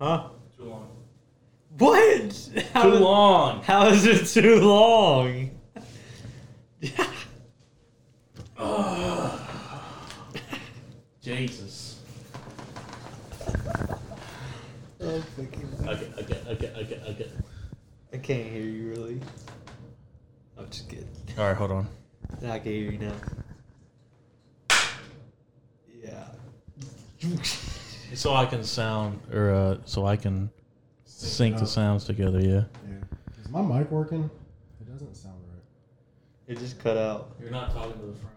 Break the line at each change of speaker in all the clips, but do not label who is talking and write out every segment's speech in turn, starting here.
Huh?
Too long.
What? How
Too
is-
long.
How is it too long?
Jesus.
Oh, fucking-
Okay, okay, okay, okay, okay.
I can't hear you really. I'm just kidding.
All right, hold on.
Nah, I can hear you now. Yeah.
So I can sound, or uh, so I can sync
it
the
up.
sounds together. Yeah.
Oh, Yeah. Is my mic working? It doesn't sound right.
it just cut out.
You're not talking to the front.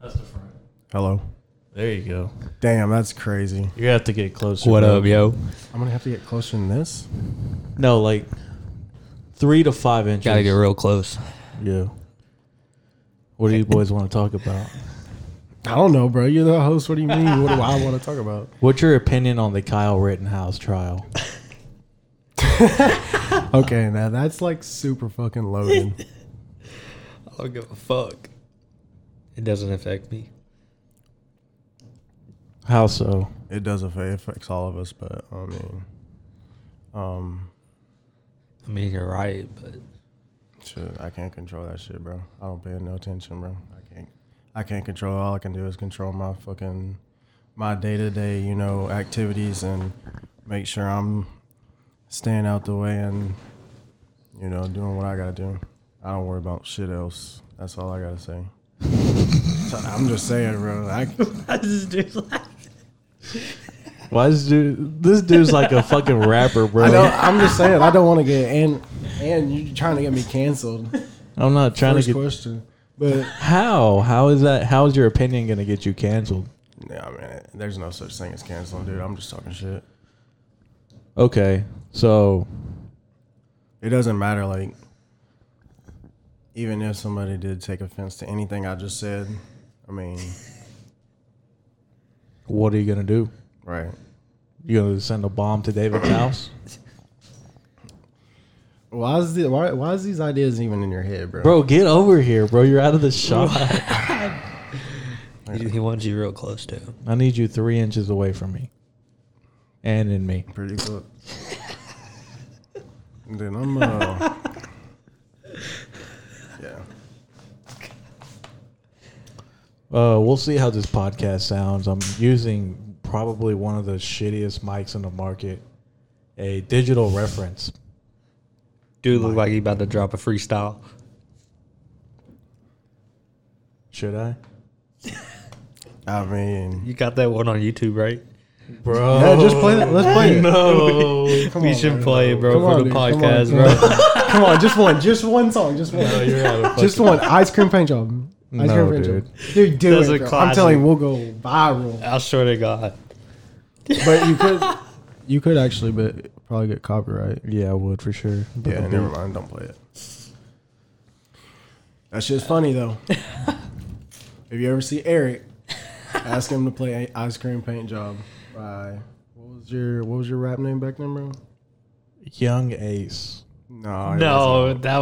That's the front.
Hello.
There you go.
Damn, that's crazy.
You have to get closer.
What
bro.
up, yo?
I'm gonna have to get closer than this.
No, like three to five inches.
Gotta get real close.
Yeah. What do you boys want to talk about?
I don't know, bro. You're the host. What do you mean? what do I want to talk about?
What's your opinion on the Kyle Rittenhouse trial?
Okay, now that's like super fucking loaded.
I don't give a fuck. It doesn't affect me.
How so?
it does affect, affects all of us, but I mean, um,
I mean, you're right, but
shit, I can't control that shit, bro. I don't pay no attention, bro. I can't. I can't control. All I can do is control my fucking my day to day, you know, activities and make sure I'm staying out the way and you know doing what I gotta do. I don't worry about shit else. That's all I gotta say. So, I'm just saying, bro. I,
Why is dude? This dude's like a fucking rapper, bro.
I don't, I'm just saying, I don't want to get and and you're trying to get me canceled.
I'm not trying
First
to get.
question, but
How? How is that? How is your opinion going to get you canceled?
yeah, I mean, there's no such thing as canceling, dude. I'm just talking shit.
Okay, so
It doesn't matter, like even if somebody did take offense to anything I just said. I mean,
what are you going to do?
right?
You going to send a bomb to David's house,
Why is the why why is these ideas even in your head, bro?
bro? Get over here, bro. You're out of the shot.
he, he wants you real close too.
I need you three inches away from me, and in me.
pretty good. Dude, I'm uh, yeah.
Uh, we'll see how this podcast sounds. I'm using probably one of the shittiest mics in the market, a digital reference.
Dude, look like he about to drop a freestyle.
Should I,
I mean,
You got that one on YouTube, right?
bro?
Yeah, just play it. Let's play it.
No,
Come
we
on,
should
man.
play it, bro,
Come
for
on,
the
dude. Come on,
podcast,
come
bro.
Come on, just one, just one song, just one,
no, you're out of fucking-
just one. Ice cream paint job. Ice
No,
cream paint
dude.
job. Dude, do
That's a
it. Bro. I'm telling you, we'll go viral.
I swear to God.
But you could, you could actually, but probably get copyright.
Yeah, I would for sure. But
Yeah,
the
never
beat-
mind. Don't play it. That shit's funny though. if you ever see Eric, ask him to play Ice Cream Paint Job by what was your what was your rap name back then, bro?
Young Ace.
No, it
No,
wasn't.
that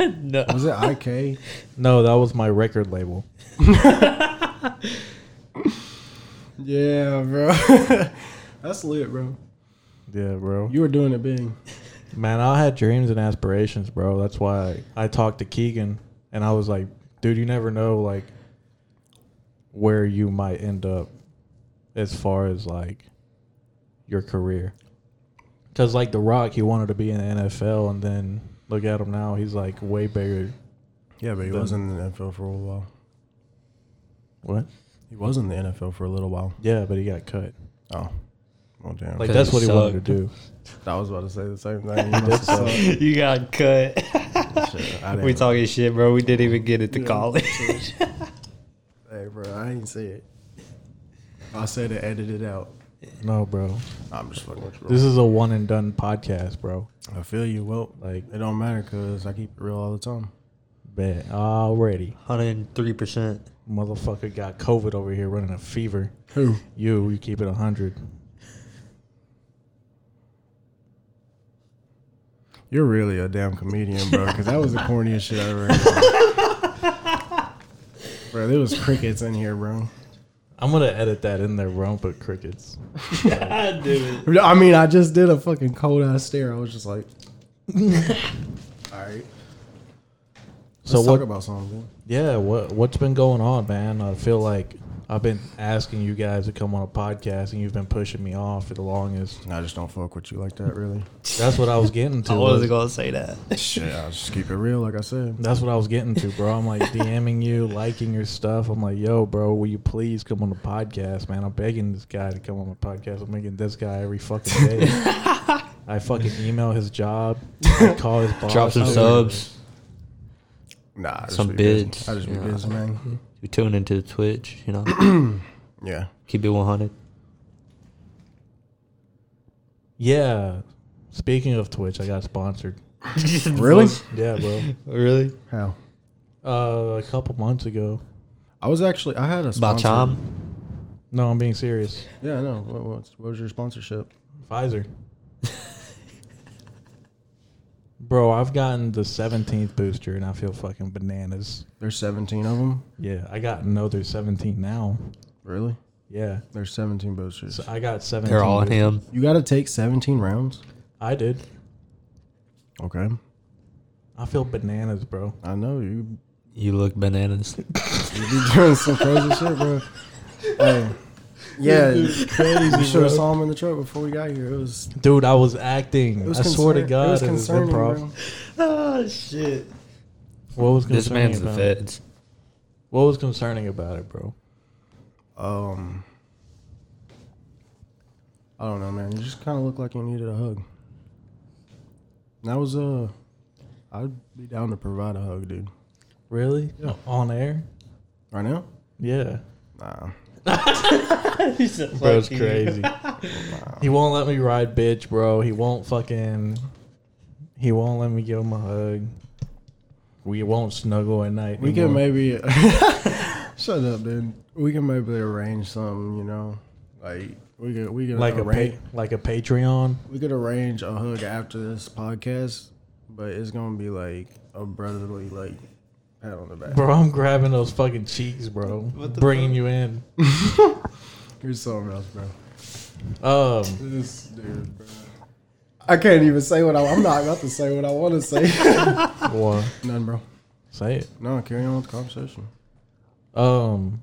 was no.
Was it IK?
No, that was my record label.
Yeah, bro. That's lit, bro.
Yeah, bro.
You were doing it big.
Man, I had dreams and aspirations, bro. That's why I, I talked to Keegan and I was like, dude, you never know like where you might end up as far as like your career. Cuz like The Rock, he wanted to be in the NFL and then look at him now, he's like way bigger.
Yeah, but he
Then-
was in the NFL for a little while.
What?
He was in the NFL for a little while.
Yeah, but he got cut.
Oh. Well, damn.
Like
'Cause
that's
he
what he wanted
sucked.
to do.
I was about to say the same thing. You must have sucked.
You got cut.
Shit, I
we
didn't-
talking shit, bro. We didn't even get it to college.
Hey, bro, I didn't see it. I said it, edit it out.
No, bro.
I'm just fucking with you, bro.
This is a one and done podcast, bro.
I feel you. Well,
Like
it don't matter because I keep it real all the time.
bet already.
Hundred and three percent.
Motherfucker got COVID over here running a fever.
Who?
You, you keep it 100.
You're really a damn comedian, bro, because that was the corniest shit I ever heard. bro, there was crickets in here, bro.
I'm gonna edit that in there, bro. Don't put crickets.
I do.
I mean, I just did a fucking cold ass stare. I was just like, all right.
So
Let's
what?
talk about something.
yeah, what what's been going on, man? I feel like I've been asking you guys to come on a podcast, and you've been pushing me off for the longest.
I just don't fuck with you like that, really.
That's what I was getting to.
I wasn't
was-
gonna say that.
Shit, I just keep it real, like I said.
That's what I was getting to, bro. I'm like DMing you, liking your stuff. I'm like, yo, bro, will you please come on the podcast, man? I'm begging this guy to come on the podcast. I'm making this guy every fucking day. I fucking email his job, I call his boss.
Drop some
I'm like,
subs.
Nah, I just
Some
be busy.
bids,
I just be
you know.
busy, man.
You tune into the Twitch, you know.
Yeah.
Keep it 100.
Yeah. Speaking of Twitch, I got sponsored.
Really?
Yeah, bro.
Really?
How?
Uh, a couple months ago.
I was actually, I had a
By
sponsor.
Chom.
No, I'm being serious.
Yeah, I know. What, what's- what was your sponsorship?
Pfizer. Bro, I've gotten the 17th booster and I feel fucking bananas.
There's 17 of them.
Yeah, I got no. There's 17 now.
Really?
Yeah,
There's 17 boosters.
so I got 17.
They're all in
dude.
him.
You got to take 17 rounds.
I did.
Okay.
I feel bananas, bro.
I know you.
You look bananas.
You be doing some crazy shit, bro. Hey. Yeah, you should have saw him in the truck before we got here. It was,
Dude, I was acting.
it was
I swear to
concern-
God, it was,
concerning,
improv.
bro.
Oh shit.
What was
this
concerning
man's the
about it?
feds.
What was concerning about it, bro?
Um, I don't know, man. You just kind of look like you needed a hug. And That was uh, I'd be down to provide a hug, dude.
Really? On air?
Right now?
Yeah.
Nah.
He's a
Bro, it's
fucking-
crazy. he won't let me ride, bitch, bro. He won't fucking. He won't let me give him a hug. We won't snuggle at night.
We can
anymore.
maybe shut up, dude. We can maybe arrange something, you know, like we could we could
like a
arrange
pa- like a Patreon.
we could arrange a hug after this podcast, but it's gonna be like a brotherly like pat on the back.
Bro, I'm grabbing those fucking cheeks, bro.
What the
Bringing
fuck?
you in.
Here's something else, bro.
Um,
This dude, bro. I can't even say what I, I'm not about to say what I want to say.
well,
None, bro.
say it.
No, carry on with the conversation.
Um,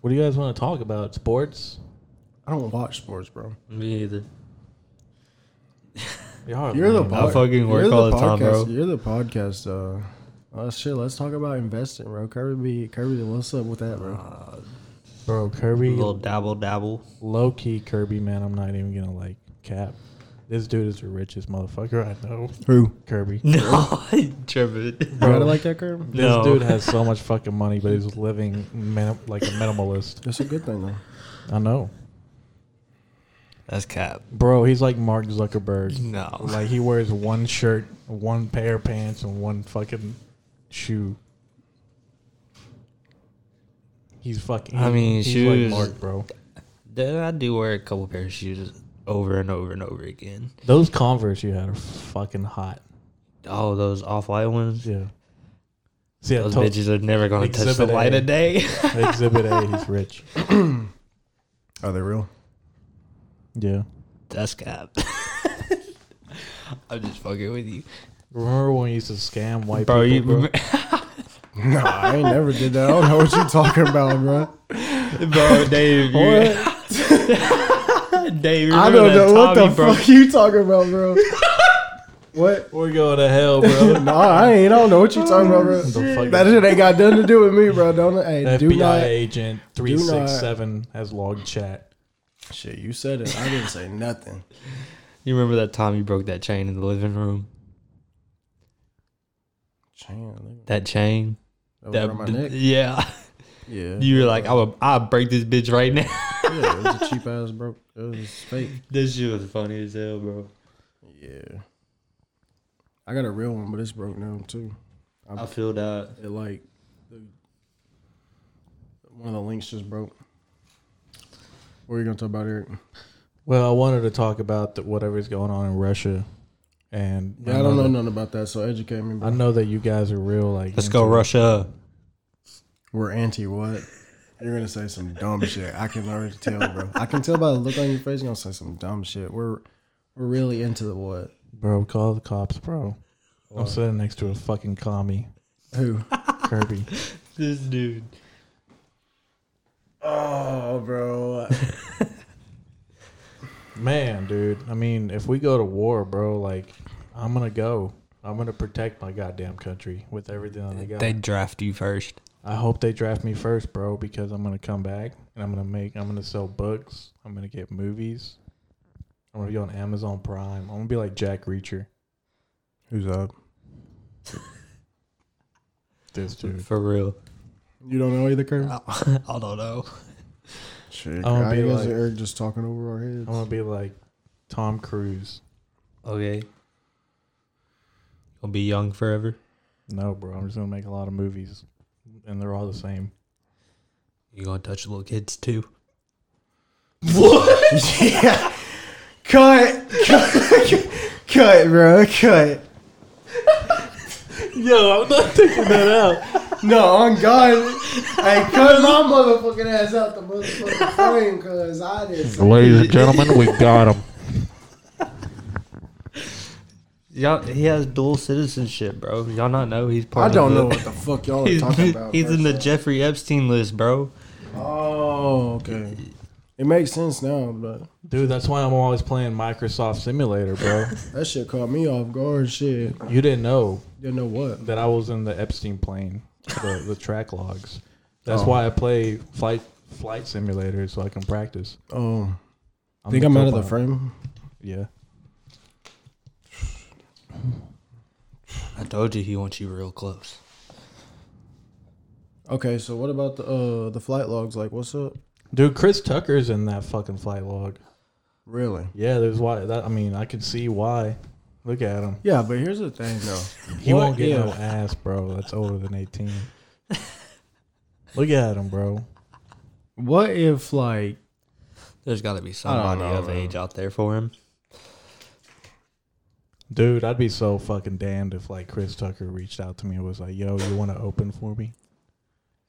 what do you guys want to talk about? Sports?
I don't watch sports, bro.
Me either.
Y'all are
You're the
lame.
I fucking
you're
work all the time,
podcast-
bro.
You're the podcast. Uh, well, shit. Let's talk about investing, bro. Kirby, be Kirby, what's up with that, bro?
bro. Kirby,
little dabble dabble.
low key Kirby, man. I'm not even gonna like cap. This dude is the richest motherfucker I know.
Who?
Kirby.
No, tripping.
You gotta like that, Kirby.
This
No.
dude has so much fucking money, but he's living minim- like a minimalist.
That's a good thing, though.
I know,
That's cap.
bro. He's like Mark Zuckerberg.
No.
Like he wears one shirt, one pair of pants, and one fucking shoe. He's fucking.
I mean,
he's
shoes-
like Mark, bro.
Then I do wear a couple pairs of shoes over and over and over again.
Those Converse you had are fucking hot.
All those off white ones.
Yeah. See, I
Those
told-
bitches are never gonna touch the
Exhibit A.
light of day.
Exhibit A. He's rich.
Are they real?
Yeah.
That's cap. I'm just fucking with you,
Remember when we used to scam white
bro. You
people?
remember,
No, I ain't never did that. I don't know what you're talking about, bro.
bro, Dave. You,
What?
Dave,
I
remember
don't know
that
what the
Tommy, bro?
fuck you talking about, bro. what?
We're going to hell, bro.
No, I ain't. I don't know what you're talking about, bro.
The fucking
That shit ain't got nothing to do with me, bro. Don't hey, do
FBI
not.
agent 367 has logged chat.
Shit, you said it. I didn't say nothing.
you remember that time you broke that chain in the living room?
Chain,
That chain.
that was
That,
around my neck.
Yeah.
Yeah,
You were like, I would, I break this bitch right now.
yeah, it was a cheap ass broke. It was fake.
this shit was funny as hell, bro.
Yeah, I got a real one, but it's broke now too.
I feel that.
It like the, one of the links just broke. What are you gonna talk about, Eric?
Well, I wanted to talk about the, whatever's going on in Russia. And
Yeah, I don't know
that-
nothing about that, so educate me. Bro.
I know that you guys are real. Like,
Let's go
into-
Russia.
We're anti what? You're gonna say some dumb shit. I can already tell, bro. I can tell by the look on your face. You're gonna say some dumb shit. We're we're really into the what?
Bro, call the cops, bro. I'm sitting next to a fucking commie,
Who?
Kirby.
This dude.
Oh, bro.
Man, dude. I mean, if we go to war, bro, like I'm gonna go. I'm gonna protect my goddamn country with everything that I got.
They draft you first.
I hope they draft me first, bro, because I'm gonna come back and I'm gonna make. I'm gonna sell books. I'm gonna get movies. I'm gonna be on Amazon Prime. I'm gonna be like Jack Reacher.
Who's up?
This dude.
For real.
You don't know either, Kirby.
I, I don't know.
Shit,
I'm gonna
I
be
guess
like-
Eric just talking over our heads.
I'm gonna be like Tom Cruise.
Okay. You'll be young forever.
No, bro. I'm just gonna make a lot of movies, and they're all the same.
You gonna touch little kids too?
yeah. Cut. Cut. Cut, bro. Cut.
Yo, I'm not taking that out.
No, on God. Hey, cut my motherfucking ass out the motherfucking frame because I didn't. say-
Ladies and gentlemen, we got him.
Y'all, he has dual citizenship, bro. Y'all not know he's part.
I
of
don't
the-
know what the fuck y'all are
He's,
talking about.
he's in the
first
Jeffrey Epstein list, bro.
off. Oh, okay. It makes sense now, but
Dude, that's why I'm always playing Microsoft Simulator, bro.
that shit caught me off guard. Shit.
you didn't know
You know what?
that I was in the Epstein plane, the, the track logs. That's
Oh.
why I play flight flight simulator so I can practice.
Oh,
i
think I'm out of the frame.
Yeah,
I told you he wants you real close.
Okay, so what about the uh the flight logs? Like, what's up?
dude. Chris Tucker's in that fucking flight log.
Really?
Yeah, there's why. That, I mean, I can see why. Look at him.
Yeah, but here's the thing, though.
He
What
won't get no
if-
ass, bro. That's older than 18. Look at him, bro.
What if like
There's got to be somebody
know,
of
bro.
age out there for him.
Dude, I'd be so fucking damned if like Chris Tucker reached out to me and was like, "Yo, you want to open for me?"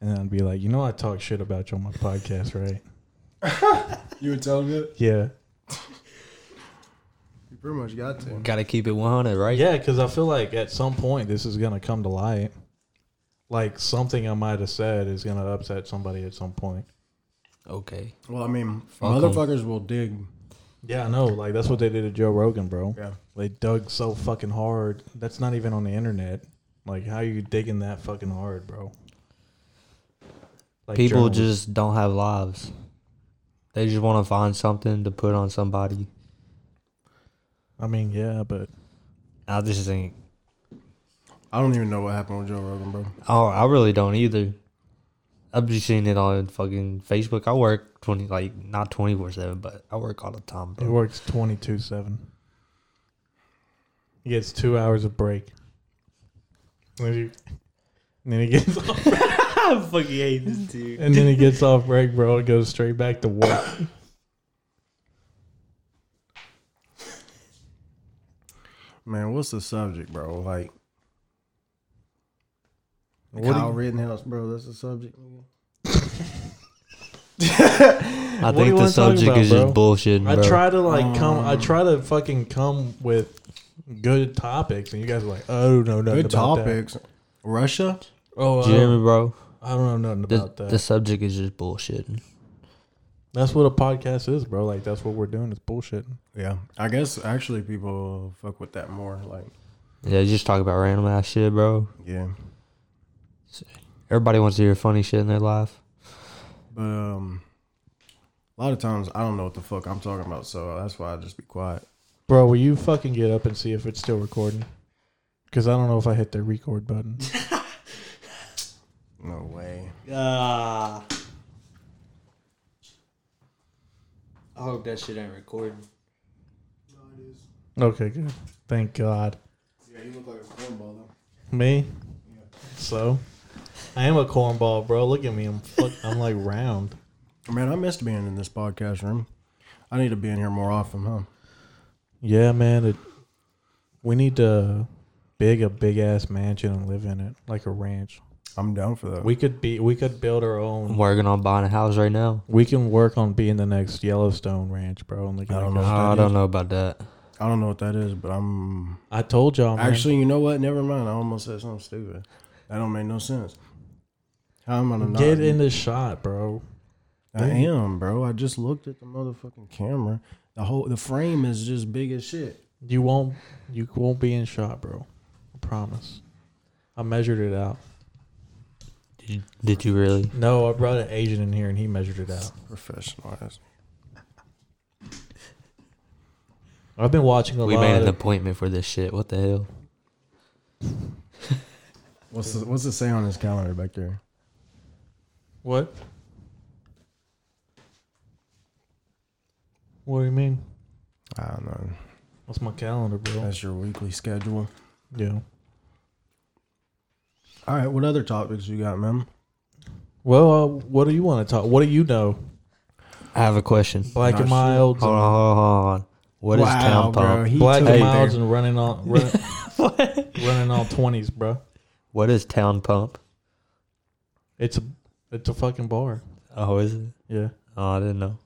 And I'd be like, "You know, I talk shit about you on my podcast, right?"
you would tell me?
Yeah,
You pretty much got to.
Got to keep it 100, right?
yeah, because I feel like at some point this is gonna come to light. Like something I might have said is gonna upset somebody at some point.
Okay.
Well, I mean,
Fuck 'em.
motherfuckers will dig.
Yeah, I know. Like that's what they did to Joe Rogan, bro.
Yeah.
They dug so fucking hard. That's not even on the internet. Like, how you digging that fucking hard, bro? Like
People
journalists-
just don't have lives. They just want to find something to put on somebody.
I mean, yeah, but
I just ain't.
I don't even know what happened with Joe Rogan, bro.
Oh, I really don't either. I've just seen it on fucking Facebook. I work twenty, like not twenty four seven, but I work all the time.
It
Oh.
Bro.
works 22 7. He gets two hours of break. And then he- and then he gets off,
I fucking hate this dude.
and then he gets off break, bro, and goes straight back to work.
Man, what's the subject, bro? Like
What do
Kyle
you-
Rittenhouse, bro. That's the subject. nigga.
I
What do you
think the
wanna talk
subject
about,
is
bro?
just bullshit, bro.
I try to like come.
um,
I try to fucking come with good topics, and you guys are like, "Oh no, nothing
Good
about that."
topics. Russia.
Oh, I
Jeremy,
don't,
bro.
I don't know nothing
The,
about that.
the subject is just bullshit.
that's what a podcast is, bro. Like that's what we're doing. It's bullshitting.
Yeah, I guess actually people fuck with that more. Like,
Yeah, just talk about random ass shit, bro.
yeah,
Everybody wants to hear funny shit in their life.
but um, a lot of times I don't know what the fuck I'm talking about, so that's why I just be quiet.
Bro, will you fucking get up and see if it's still recording? Because I don't know if I hit the record button.
No way.
Ah. I hope that shit ain't recording.
okay, good. Thank God.
Yeah, you look like a cornball though.
Me? So? I am a cornball, bro. Look at me. I'm fuck, I'm like round.
Man, I missed being in this podcast room. I need to be in here more often, huh?
Yeah, man. It, we need to big a big ass mansion and live in it like a ranch.
I'm down for that.
We could be we could build our own.
I'm working on buying a house right now.
We can work on being the next Yellowstone Ranch, bro. And look at
I
that
don't
guy.
Oh,
know.
I don't know about that.
I don't know what that is, but I'm
I told y'all, Oh, man.
actually. You know what? Never mind. I almost said something stupid. That don't make no sense. How am I not?
get in the shot, bro.
I am, bro. I just looked at the motherfucking camera. The whole the frame is just big as shit.
You won't you won't be in shot, bro. I promise. I measured it out.
Did you, did you really?
No, I brought an Asian in here and he measured it out.
Professional ass.
I've been watching a
We
lot.
made an
of,
appointment for this shit. What the hell?
What's the, what's it say on his calendar back there?
what? What do you mean?
I don't know.
What's my calendar, bro?
That's your weekly schedule.
Yeah.
All right. What other topics you got, man?
Well, uh, what do you want to talk? What do you know?
I have a question.
Black
Nah,
and
shit.
milds,
Hold on, hold on, hold on. What is town pop?
He
black
took
and
it
milds,
there.
and running on run, running on twenties, bro.
What is town pump?
It's a it's a fucking bar.
Oh, is it?
Yeah.
Oh, I didn't know.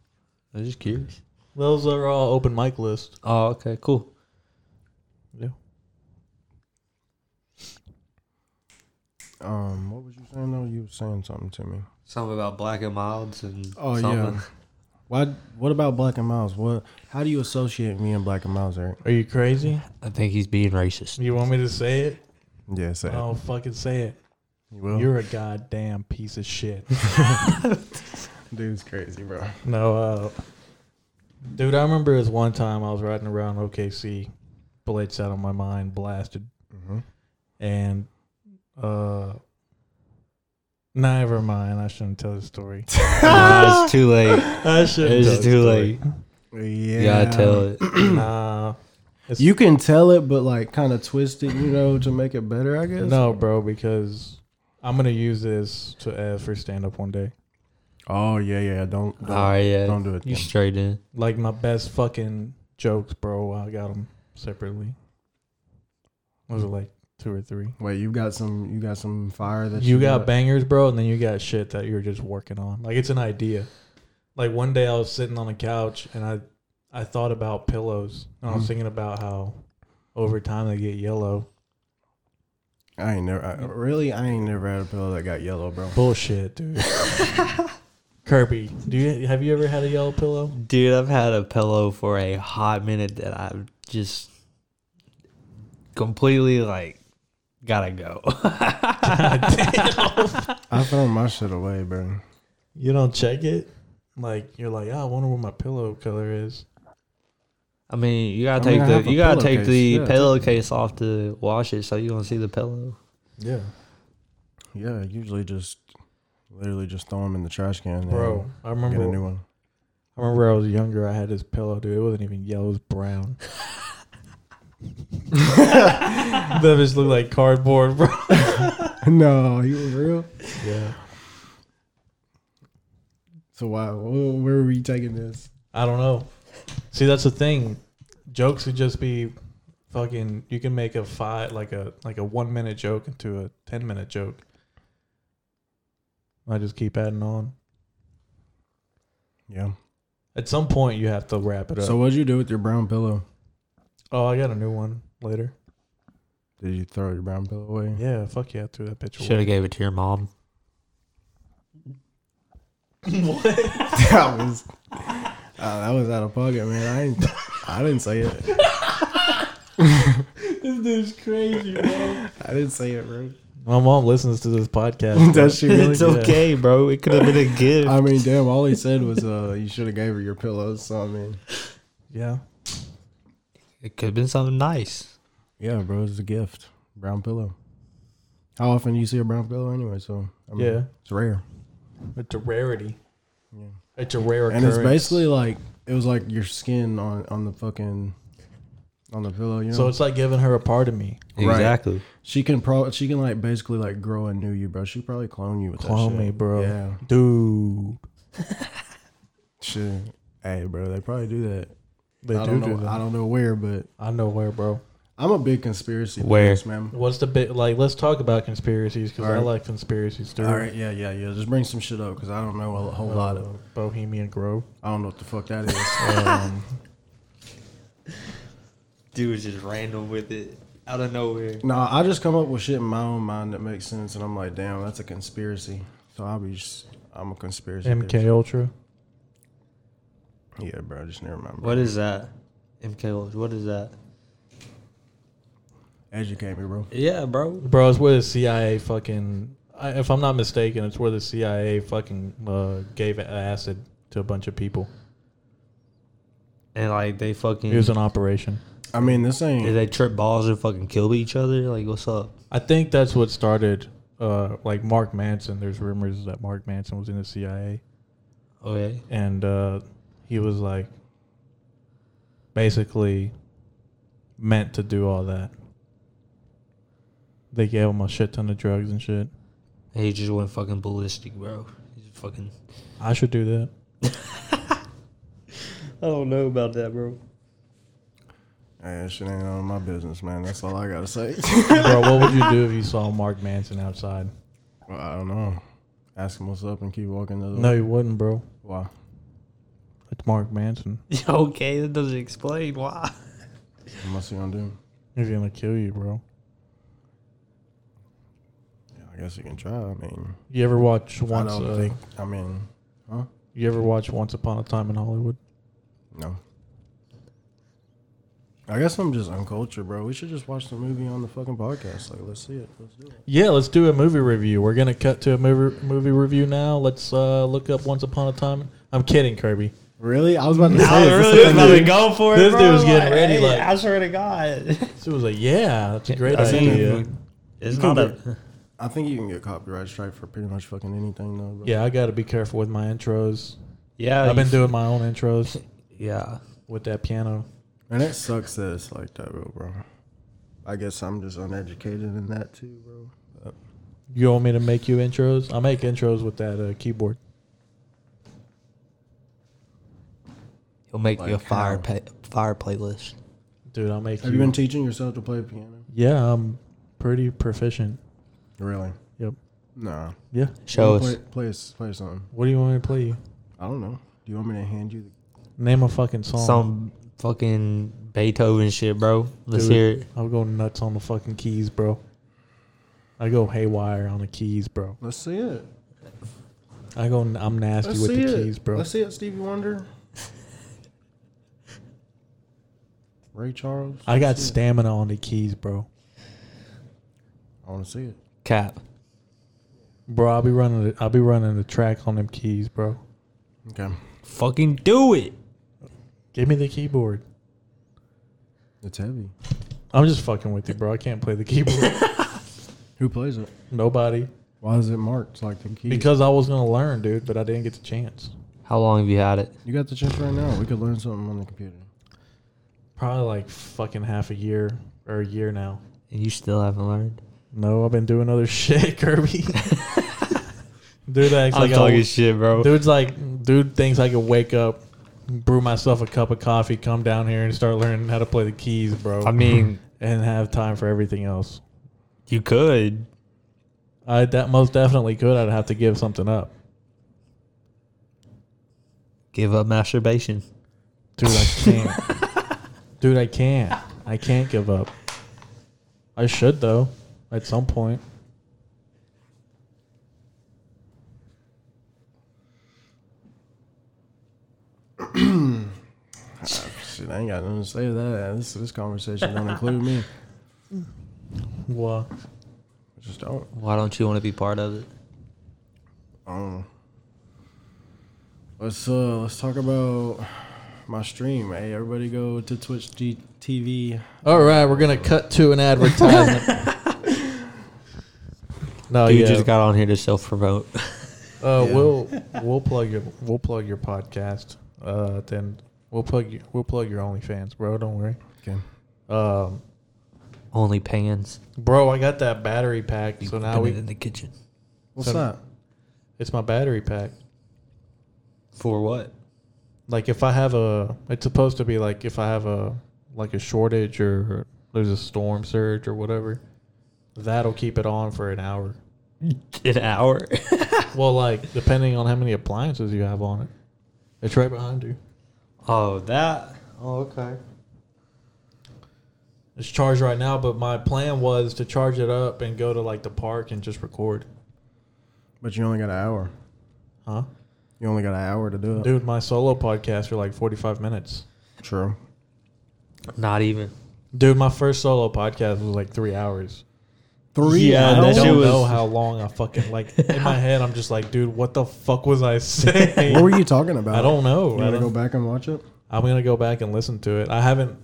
I was just curious.
Those are all open mic list.
Oh, okay, cool.
Yeah.
Um, what was you saying though? You were saying something to me.
Something about black and milds and
Oh
something.
yeah. Why? What about Black and Miles? What? How do you associate me and Black and Miles, Eric?
Are you crazy?
I think he's being racist.
You want me to say it?
Yeah, say
Oh, fucking say it.
You will.
You're a goddamn piece of shit.
Dude's crazy, bro.
no, uh, dude, I remember this one time I was riding around OKC, blades out of my mind, blasted,
Mm-hmm.
and uh, never mind. I shouldn't tell the story.
Nah, it's too late.
I shouldn't.
It's too late.
Yeah.
You gotta tell it.
nah,
You can tell it, but like kind of twist it, you know, to make it better. I guess.
no, bro, because I'm gonna use this to uh, for stand up one day.
Oh yeah, yeah. Don't.
All right, yeah.
don't do it
You
then.
straight in.
Like my best fucking jokes, bro. I got them separately. Was it like two or three?
Wait, you got some. You got some fire that
you got bangers, bro, and then you got shit that you're just working on. Like it's an idea. Like one day I was sitting on the couch and I I thought about pillows and I was
Mhm.
thinking about how over time they get yellow.
I ain't never. I, really, I ain't never had a pillow that got yellow, bro.
Bullshit, dude. Kirby, do you have you ever had a yellow pillow?
Dude, I've had a pillow for a hot minute that I've just completely like gotta go.
I throw my shit away, bro.
You don't check it? Like you're like, oh, I wonder what my pillow color is.
I mean, you gotta
I mean,
take
I have
the
a
you gotta take
pillowcase.
the
Yeah, take
pillowcase off to wash it, so you gonna see the pillow.
Yeah.
Yeah, I usually just, literally just throw them in the trash can,
Bro, I
And get a new
remember
one.
I remember I was younger, I had this pillow, dude. It wasn't even yellow, it was brown. that just looked like cardboard, bro.
no, you were real.
Yeah.
So why? wh- Where were you taking this?
I don't know. See, that's the thing. Jokes could just be fucking. You can make a five, like a like a one minute joke into a ten minute joke. I just keep adding on.
Yeah.
At some point, you have to wrap it up.
So what'd you do with your brown pillow?
oh, I got a new one later.
Did you throw your brown pillow away?
Yeah, fuck yeah, I threw that bitch
Should
away.
have gave it to your mom.
that was uh, that was out of pocket, man. I ain't, I didn't say it.
This dude's crazy, bro.
I didn't say it, bro.
My mom listens to this podcast.
Does she really?
It's okay, bro. It could have been a gift.
I mean, damn. All he said was, uh, "You should have gave her your pillows." So I mean,
Yeah.
It could have been something nice.
yeah, bro, it's a gift. Brown pillow. How often do you see a brown pillow anyway? So I mean,
Yeah.
it's rare.
It's a rarity.
Yeah.
It's a rare
and it's
occurrence.
basically like it was like your skin on on the fucking on the pillow. You know,
So it's like giving her a part of me.
Right.
Exactly.
she can pro she can like basically like grow and new you, bro. She probably clone you with
Clone
that shit.
me, bro.
Yeah,
Dude.
shit. Hey, bro, they probably do that.
They
I
do
don't
do
know.
that.
I don't know where, but
I know where, bro.
I I'm a big conspiracy
Where?
theorist, man.
What's the bit like? Let's talk about conspiracies because I
Alright.
like conspiracies too.
All right, yeah, yeah, yeah. Just bring some shit up because I don't know a whole lot of.
Bohemian Grove.
I don't know what the fuck that is. um,
Dude was just random with it out of nowhere.
no, I just come up with shit in my own mind that makes sense, and I'm like, damn, that's a conspiracy. So I'll be just, I'm a conspiracy.
MK
theorist.
Ultra.
Yeah, bro. Just never mind. bro.
What is that? MK, what is that?
Educate me, bro.
Yeah, bro.
Bro, it's where the CIA fucking. I, if I'm not mistaken, it's where the CIA fucking uh, gave acid to a bunch of people.
And like they fucking
It was
Mm.
an operation.
I mean, this ain't.
did they trip balls and fucking kill each other? Like what's up?
I think that's what started. Uh, like Mark Manson. There's rumors that Mark Manson was in the CIA,
Oh,
Okay.
and uh, he was like basically meant to do all that. They gave him a shit ton of drugs and shit.
And he just went fucking ballistic, bro. He's fucking
I should do that.
I don't know about that, bro.
Hey, that shit ain't none of my business, man. That's all I gotta say.
Bro, what would you do if you saw Mark Manson outside?
well, I don't know. Ask him what's up and keep walking the other
No,
way.
you wouldn't, bro.
Why?
It's Mark Manson.
Okay, that doesn't explain why.
What's he gonna do?
He's gonna kill you, bro.
Yeah, I guess you can try. I mean,
You ever watch once?
I don't
uh,
think. I mean,
You ever watch Once Upon a Time in Hollywood?
no. I guess I'm just uncultured, bro. We should just watch the movie on the fucking podcast. Like, let's see it. Let's do it.
Yeah, let's do a movie review. We're gonna cut to a movie movie review now. Let's uh, look up Once Upon a Time. I'm kidding, Kirby.
Really? I was about to say.
I
it's the
really was
same
about to
dude.
go for it.
This
bro.
dude was getting ready, like-
I swear to God.
So it was like, yeah, that's a great
I seen
idea.
it. It's
can
not a.
I think you can get copyright strike for pretty much fucking anything, though. Bro.
Yeah, I gotta be careful with my intros.
Yeah,
I've been
Oh, you-
doing my own intros
Yeah,
with that piano.
And it sucks that it's like that, bro. bro. I guess I'm just uneducated in that too, bro. But
You want me to make you intros? I make intros with that uh, keyboard.
he'll make you a
Like
fire
how?
pa- fire playlist.
Dude, I'll make
Have
you.
you been teaching yourself to play piano?
yeah, I'm pretty proficient.
Really?
Yep.
Nah.
Yeah.
Show
play,
us.
play, us- play something.
What do you want me to play you?
I don't know. Do you want me to hand you?
Name a fucking song.
some fucking Beethoven shit, bro. Let's
Dude,
hear it.
I'll go nuts on the fucking keys, bro. I go haywire on the keys, bro.
The, let's see it.
I go. I'm nasty
Let's
with
see
the
it.
keys, bro.
Let's see it, Stevie Wonder. Ray Charles.
I got stamina on the keys, bro.
I want to see it.
Cap.
Bro, I'll be running. The, I'll be running the track on them keys, bro.
Okay.
Fucking do it.
Give me the keyboard.
It's heavy.
I'm just fucking with you, bro. I can't play the keyboard.
Who plays it?
Nobody,
Why is it marked like the keys?
because I was gonna learn, dude, but I didn't get the chance.
How long have you had it?
you got the chance right now. We could learn something on the computer.
Probably like fucking half a year or a year now.
And you still haven't learned?
No, I've been doing other shit, Kirby. dude, that acts
I'm
like I
talking
was-
shit, bro.
Dude's like, dude thinks I could wake up, brew myself a cup of coffee, come down here and start learning how to play the keys, bro.
I mean,
and have time for everything else.
you could.
I that most definitely could. I'd have to give something up,
Give up masturbation.
dude. I can't. dude, I can't. I can't give up. I should though, at some point.
Shit, I ain't got nothing to say to that. This this conversation don't include me.
Well,
I Just don't.
Why don't you want to be part of it?
I don't know. Let's uh let's talk about my stream. Hey, everybody, go to Twitch G- TV.
all right, we're gonna cut to an advertisement. no,
Dude
yeah.
just got on here to self promote.
Uh, we'll we'll plug your we'll plug your podcast. Uh, then we'll plug you we'll plug your OnlyFans, bro. Don't worry.
Okay.
Um,
Only pans.
bro, I got that battery pack, so now
Put it
we
in the kitchen.
What's
So-
that?
it's my battery pack.
For what?
Like if I have a, it's supposed to be like if I have a like a shortage or there's a storm surge or whatever, that'll keep it on for an hour.
An hour.
Well, like depending on how many appliances you have on it, it's right behind you.
oh, that. Oh, okay.
It's charged right now, but my plan was to charge it up and go to like the park and just record.
But you only got an hour.
Huh?
You only got an hour to do it.
Dude, my solo podcasts are like 45 minutes.
True.
Not even.
Dude, my first solo podcast was like three hours.
Three
Yeah,
I
that
hours.
shit
don't
was-
know how long I fucking like in my head. I'm just like, dude, what the fuck was I saying?
what were you talking about?
I don't know.
You
I
want to go
don't-
back and watch it?
I'm gonna go back and listen to it. I haven't.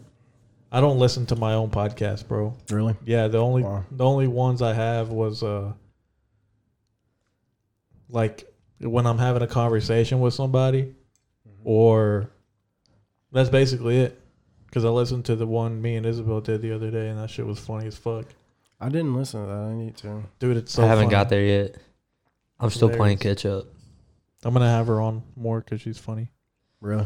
I don't listen to my own podcast, bro.
Really?
Yeah, the only
Wow.
the only ones I have was uh like when I'm having a conversation with somebody
Mm-hmm.
or that's basically it. Cuz I listened to the one me and Isabel did the other day and that shit was funny as fuck.
I didn't listen to that. I need to.
Dude, it's so
I haven't
funny.
got there yet. I'm still playing catch up.
I'm going to have her on more cuz she's funny.
Really?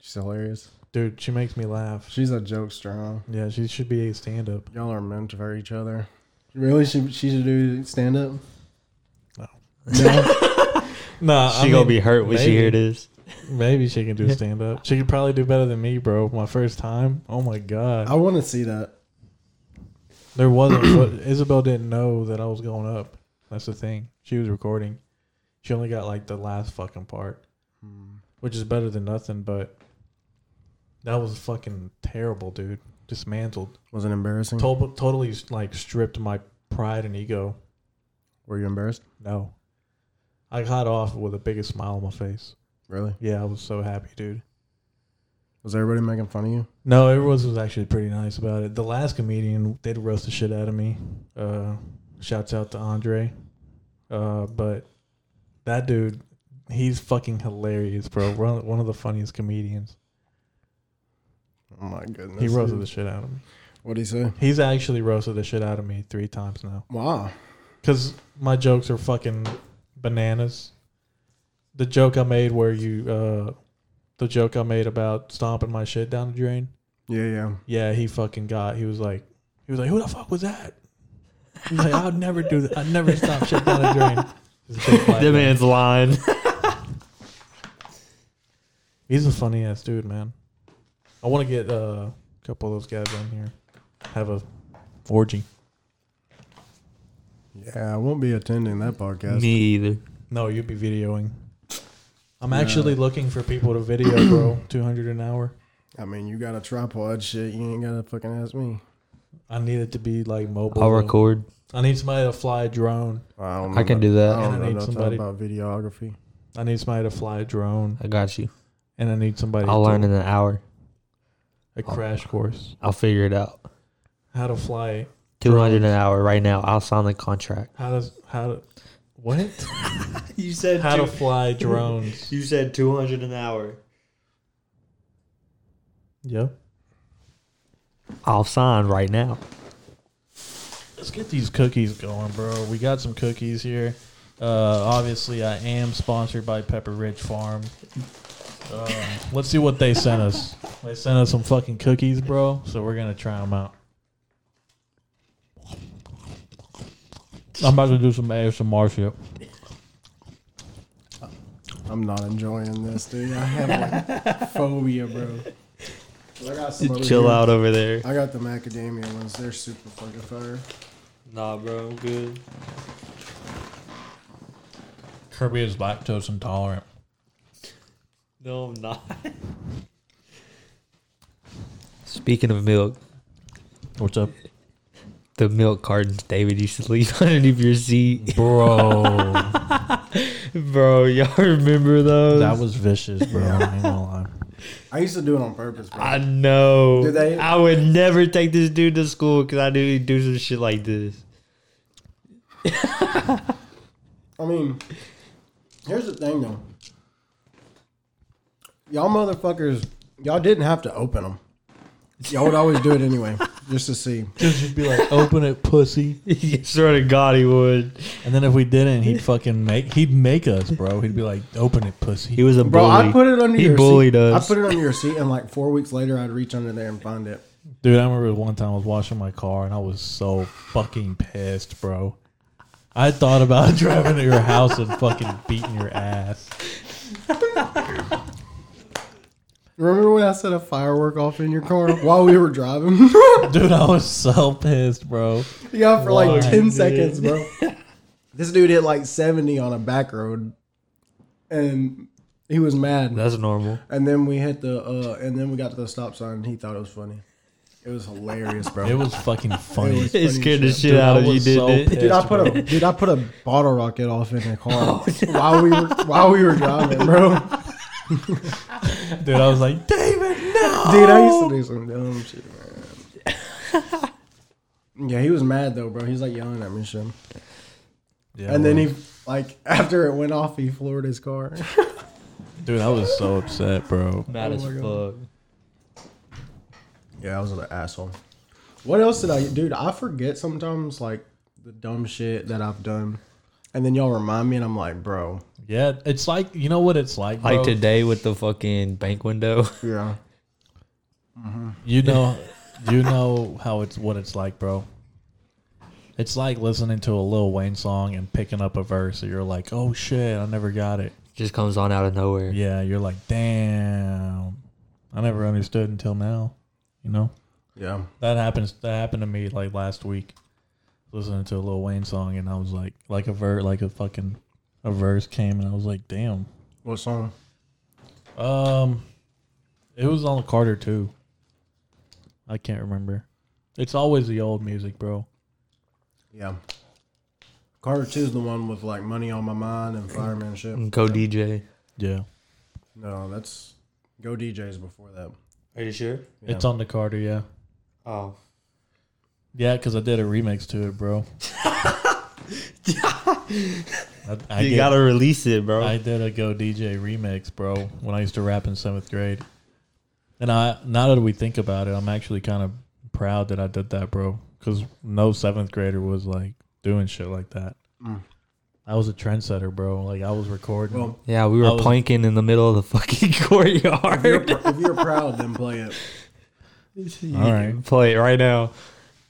She's hilarious.
Dude, she makes me laugh.
She's a jokester, huh?
Yeah, she should be a stand up.
Y'all are meant for each other. Really? She, she should do stand up?
No.
No?
Nah,
she gonna be hurt when she hear this.
Maybe she can do stand up. She could probably do better than me, bro. My first time. Oh my god.
I want to see that.
There wasn't. but Isabel didn't know that I was going up. That's the thing. She was recording. She only got like the last fucking part,
Hmm.
which is better than nothing. But that was fucking terrible, dude. Dismantled.
Was it embarrassing?
Total, totally like stripped my pride and ego.
Were you embarrassed?
No, I got off with the biggest smile on my face.
Really?
Yeah, I was so happy, dude.
Was everybody making fun of you?
No, everyone was actually pretty nice about it. The last comedian did roast the shit out of me. Uh, shouts out to Andre. Uh, but that dude, he's fucking hilarious, bro. One one of the funniest comedians.
Oh my goodness.
he roasted
dude.
the shit out of me.
What'd he say?
He's actually roasted the shit out of me three times now.
Wow.
Because my jokes are fucking bananas. The joke I made where you, uh, the joke I made about stomping my shit down the drain.
Yeah, yeah.
Yeah, he fucking got. He was like, he was like, who the fuck was that? He's like, I'd never do that. I'd never stop shit down a drain. He's a, big black man.
That man's lying.
He's a funny ass dude, man. I want to get uh, a couple of those guys on here, have a orgy.
Yeah, I won't be attending that podcast.
Me either.
No, you'd be videoing. I'm actually looking for people to video, bro. Two hundred an hour.
I mean, you got a tripod shit. You ain't got to fucking ask me.
I need it to be like mobile.
I'll
though.
record.
I need somebody to fly a drone.
I, don't
I can do
I
that.
don't
And I
know
need
nothing
somebody-
about videography.
I need somebody to fly a drone,
I got you.
and I need somebody.
I'll
to
learn in an hour.
a crash course
I'll figure it out.
how to fly
Two hundred an hour right now. I'll sign the contract.
How does how to what?
You said
How to fly drones?
you said two hundred an hour.
yep.
I'll sign right now.
Let's get these cookies going, bro. We got some cookies here. Uh, obviously, I am sponsored by Pepper Ridge Farm. Uh, let's see what they sent us. They sent us some fucking cookies, bro. So we're gonna try them out. I'm about to do some ASMR shit.
I'm not enjoying this, dude. I have like phobia, bro. But I got some over
Chill
here.
out over there.
I got the macadamia ones. They're super fucking fire.
Nah, bro, I'm good.
Kirby is lactose intolerant.
No, I'm not. Speaking of milk,
What's up,
the milk cartons David used to leave underneath your seat,
bro?
bro. Y'all remember those?
that was vicious, bro. I ain't gonna lie.
I used to do it on purpose, bro.
I know.
Did they-
I would never take this dude to school because I knew he'd do some shit like this.
I mean, here's the thing, though. Y'all motherfuckers, y'all didn't have to open them. Y'all would always do it anyway, just to see.
Just be like, open it, pussy.
swear to God, he would.
And then if we didn't, he'd fucking make he'd make us, bro. He'd be like, "Open it,
He
pussy."
was a
Bro,
bully.
I put it under
He
your
bullied
seat.
us.
I put it under your seat, and like four weeks later, I'd reach under there and find it.
Dude, I remember one time I was washing my car and I was so fucking pissed, bro. I thought about driving to your house and fucking beating your ass.
Remember when I set a firework off in your car while we were driving?
Dude, I was so pissed, bro.
yeah, for
Why,
like 10
dude?
seconds, bro. this dude hit like 70 on a back road and he was mad.
That's normal.
And then we hit the, uh, and then we got to the stop sign and he thought it was funny. It was hilarious, bro.
It was fucking funny.
It scared the
shit
Dude, I was so pissed,
Dude, I put
bro.
a dude, I put a bottle rocket off in the car while we were while we were driving, bro.
Dude, I was like, David, no.
Dude, I used to do some dumb shit, man. yeah, he was mad though, bro. He was like yelling at me and shit.
Yeah,
And then
well,
he like after it went off, he floored his car.
Dude, I was so upset, bro.
Mad
Oh
as
my
fuck.
Yeah, I was an asshole. What else did I, dude? I forget sometimes like the dumb shit that I've done, and then y'all remind me, and I'm like, bro,
Yeah, it's like you know what it's like, bro?
Like today with the fucking bank window.
yeah,
You know, you know how it's what it's like, bro. It's like listening to a Lil Wayne song and picking up a verse, and you're like, "Oh shit, I never got it."
Just comes on out of nowhere.
Yeah, you're like, "Damn, I never understood until now." You know
yeah.
that happens. That happened to me like last week, listening to a Lil Wayne song, and I was like, like a ver, like a fucking a verse came, and I was like, "Damn."
What song?
Um, it was on Carter too. I can't remember. It's always the old music, bro.
Yeah. Carter Two's the one with like money on my mind and fireman shit.
And Co DJ.
Yeah.
No, that's Go DJs before that.
Are you sure?
Yeah.
It's on the Carter, yeah.
Oh.
Yeah, because I did a remix to it, bro. I, I
you
did-
gotta release it, bro.
I did a Go DJ remix, bro, when I used to rap in seventh grade. And I, now that we think about it, I'm actually kind of proud that I did that, bro, because no seventh grader was like doing shit like that.
Mm.
I was a trendsetter, bro. Like I was recording.
Well,
yeah, we
I
were
was-
planking in the middle of the fucking
if you're,
courtyard.
pr- if you're proud, then play it.
You
All
can
right.
Play it right now.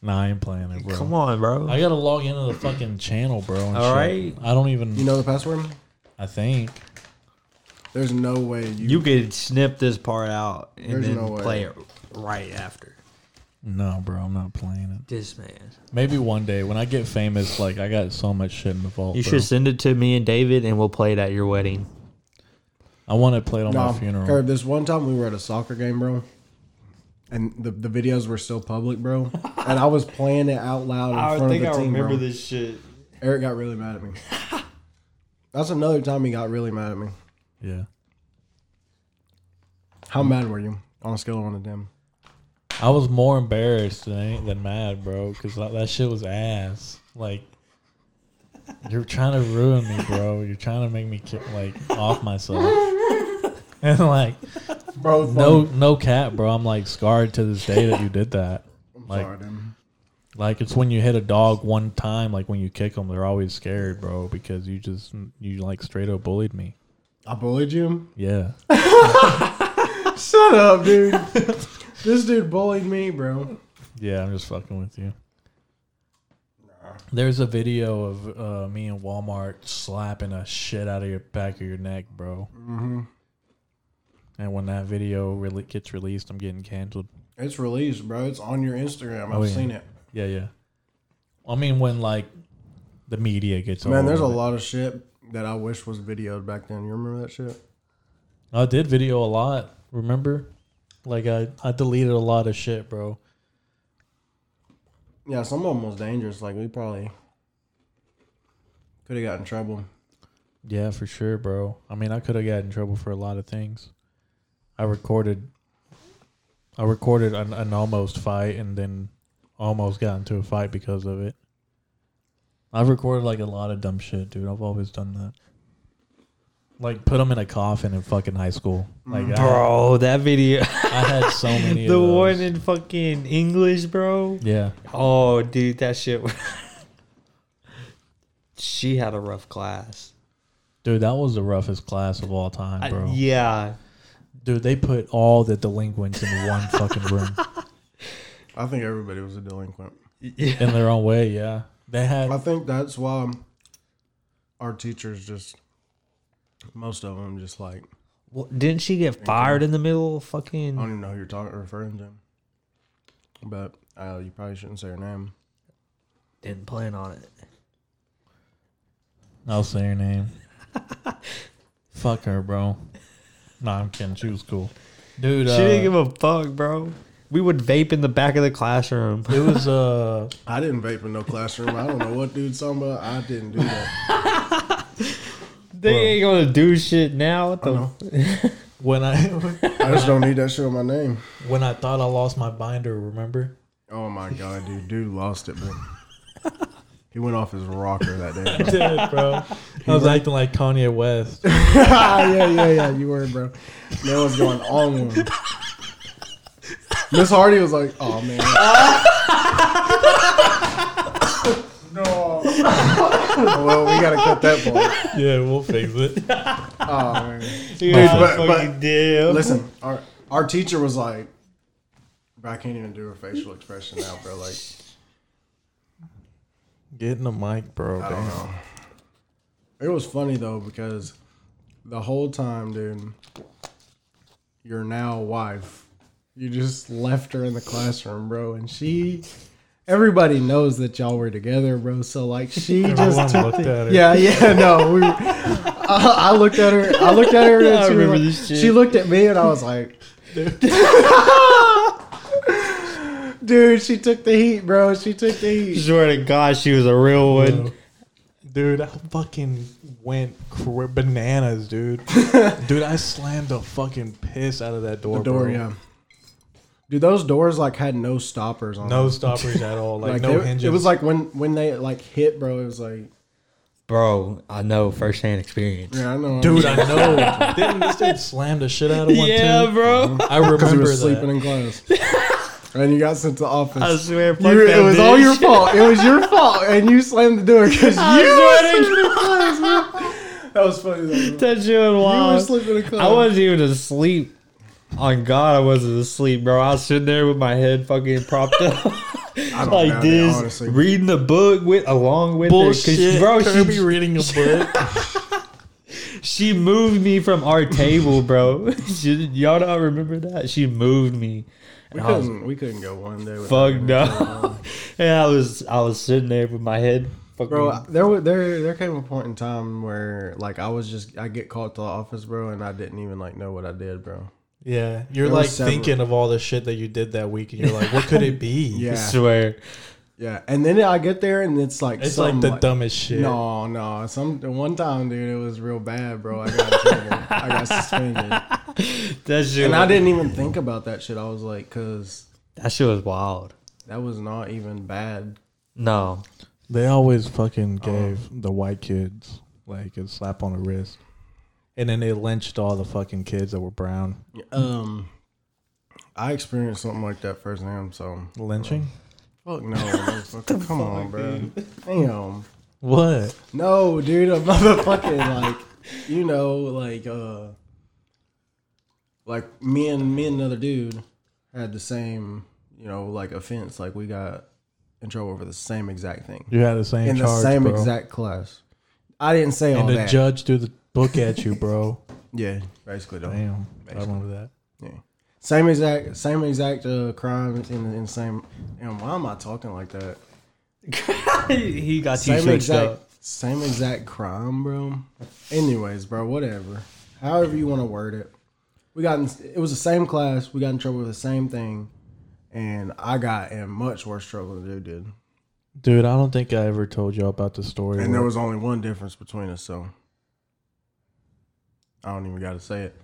nah, I ain't playing it, bro.
Come on, bro.
I gotta log into the fucking channel, bro. And
All
shit. I don't even.
You know the password?
I think.
There's no way you.
you could snip this part out and
There's
then
no way.
play it right after.
No, bro, I'm not playing it.
This man.
Maybe one day when I get famous, like I got so much shit in the vault.
You
bro.
should send it to me and David, and we'll play it at your wedding.
I want it played on my
no,
funeral.
Herb, this one time we were at a soccer game, bro, and the, the videos were still public, bro, and I was playing it out loud in front of the team, bro.
this shit.
Eric got really mad at me. That's another time he got really mad at me.
Yeah,
How mad were you on a scale of one to ten?
I was more embarrassed than than mad, bro, because that, that shit was ass. Like, you're trying to ruin me, bro. You're trying to make me ki- like off myself. And like,
Bro,
no, no cap, bro. I'm like scarred to this day that you did that. Like,
sorry, dude.
Like it's when you hit a dog one time, like when you kick them, they're always scared, bro, because you just you like straight up bullied me.
I bullied you.
Yeah,
Shut up, dude. this dude bullied me, bro.
yeah, I'm just fucking with you. There's a video of uh, me and Walmart slapping a shit out of your back of your neck, bro. Mm-hmm. And when that video really gets released, I'm getting canceled.
It's released, bro. It's on your Instagram. I've
Oh, yeah.
seen it.
Yeah, yeah. I mean, when like the media gets
Man,
all
there's a
over it.
lot of shit that I wish was videoed back then. You remember that shit?
I did video a lot. Remember, like I I deleted a lot of shit, bro.
Yeah, some of them was dangerous. Like we probably could have got in trouble.
Yeah, for sure, bro. I mean, I could have got in trouble for a lot of things. I recorded, I recorded an, an almost fight, and then almost got into a fight because of it. I've recorded like a lot of dumb shit, dude. I've always done that. Like put them in a coffin in fucking high school, like I,
Bro, that video.
I had so many.
Mm. the
of those.
one in fucking English, bro.
yeah,
Oh, dude, that shit. she had a rough class.
dude, that was the roughest class of all time,
I-
bro.
yeah.
Dude, they put all the delinquents in one fucking room.
I think everybody was a delinquent.
Yeah.
in their own way. Yeah, they
I
had.
think that's why our teachers just most of them just like
Well, didn't she get fired in the middle of
I don't
fucking?
even know who you're talking referring to, but uh, you probably shouldn't say her name.
Didn't plan on it.
I'll say her name. Fuck her, bro. Nah, I'm kidding. She was cool, dude.
she didn't
uh,
give a fuck, bro. We would vape in the back of the classroom.
it was uh
I didn't vape in no classroom. I don't know what dude's talking about. I didn't do that.
They ain't gonna do shit now. What
I don't
the
know.
when I
I just don't need that shit on my name.
when I thought I lost my binder. Remember?
Oh my god, dude, dude lost it, bro. He went off his rocker that day. Bro.
did, bro. I was acting like Kanye West.
Ah, yeah, yeah, yeah. You were, bro. Man was going on one. Miss Hardy was like, "Oh man." no. well, we gotta cut that part.
Yeah, we'll fix it.
Oh man.
but,
But- but-
deal.
Listen, our our teacher was like, bro, I can't even do a facial expression now, bro. Like,
Get in the mic, bro.
I don't
Damn.
know. It was funny though because the whole time, dude, your now wife, you just left her in the classroom, bro, and she. Everybody knows that y'all were together, bro. So like, she
Everyone
just took
looked at her.
Yeah, yeah, no. We, I, I looked at her. I looked at her. And she,
remember
was-
this shit.
she looked at me, and I was like, "Dude, she took the heat, bro. She took the heat."
Swear to God, she was a real one.
Dude, I fucking went cra- bananas, dude. dude, I slammed the fucking piss out of that door.
The door,
bro.
yeah. Dude, those doors like had no stoppers on.
No
them.
stoppers at all. Like,
like
no
they-
hinges.
It was like when when they like hit, bro. It was like,
Bro, I know firsthand experience.
yeah, I know,
dude, I know. Didn't this dude slam the shit out of one too?
bro.
I
because he
remember
was sleeping
that.
in class, and you got sent to office.
I swear, fuck
You-
that
it was all
bitch.
your fault. It was your fault, and you slammed the door because you were
swear to
sleeping in class, bro. That was funny. Though, bro.
That shit was
You
wild.
were sleeping in class.
I wasn't even asleep. On God, I wasn't asleep, bro. I was sitting there with my head fucking propped up,
I don't
like
doubt it,
this,
honestly.
reading the book with along with
Bullshit,
her. 'cause-
Kirby
Bro,
reading a book.
she, she moved me from our table, bro. She- y'all don't remember that? She moved me.
we
I was-
couldn't. We couldn't go one day.
Fuck
without-
no. and I was I was sitting there with my head fucking
Bro, there wa- there there came a point in time where like I was just I get called to the office, bro, and I didn't even like know what I did, bro.
Yeah, you're
There
like
was several.
thinking of all the shit that you did that week, and you're like, what could it be?
I
Yeah,
swear.
yeah. And then I get there, and it's like
It's like
some,
the dumbest shit.
No, no. Some one time, dude, it was real bad, bro. I got suspended. I got suspended,
That shit
and
was,
I didn't even think about that shit. I was like, cause
that shit was wild.
that was not even bad.
No.
They always fucking
Oh.
gave the white kids like a slap on the wrist. And then they lynched all the fucking kids that were brown.
Um, I experienced something like that firsthand. So
Lynching?
fuck no, motherfucker. come on, bro. Damn.
What?
No, dude, a motherfucking like, you know, like uh, like me and me and another dude had the same, you know, like offense. Like we got in trouble for the same exact thing
You had the same
in
charge,
the same
bro.
exact class. I didn't say all
and the
that.
judge threw the book at you, bro.
yeah, basically, though.
Damn. I remember that.
Same exact, same exact uh, crimes in in same. And why am I talking like that?
he got you
Same
switched
exact,
up.
same exact crime, bro. Anyways, bro, whatever. However you want to word it, we got in, it was the same class. We got in trouble with the same thing, and I got in much worse trouble than you did.
Dude, I don't think I ever told y'all about the story.
And there
where-
was only one difference between us, so I don't even got to say it.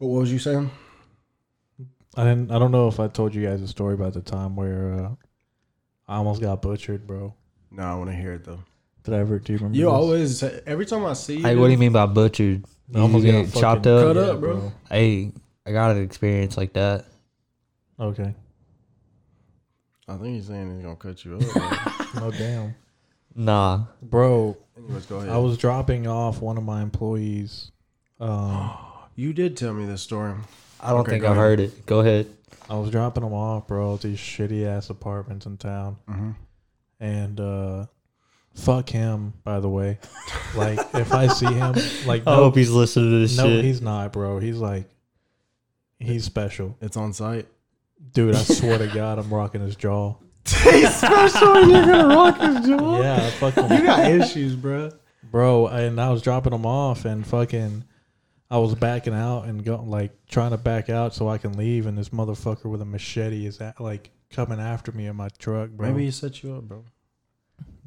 But what was you saying?
I didn't I don't know if I told you guys a story about the time where uh, I almost got butchered, bro.
No, I want to hear it though.
Did I ever do you remember?
You
this?
always say- every time I see you,
Hey, what do you mean by butchered?
I almost
You
got
get
fucking
chopped up?
Cut up, bro.
Hey, I got an experience like that.
Okay.
I think he's saying he's gonna cut you up.
No damn.
Nah.
Bro,
Anyways, go ahead.
I was dropping off one of my employees. Um,
you did tell me this story.
I don't
Okay,
think
go
I've
ahead.
heard it. Go ahead.
I was dropping them off, bro, at these shitty ass apartments in town.
Mm-hmm.
And uh fuck him, by the way. like if I see him like
I
no,
hope he's listening to Oh, this
no
shit.
he's not, bro. He's like he's special.
It's on site.
Dude, I swear to God I'm rocking his jaw.
You're gonna rock his jaw.
Yeah, I fucking
You got issues, bro.
bro and i was dropping them off and fucking i was backing out and going like trying to back out so i can leave and this motherfucker with a machete is at, like coming after me in my truck bro
Maybe he set you up, bro.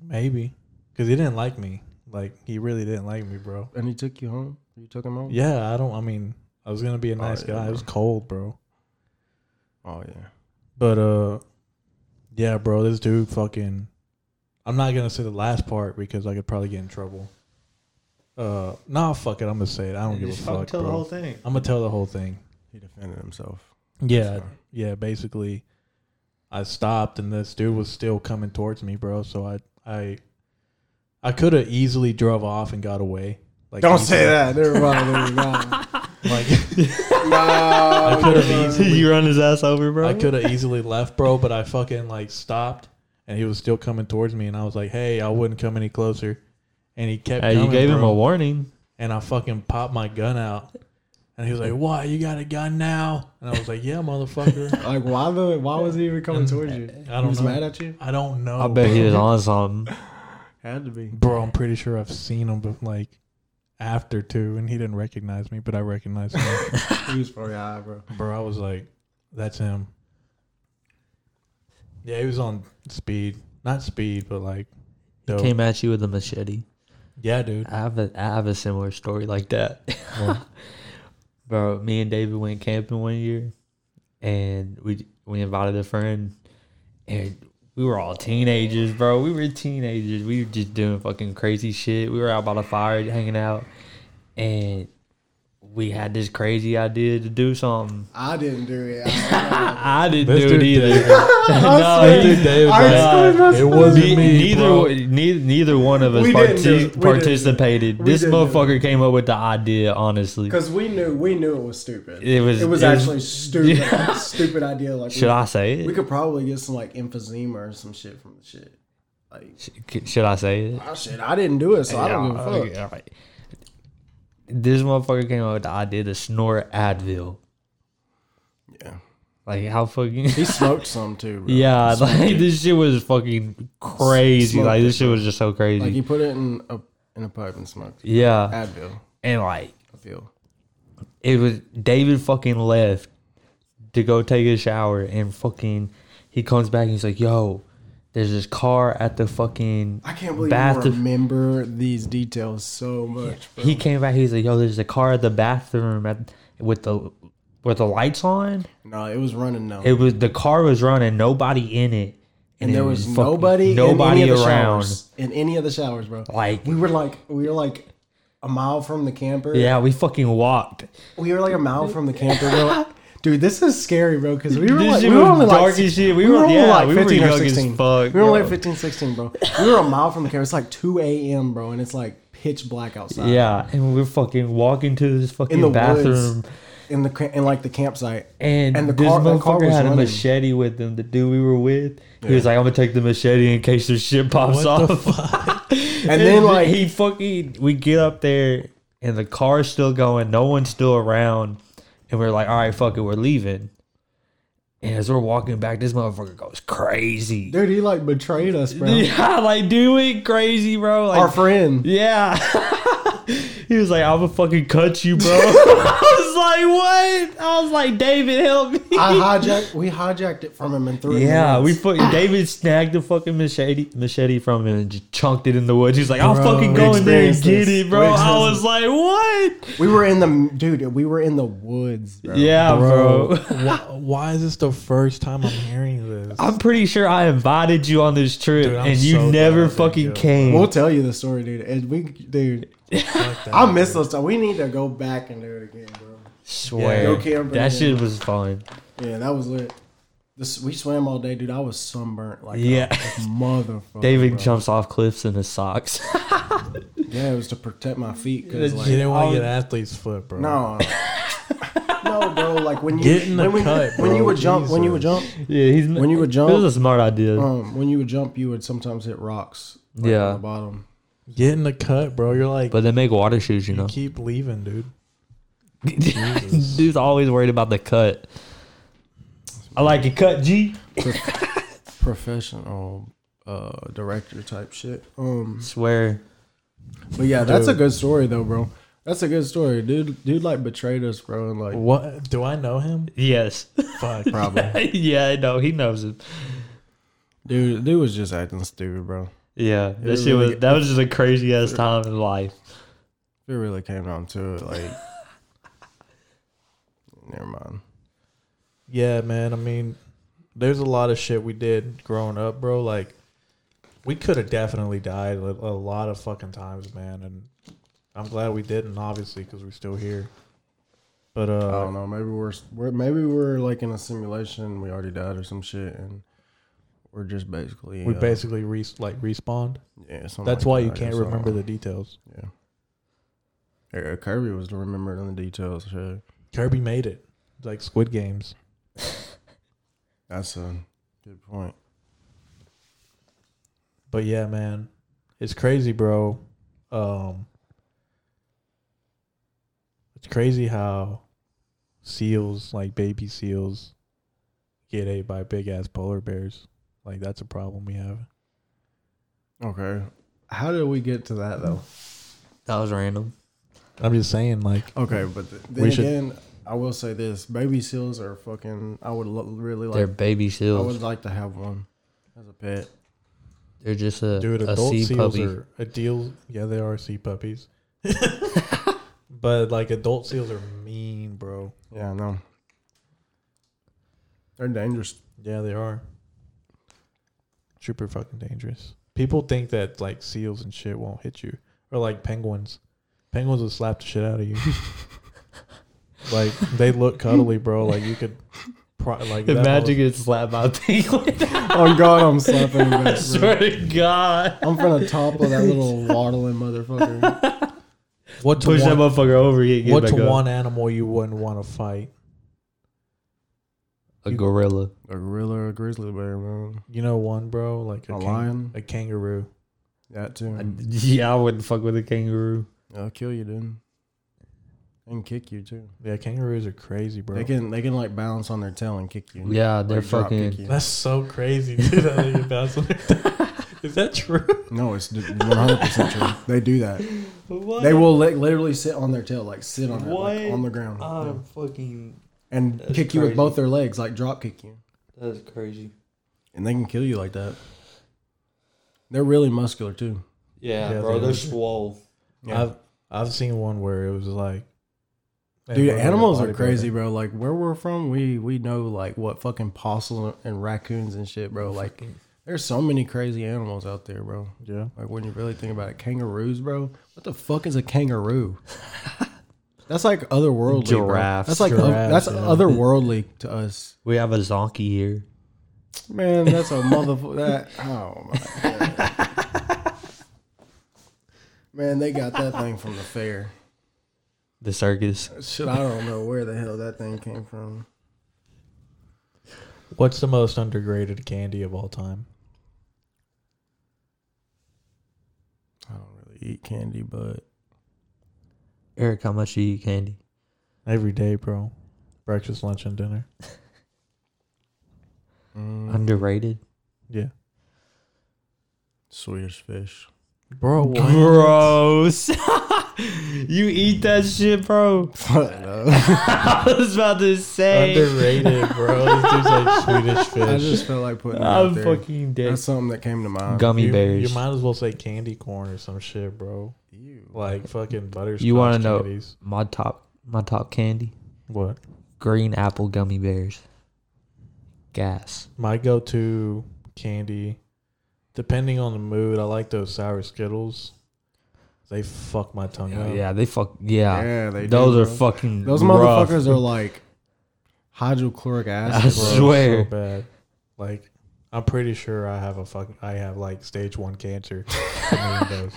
maybe because he didn't like me like he really didn't like me bro
And he took you home. You took him home.
yeah i don't i mean i was gonna be a nice
Oh. yeah,
guy it
bro.
was cold bro
Oh yeah.
but uh yeah bro this dude fucking i'm not gonna say the last part because i could probably get in trouble uh nah fuck it i'm gonna say it i don't give a
Just fucking
fuck
tell
bro.
the whole thing.
i'm gonna tell the whole thing
He defended himself.
Yeah,
So-
yeah. Basically, I stopped, and this dude was still coming towards me, bro. So I, I, I could have easily drove off and got away. Like
Don't
easily.
say that. Never mind. Never mind.
Like
I
I could have easily,
you run his ass over, bro.
I could have easily left, bro. But I fucking like stopped, and he was still coming towards me, and I was like, "Hey, I wouldn't come any closer." And he kept.
Hey,
coming,
you gave him
bro.
a warning.
and I fucking popped my gun out. And he was like, "Why you got a gun now?" And I was like, "Yeah, motherfucker."
Like why the why was he even coming towards you?
I
he
don't
was
know.
mad at you.
I don't know.
I bet
bro.
he was on something.
Had to be.
Bro, I'm pretty sure I've seen him, but like after too, and he didn't recognize me, but I recognized him.
He was probably high, bro.
Bro, I was like, that's him. Yeah, he was on speed. Not speed, but like, dope.
Came at you with a machete.
yeah, dude.
I have a I have a similar story like that. Bro, me and David went camping one year and we we invited a friend and we were all teenagers, bro. We were teenagers. We were just doing fucking crazy shit. We were out by the fire hanging out and we had this crazy idea to do something.
I didn't do it. I,
I didn't
This
do it
dude
either.
did.
no,
swear
he-
to
Nah,
It wasn't
Ne-
me.
Neither,
bro.
wa- neither, neither one of us
We didn't do it. We
partic-
didn't do it.
participated.
We
This
didn't do
motherfucker came up with the idea. Honestly,
Because we knew we knew it was stupid.
It was-
it was
it was-
actually stupid stupid idea. Like
should
we,
I say
we
it?
could probably get some like emphysema or some shit from the shit. Like
Sh- Should I say it?
I shit, I didn't do it, so I don't give
Yeah,
a fuck.
okay, all right. This motherfucker came up with the idea to snort Advil.
Yeah.
Like how fucking
He smoked some too, bro.
yeah, like this shit was fucking crazy.
Smoked
like
it,
this shit was just so crazy.
Like he put it in a in a pipe and smoked. it.
yeah,
Advil,
and like
I feel.
it was David fucking left to go take a shower and fucking he comes back and he's like, "Yo, there's this car at the fucking
I can't believe
Bath-
you remember these details so much, bro.
He came back. He's like, "Yo, there's a car at the bathroom at with the with the lights on.
no, it was running now.
It was the car was running, nobody in it,
and
it
there was,
fucking
nobody,
nobody
in any of the
around.
showers, in any of the showers, bro.
Like,
we were like, we were like a mile from the camper.
yeah, we fucking walked.
we were like a mile from the camper, bro. Dude, this is scary, bro. Because we were
This
like,
shit
we were
was
only
dark
like,
as shit. We
we
were-
were only
yeah,
like
we were
15 or
young as
16.
fuck,
we were only
bro.
like 15, 16, bro. We were a mile from the camper. It's like 2 a.m., bro, and it's like pitch black outside.
Yeah, and we we're fucking walking to this fucking
the
bathroom,
woods. in the ca- in like the campsite.
and,
And the
this
car- the car
motherfucker
was
had a
running.
machete with him. The dude we were with, he was like, "I'm gonna take the machete in case this shit pops
What the
off."
And then like
he fucking we get up there and the car's still going, no one's still around, and we're like, all right, fuck it, we're leaving. And as we're walking back, this motherfucker goes crazy.
dude, he like betrayed us, bro.
Yeah, like do it crazy, bro. Like,
Our friend.
yeah. he was like, I'ma fucking cut you, bro. I was like, what? I was like, David, help me.
I hijacked. We hijacked it from him in three.
Yeah, we
minutes.
fucking David snagged the fucking machete machete from him and just chunked it in the woods. He's like, I'm fucking
we
going there and
experienced
get
this.
it,
We
bro. I was
experienced
like, what?
we were in the dude. We were in the woods. Bro.
Yeah, bro.
Bro, why, why is this the first time I'm hearing this?
I'm pretty sure I invited you on this trip
Dude, I'm
and you
so glad I
never
didn't go.
fucking came.
We'll tell you the story, dude. And we, dude,
Fuck that,
I miss those. Stuff. We need to go back and do it again, bro.
Swear.
Go camping.
that shit was fun.
Yeah, that was lit. This, we swam all day, dude. I was sunburnt like
Yeah.
a motherfucker.
David
bro.
jumps off cliffs in his socks.
Yeah, it was to protect my feet
dude.
because
You
like
didn't want
I
to get athlete's foot, bro.
no, no, bro. Like when you
Get in the
when, we-
cut,
when you
bro.
would jump, when you would
Jesus.
jump,
Yeah, he's
When you would jump-
It was a smart idea.
um, when you would jump, you would sometimes hit rocks. like, on
Yeah.
the bottom.
Get in the cut, bro. You're like,
but they make water shoes, you
you
know.
keep leaving, dude. Jesus.
Dude's always worried about the cut. I like your cut, G.
Professional uh, director type shit. Um,
Swear.
but yeah, that's a good story though, bro. That's a good story, dude. Dude, like betrayed us, bro, and like
What? Do I know him?
Yes.
Fuck.
probably,
yeah, I know. He knows it.
dude. Dude was just acting stupid, bro.
Yeah. That shit
really-
was that was just a crazy ass time in life.
If it really came down to it, like, never mind.
Yeah, man. I mean, there's a lot of shit we did growing up, bro. Like, we could have definitely died a, a lot of fucking times, man. And I'm glad we didn't, obviously, because we're still here. But uh,
I don't know. Maybe we're, we're maybe we're like in a simulation. We already died or some shit, and we're just basically
we
uh,
basically re- like respawned.
yeah. something
That's
like
why
that,
you
I
can't
guess. I don't
remember
know.
the details.
yeah. Yeah, Kirby was remembered in the details. Shit.
Kirby made it. It's like Squid Games.
That's a good point.
But yeah, man, it's crazy, bro. Um, it's crazy how seals, like baby seals, get ate by big ass polar bears. Like that's a problem we have.
Okay, how did we get to that though?
That was random.
I'm just saying, like,
Okay, but th- then
We should-
again, I will say this: baby seals are fucking. I would lo- really
They're
like.
baby
I
seals.
would like to have one as a pet.
They're just a,
dude,
a
adult
sea
seals
puppy.
are a deal. Yeah, they are sea puppies. but like, adult seals are mean, bro.
Yeah, I know. They're dangerous.
Yeah, they are. Super fucking dangerous. People think that like seals and shit won't hit you, or like penguins. Penguins will slap the shit out of you. like they look cuddly, bro. Like you could, pro- like that
Imagine getting slapped by a penguin.
oh God, I'm slapping. you
I
back, bro.
swear to God.
I'm gonna topple that little waddling motherfucker.
motherfucker- what's
Push that
one,
motherfucker over here. Get
what's
uh,
back up.
one animal you wouldn't want to fight?
A gorilla.
A gorilla, or a grizzly bear, man,
You know one, bro. Like a,
a
kang-
lion,
a kangaroo.
that too.
I- yeah, I wouldn't fuck with a kangaroo.
They'll kill you, dude, and kick you too.
Yeah, kangaroos are crazy, bro.
They can, they can like balance on their tail and kick you.
Yeah,
Like,
they're
drop kick
fucking.
you.
That's so crazy, dude. How they get bounced on their- Is that true?
No, it's 100 percent true. They do that. They will li- literally sit on their tail, like sit on it, like,
What?
on the ground, Yeah.
fucking.
and
That's
kick you with
crazy.
both their legs, like drop kick you,
That is crazy.
and they can kill you like that. They're really muscular too.
Yeah,
Yeah,
bro,
they
they're
are.
swole.
Yeah.
I've I've seen one where it was like,
Dude,
Hey, bro,
animals
they're
are crazy, bro. Like where we're from, we we know like what fucking possums and raccoons and shit, bro. Like there's so many crazy animals out there, bro.
bodybuilding. Yeah,
Like when you really think about it, kangaroos, bro. What the fuck is a kangaroo? That's like otherworldly. bro.
Giraffes.
That's like
Giraffes,
that's
yeah.
otherworldly to us.
We have a zonky here.
Man, that's a motherfucker. That oh my god. Man, they got that thing from the fair.
The circus.
Shit, I don't know where the hell that thing came from.
what's the most underrated candy of all time?
I don't really eat candy, but
Eric, how much do you eat candy?
Every day, bro. Breakfast, lunch, and dinner.
Mm,
Underrated.
Yeah,
Swedish fish.
bro.
Gross. you eat that shit, bro. I was about to say.
Underrated, bro. This dude's like Swedish
I
fish.
just felt like putting it out
I'm
there.
fucking dead.
That's something that came to mind.
Gummy
You,
bears.
you might as well say candy corn or some shit, bro.
Ew.
Like fucking butterscotch.
You wanna know-
candies.
my top, my top candy.
what?
Green apple gummy bears. Gas.
My go-to candy, depending on the mood, I like those sour Skittles. They fuck my tongue
Yeah,
up.
they fuck. Yeah,
Yeah, they do,
those are
bro.
fucking.
Those
rough.
motherfuckers are like hydrochloric
I
acid.
Bro,
bro.
swear.
so bad. Like, I'm pretty sure I have a fucking, I have like stage one cancer. from eating those.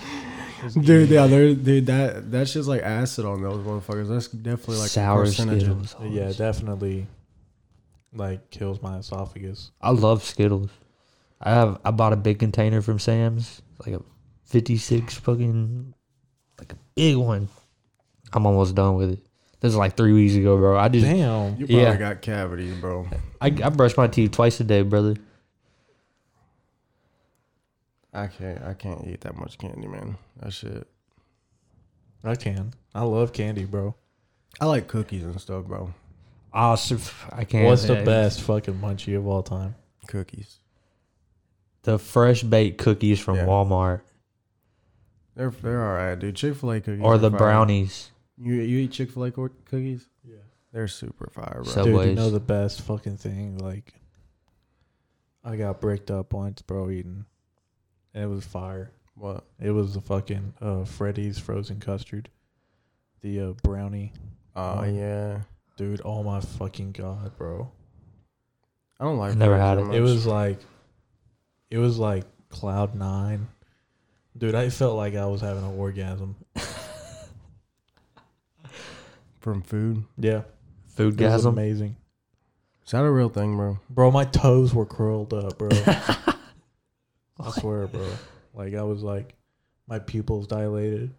Dude, yeah, they're, dude, that that's just like acid on those motherfuckers. That's definitely like a
sour
carcinogen.
Skittles.
yeah, it definitely like kills my esophagus.
I love Skittles. I have I bought a big container from Sam's, like a fifty six fucking like a big one. I'm almost done with it. This is like three weeks ago, bro. I just
Damn.
You probably
Yeah.
got cavities, bro.
I, I brush my teeth twice a day, brother.
I can't. I can't eat that much candy, man. That shit.
I can. I love candy, bro.
I like cookies and stuff, bro.
Oh, so- I can't.
What's the
say.
best fucking munchie of all time?
Cookies.
The fresh baked cookies from
Yeah.
Walmart
They're they're all right, dude. Chick Fil A cookies
or
are
the
fire.
brownies.
You you eat Chick Fil A cookies?
Yeah.
They're super fire, bro.
So-
Dude, you
Subways.
know the best fucking thing? Like, I got bricked up once, bro, eating. And it was fire.
what?
It was the fucking uh, Freddy's frozen custard, the uh, brownie,
Oh
Um,
yeah.
dude. Oh my fucking god, bro!
I don't like.
I never
cookies
had
that
it.
It
much.
was like, it was like cloud nine, dude. I felt like I was having an orgasm.
from food.
Yeah, it was
Foodgasm.
amazing,
Is that a real thing, bro?
bro. My toes were curled up, bro. I swear, bro. Like I was like, my pupils dilated.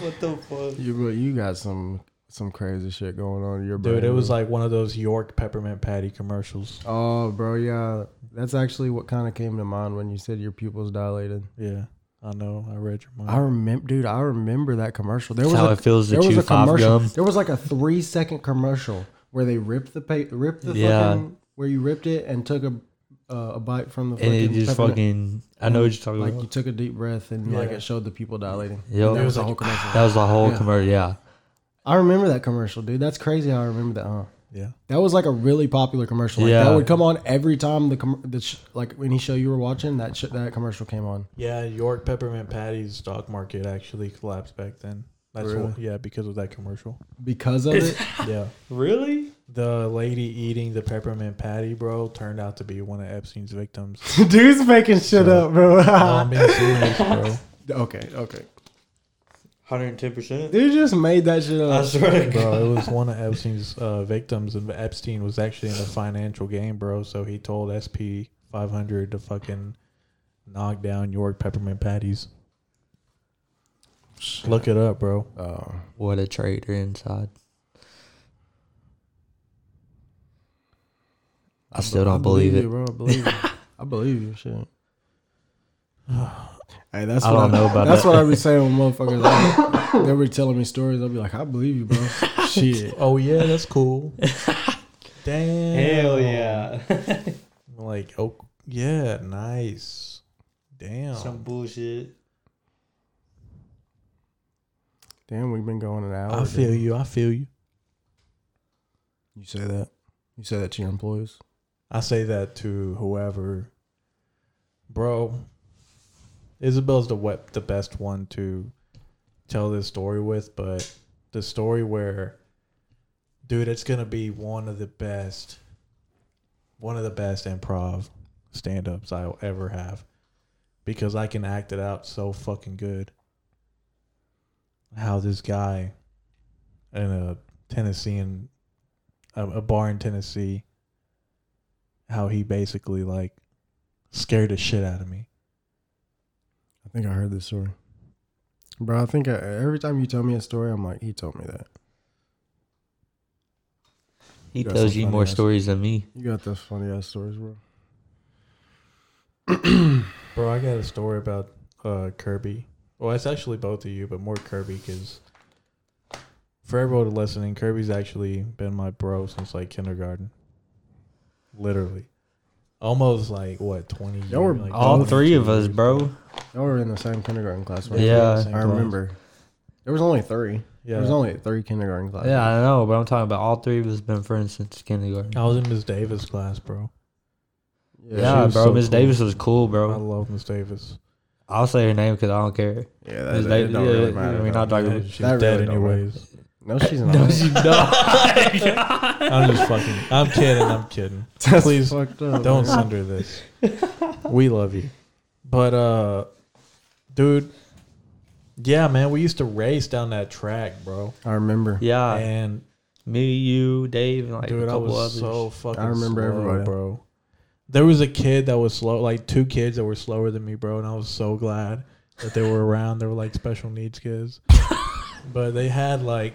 What the fuck?
You bro, you got some some crazy shit going on in your brain.
Dude, it was
bro.
like one of those York peppermint patty commercials.
Oh, bro, yeah. That's actually what kind of came to mind when you said your pupils dilated.
Yeah, I know. I read your
I
mind.
remember, dude. I remember that commercial. There
That's
was
how
a,
it feels to
there was
chew
a
five
commercial.
gum.
There was like a three second commercial where they ripped the pa- ripped the
Yeah.
fucking where you ripped it and took a uh, a bite from the
And it just
peppermint.
fucking. I know what you're talking
like you
about.
took a deep breath and like
Yeah.
it showed the pupil dilating. That
Yep. It
was
was
the
like-
whole commercial.
That was the whole
Yeah.
commercial. Yeah.
I remember that commercial, dude. That's crazy how I remember that, huh?
Yeah.
That was like a really popular commercial. Like, That
Yeah.
would come on every time the, com- the sh- like any show you were watching. That sh- that commercial came on.
Yeah, York Peppermint Patty's stock market actually collapsed back then. That's
Really?
wh- yeah, because of that commercial.
because of it.
yeah.
Really?
The lady eating the peppermint patty, bro, turned out to be one of Epstein's victims.
Dude's making shit up, bro.
No,
Um,
I'm being serious, bro.
okay, okay.
110%?
Dude just made that shit
I
up.
swear to God.
Bro, it was one of Epstein's uh, victims, and Epstein was actually in the financial game, bro. So he told SP 500 to fucking knock down York Peppermint Patties. Look it up, bro.
Oh,
What a traitor inside. I still don't believe
you,
it.
bro. I believe you. I believe you. Shit. Hey, that's
I
what
don't know about
That's
that.
what I be saying when motherfuckers like, they be telling me stories. I'll be like, I believe you, bro. shit.
Oh, yeah, that's cool. Damn.
Hell yeah.
Like, oh, yeah, nice. Damn.
Oh.
Some bullshit.
Damn, we've been going an hour.
I feel
dude.
you. I feel you.
You say that. You say that to your employees.
I say that to whoever. Bro, Isabel's the wep- the best one to tell this story with, but the story where, dude, it's gonna be one of the best, one of the best improv stand ups I'll ever have, because I can act it out so fucking good. How this guy, in a Tennessean, a, a bar in Tennessee how he basically like scared the shit out of me.
I think I heard this story. Bro, I think I, every time you tell me a story, I'm like, he told me that.
He
got
tells
some
you
funny
more
ass-
stories than me.
You got those funny ass stories, bro.
Bro, I got a story about uh, Kirby. Well, it's actually both of you, but more Kirby because for everyone listening, Kirby's actually been my bro since like kindergarten. Literally. Almost like what, 20 years?
Y'all were
like,
All
22
three of us,
years,
bro.
Y'all were in the same kindergarten class, right?
Yeah.
Same
I
class.
remember. There was only three.
Yeah.
There was only three kindergarten classes.
Yeah, I know, but I'm talking about all three of us been friends since kindergarten.
I was in Miss Davis class, bro.
yeah,
Yeah.
she was
bro.
so
Miss
cool.
Davis was cool,
I
bro.
love Miss Davis.
I'll say her name because I don't care.
Yeah, that,
Miss
that
Davis,
don't
yeah,
really matter.
we're
though.
not talking.
she's
that
dead
really don't matter.
anyways.
no, she's not.
No, she's not.
I'm just fucking. I'm kidding. I'm kidding.
That's
Please
fucked up.
Don't
man.
send her this. We love you. But uh dude. Yeah, man, we used to race down that track, bro.
I remember.
Yeah,
And
me, you, Dave, and like a
dude, I
couple
was
others.
so fucking.
I remember
slow,
everybody.
bro. There was a kid that was slow, like two kids that were slower than me, bro, and I was so glad that they were around. They were like special needs kids, but they had like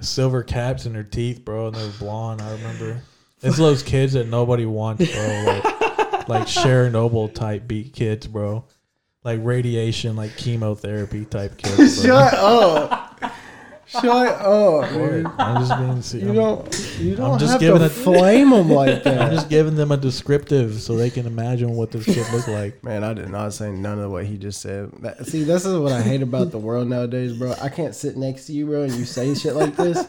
silver caps in their teeth, bro, and they were blonde. I remember. It's those kids that nobody wants, bro. Like, like Sharon Noble type beat kids, bro. Like radiation, like chemotherapy type kids. Bro.
Shut up. Shut up, dude.
I'm just being serious.
You don't. You don't
just
have
giving
to
it-
flame them like
I'm
that.
just giving them a descriptive so they can imagine what this kid looked like.
Man, I did not say none of what he just said. That- see, this is what I hate about the world nowadays, bro. I can't sit next to you, bro, and you say shit like this,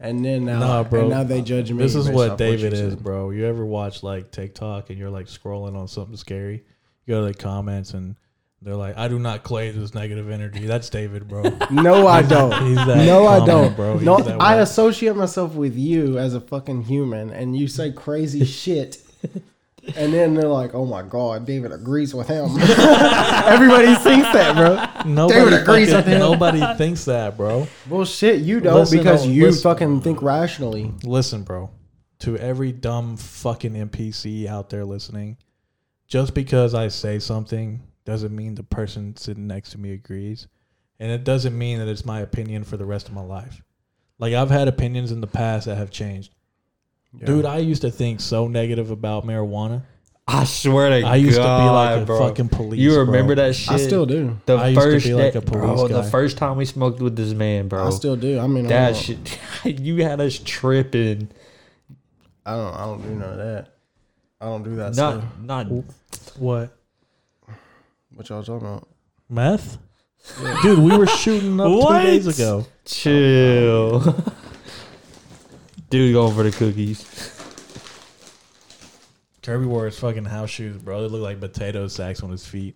and then now,
Nah, bro.
and now they judge me.
This is
based off
what
you
David is,
said.
bro. You ever watch like TikTok and you're like scrolling on something scary? You go to the comments and they're like, "I do not claim this negative energy." That's David, bro.
No, I don't.
He's that
No, I
common,
don't,
bro.
bro.
He's
No,
that
I
way.
associate myself with you as a fucking human, and you say crazy shit, and then they're like, "Oh my god, David agrees with him." Everybody thinks that, bro.
nobody
David agrees
fucking-
with him.
Nobody thinks that, bro.
Bullshit, you don't
Listen,
because
no,
you
listen.
fucking think rationally.
Listen, bro. To every dumb fucking NPC out there listening, just because I say something doesn't mean the person sitting next to me agrees, and it doesn't mean that it's my opinion for the rest of my life. Like I've had opinions in the past that have changed. Dude, I used to think so negative about marijuana.
I swear to God,
I used to be like a
bro.
fucking police.
You remember
bro.
that shit?
I still do.
The
I used to
first
be like
day-
a police
bro, the
guy.
first time we smoked with this man, bro.
I still do. I mean, I
that
don't-
shit, you had us tripping.
I don't. I don't do none of that. I don't do that.
not,
stuff.
not.
What
What y'all talking about?
meth? Dude, we were shooting up two
What?
days ago.
Chill. Dude going for the cookies.
Kirby wore his fucking house shoes, bro. They look like potato sacks on his feet.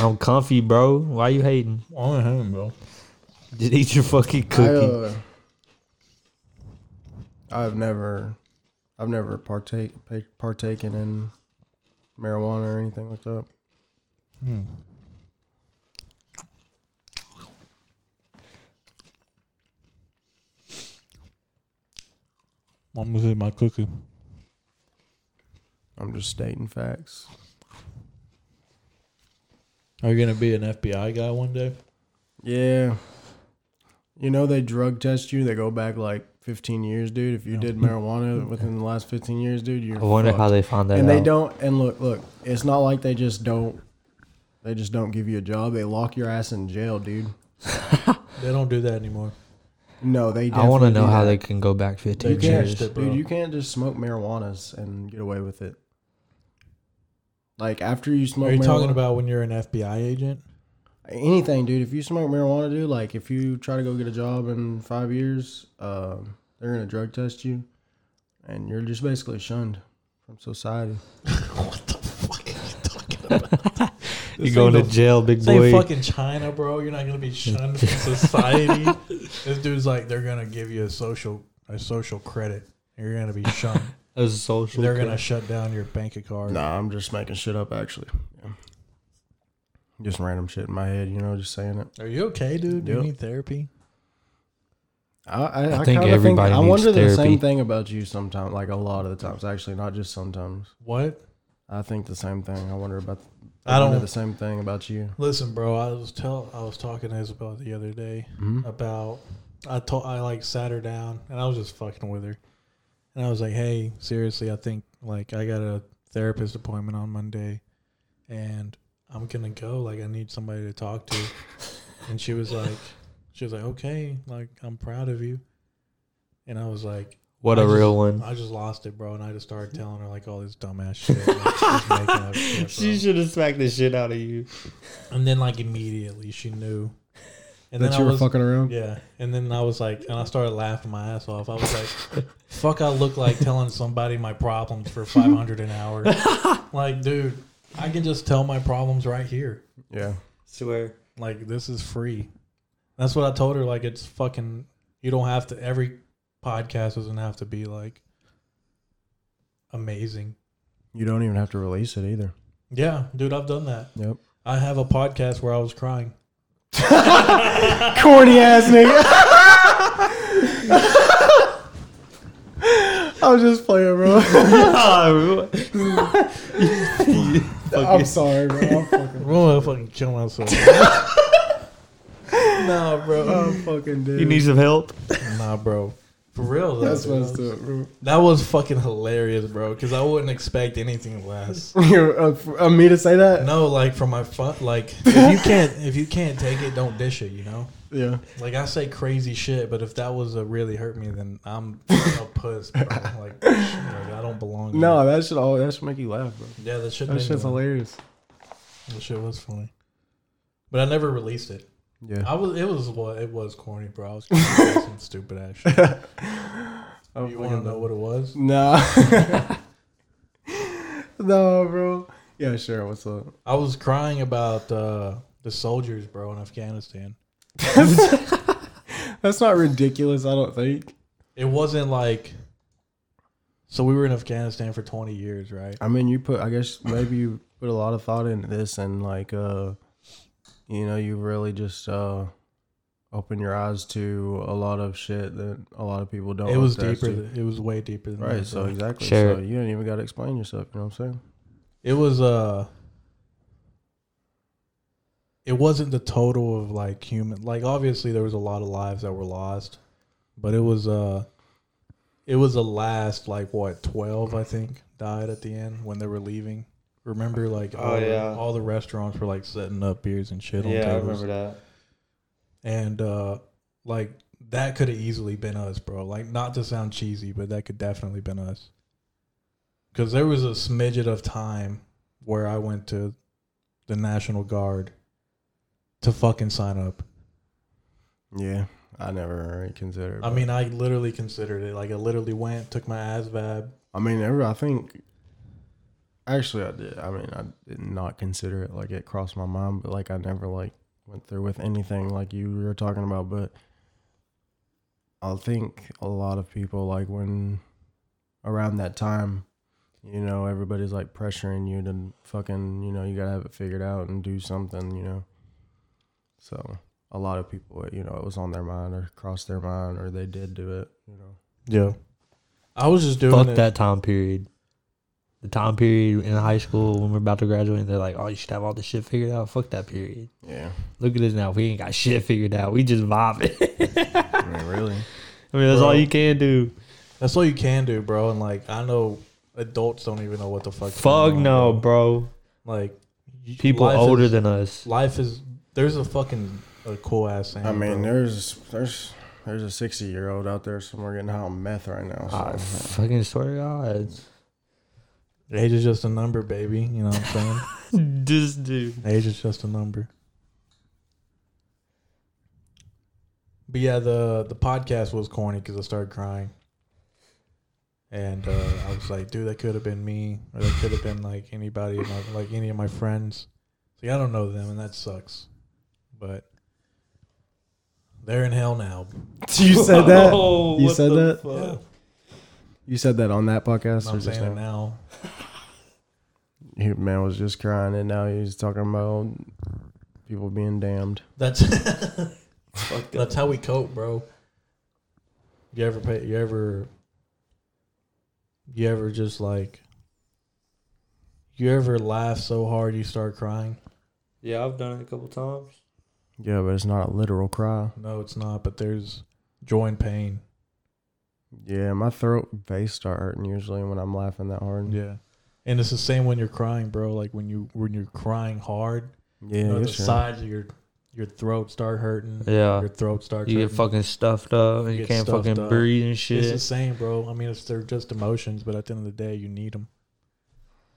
I'm comfy, bro. Why you hating?
On him, bro.
Just eat your fucking
I,
cookie.
uh, I've never, I've never partake pa- partaken in marijuana or anything like that.
Mama's in my cookie.
I'm just stating facts.
Are you gonna be an FBI guy one day?
Yeah. You know they drug test you. They go back like 15 years, dude. If you did marijuana within the last 15 years, dude, you're.
I wonder
fucked.
how they found that
and
out.
they don't and look look it's not like they just don't they just don't give you a job they lock your ass in jail dude
They don't do that anymore.
no they
I want to
definitely
know
do
how
that.
they can go back 15
you can't,
years.
changed it, bro.
dude you can't just smoke marijuanas and get away with it like after you smoke
Are you
marijuana,
talking about when you're an FBI agent?
anything dude if you smoke marijuana dude like if you try to go get a job in five years um, they're gonna drug test you and you're just basically shunned from society
You going to jail, big
Say
boy.
fucking China, bro. You're not gonna be shunned from society. This dude's like, they're gonna give you a social a social credit. You're gonna be shunned.
a social.
they're
club.
gonna shut down your bank account.
Nah, I'm just making shit up actually. Yeah. Just random shit in my head, you know, just saying it.
Are you okay, dude? Do you
Yep.
need therapy?
I, I, I,
think
think think
everybody
I
needs
wonder the
therapy.
same thing about you sometimes, like a lot of the times. Actually, not just sometimes.
What?
I think the same thing. I wonder about.
I
wonder
don't-
the same thing about you.
Listen, bro. I was tell I was talking to Isabel the other day
Mm-hmm.
about I told I like sat her down and I was just fucking with her, and I was like, hey, seriously, I think like I got a therapist appointment on Monday, and I'm gonna go. Like I need somebody to talk to, and she was like, she was like, okay, like I'm proud of you, and I was like,
What
I
a
just-
real one.
I just lost it, bro, and I just started telling her like all this dumbass shit. like, just making up shit, bro.
should have smacked the shit out of you.
And then like immediately she knew. And
that
then I
you were
was
fucking around.
yeah, and then I was like, and I started laughing my ass off. I was like, "Fuck, I look like telling somebody my problems for five hundred an hour." like, dude, I can just tell my problems right here.
Yeah.
Swear.
Like, this is free. That's what I told her. Like, it's fucking. You don't have to. Every podcast doesn't have to be like amazing.
You don't even have to release it either.
Yeah, dude, I've done that.
Yep.
I have a podcast where I was crying.
Corny ass nigga. I was just playing, bro.
Ah,
I'm sorry, bro. I'm fucking,
I'm gonna fucking kill myself.
nah, bro. I'm fucking dead.
You need some help?
nah, bro. For real, though.
That's messed up, bro.
that was fucking hilarious, bro. Because I wouldn't expect anything less.
You're uh, for, uh, me to say that?
No, like from my front, like if you can't if you can't take it, don't dish it. You know,
Yeah.
like I say crazy shit, but if that was to really hurt me, then I'm a puss, bro. Like, shit, like, I don't belong. here.
No, that should all that should make you laugh, bro.
yeah, that shit.
That
made me
shit's
laugh.
hilarious.
That shit was funny, but I never released it.
Yeah.
I was. It was what it was corny, bro. I was doing some stupid action.
I'm
You want to
fucking-
know what it was?
Nah. no, bro. Yeah, sure. What's up?
I was crying about uh, the soldiers, bro, in Afghanistan.
That's not ridiculous, I don't think.
It wasn't like. So we were in Afghanistan for 20 years, right?
I mean, you put, I guess maybe you put a lot of thought into this and like, uh, you know, you really just, uh, open your eyes to a lot of shit that a lot of people don't.
It was
have
deeper.
to.
Th- it was way deeper than
Oh, Right.
that,
So
bro.
exactly.
Share
So
it.
you don't even got to explain yourself. You know what I'm saying?
it was uh it wasn't the total of like human like obviously there was a lot of lives that were lost but it was uh it was the last like what 12 i think died at the end when they were leaving remember like
Oh,
all, the-
yeah.
all the restaurants were like setting up beers and shit on
Yeah, I
tables
remember that.
and uh like that could have easily been us bro like not to sound cheesy but that could definitely been us because there was a smidget of time where i went to the national guard to fucking sign up
Yeah. I never considered.
i mean i literally considered it like i literally went took my asvab
I mean, every, I think actually I did. I mean, I did not consider it like it crossed my mind, but like I never like went through with anything like you were talking about. But I think a lot of people like when around that time, you know, everybody's like pressuring you to fucking, you know, you gotta have it figured out and do something, you know. So a lot of people, you know, it was on their mind or crossed their mind or they did do it, you know.
yeah i was just doing
Fuck
it.
that time period. The time period in high school when we're about to graduate, they're like, "Oh, you should have all this shit figured out." Fuck that period.
Yeah.
Look at us now. We ain't got shit figured out. We just vibing.
I mean, really.
I mean, that's all
Bro.
you can do.
that's all you can do bro and like i know adults don't even know what the fuck
Fuck no, bro.
like
People
life
older
is,
than us.
life is there's a fucking a cool ass saying
I mean,
bro.
there's there's there's a sixty year old out there somewhere getting high on meth right now. So.
I fucking swear to God.
Age is just a number, baby. You know what I'm saying?
This dude.
Age is just a number. But yeah, the the podcast was corny because I started crying, and uh, I was like, "Dude, that could have been me, or that could have been like anybody, of my, like any of my friends." Like I don't know them, and that sucks. But they're in hell now.
Ah, you said that.
Oh,
you
what
said
the
that.
Yeah,
You said that on that podcast. Or
I'm
just
saying it
now?
now.
He- man was just crying, and now he's talking about people being damned.
That's that's how we cope, bro. You ever pay? You ever? You ever just like? You ever laugh so hard you start crying?
Yeah, I've done it a couple times.
Yeah, but it's not a literal cry.
No, it's not. But there's joy and pain.
Yeah, my throat and face start hurting usually when I'm laughing that hard. Yeah,
Yeah, and it's the same when you're crying, bro. Like when you when you're crying hard, you know,
you're
the
sure.
sides of your your throat start hurting.
Yeah.
your throat starts.
You get
hurting.
fucking stuffed up
You
and you
get
can't
stuffed
fucking
up.
breathe and
It's the
shit.
same, bro. I mean, it's they're just emotions, but at the end of the day, you need them.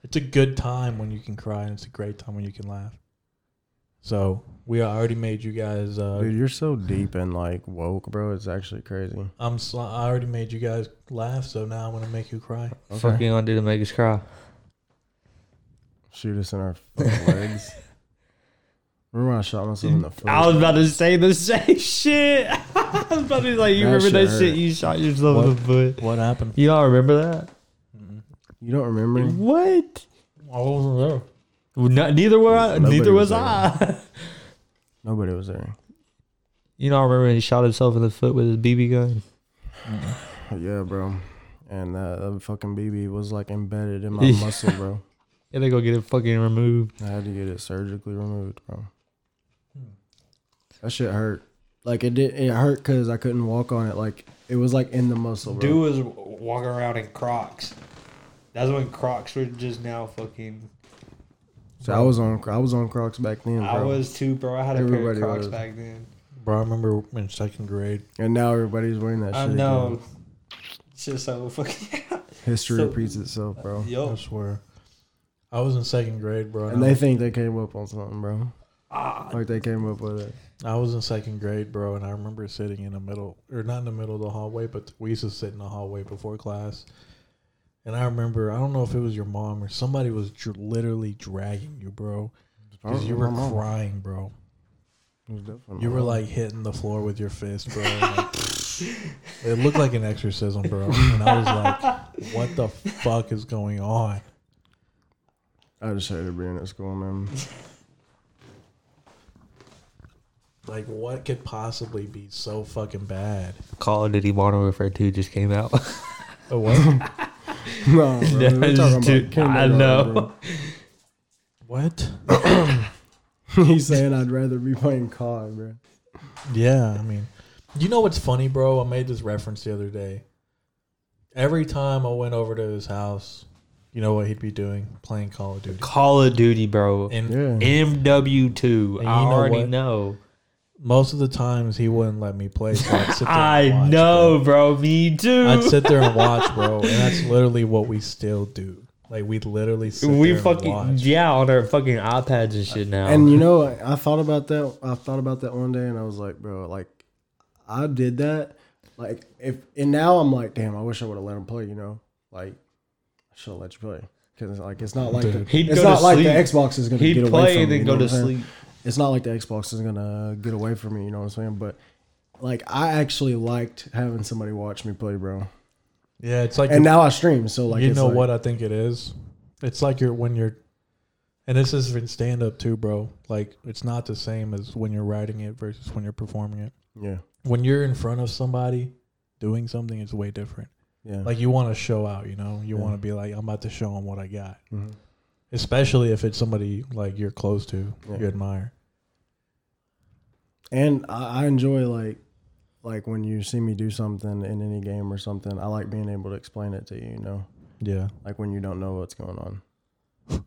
It's a good time when you can cry, and it's a great time when you can laugh. So we already made you guys. Uh,
Dude, you're so deep and like woke, bro. It's actually crazy.
I'm. Sl- I already made you guys laugh, so now I'm gonna make you cry.
Okay.
Fuck you gonna do to make us cry?
Shoot us in our fucking legs. Remember when I shot myself in the foot?
I was about to say the same shit. I was about to be like, you
That
remember
shit
that shit
hurt.
you shot yourself in the foot?
What happened?
You all remember that?
you don't remember?
What?
I wasn't there.
No, neither were I,
Nobody
neither was
was
I.
Nobody was there.
you know, I remember when he shot himself in the foot with his BB gun.
Yeah, bro. And that, that fucking BB was like embedded in my
Yeah.
muscle, bro.
Yeah, they go get it fucking removed.
I had to get it surgically removed, bro. That shit hurt. Like it did. It hurt because I couldn't walk on it. Like it was like in the muscle, bro.
Dude was walking around in Crocs. That's when Crocs were just now fucking.
So I was on. I was on Crocs back then, bro.
I was too, bro. I had a pair of
Everybody
Crocs
was.
back then.
Bro, I remember in second grade.
And now everybody's wearing that shit.
I
again.
know. It's just so fucking.
History
So-
repeats itself, bro.
I
Yo.
swear. I was in second grade, bro.
And
I,
they think they came up on something, bro. Like they came up with it.
I was in second grade, bro, and I remember sitting in the middle, or not in the middle of the hallway, but we used to sit in the hallway before class. And I remember, I don't know if it was your mom or somebody was dr- literally dragging you, bro, because you were crying, bro. You were like hitting the floor with your fist, bro. Like, it looked like an exorcism, bro. And I was like, what the fuck is going on?
I just hated being at school, man.
Like, what could possibly be so fucking bad?
Call of Duty Modern Warfare 2 just came out.
Oh, what?
no, bro,
That
we're
is
talking about
too-
kindergarten,
I know.
bro.
what?
He's saying I'd rather be playing COD, bro.
Yeah, I mean, you know what's funny, bro? I made this reference the other day. Every time I went over to his house, you know what he'd be doing? Playing Call of Duty.
Call of Duty, bro.
And
Yeah.
MW2.
And
I
you know
already
what?
know.
most of the times he wouldn't let me play. So I'd sit there
I
and watch,
know, bro. Me too.
bro. I'd sit there and watch, bro. And that's literally what we still do. Like we literally sit
we
there
fucking
and watch.
yeah on our fucking iPads and shit now.
And you know, I I thought about that. I thought about that one day, and I was like, bro, like I did that. Like if and now I'm like, damn, I wish I would have let him play. You know, like I should have let you play because like it's not like the,
He'd
it's
go to
not like the
sleep.
Xbox is gonna
He'd
get away
play
from
and
me,
then
you
go
know
to
what I'm saying?
sleep.
It's not like the Xbox is gonna get away from me. You know what I'm saying? But like I actually liked having somebody watch me play, bro.
Yeah, it's like
And now I stream, so like
you
it's
know
like-
what I think it is. It's like you're when you're, and this is in stand up too, bro. Like it's not the same as when you're writing it versus when you're performing it.
Yeah,
When you're in front of somebody doing something, it's way different.
yeah.
Like you want to show out, you know. You
Yeah.
want to be like, I'm about to show them what I got.
Mhm.
Especially if it's somebody like you're close to,
Yeah.
you admire.
And I, I enjoy like like when you see me do something in any game or something, I like being able to explain it to you, you know.
Yeah.
Like when you don't know what's going on.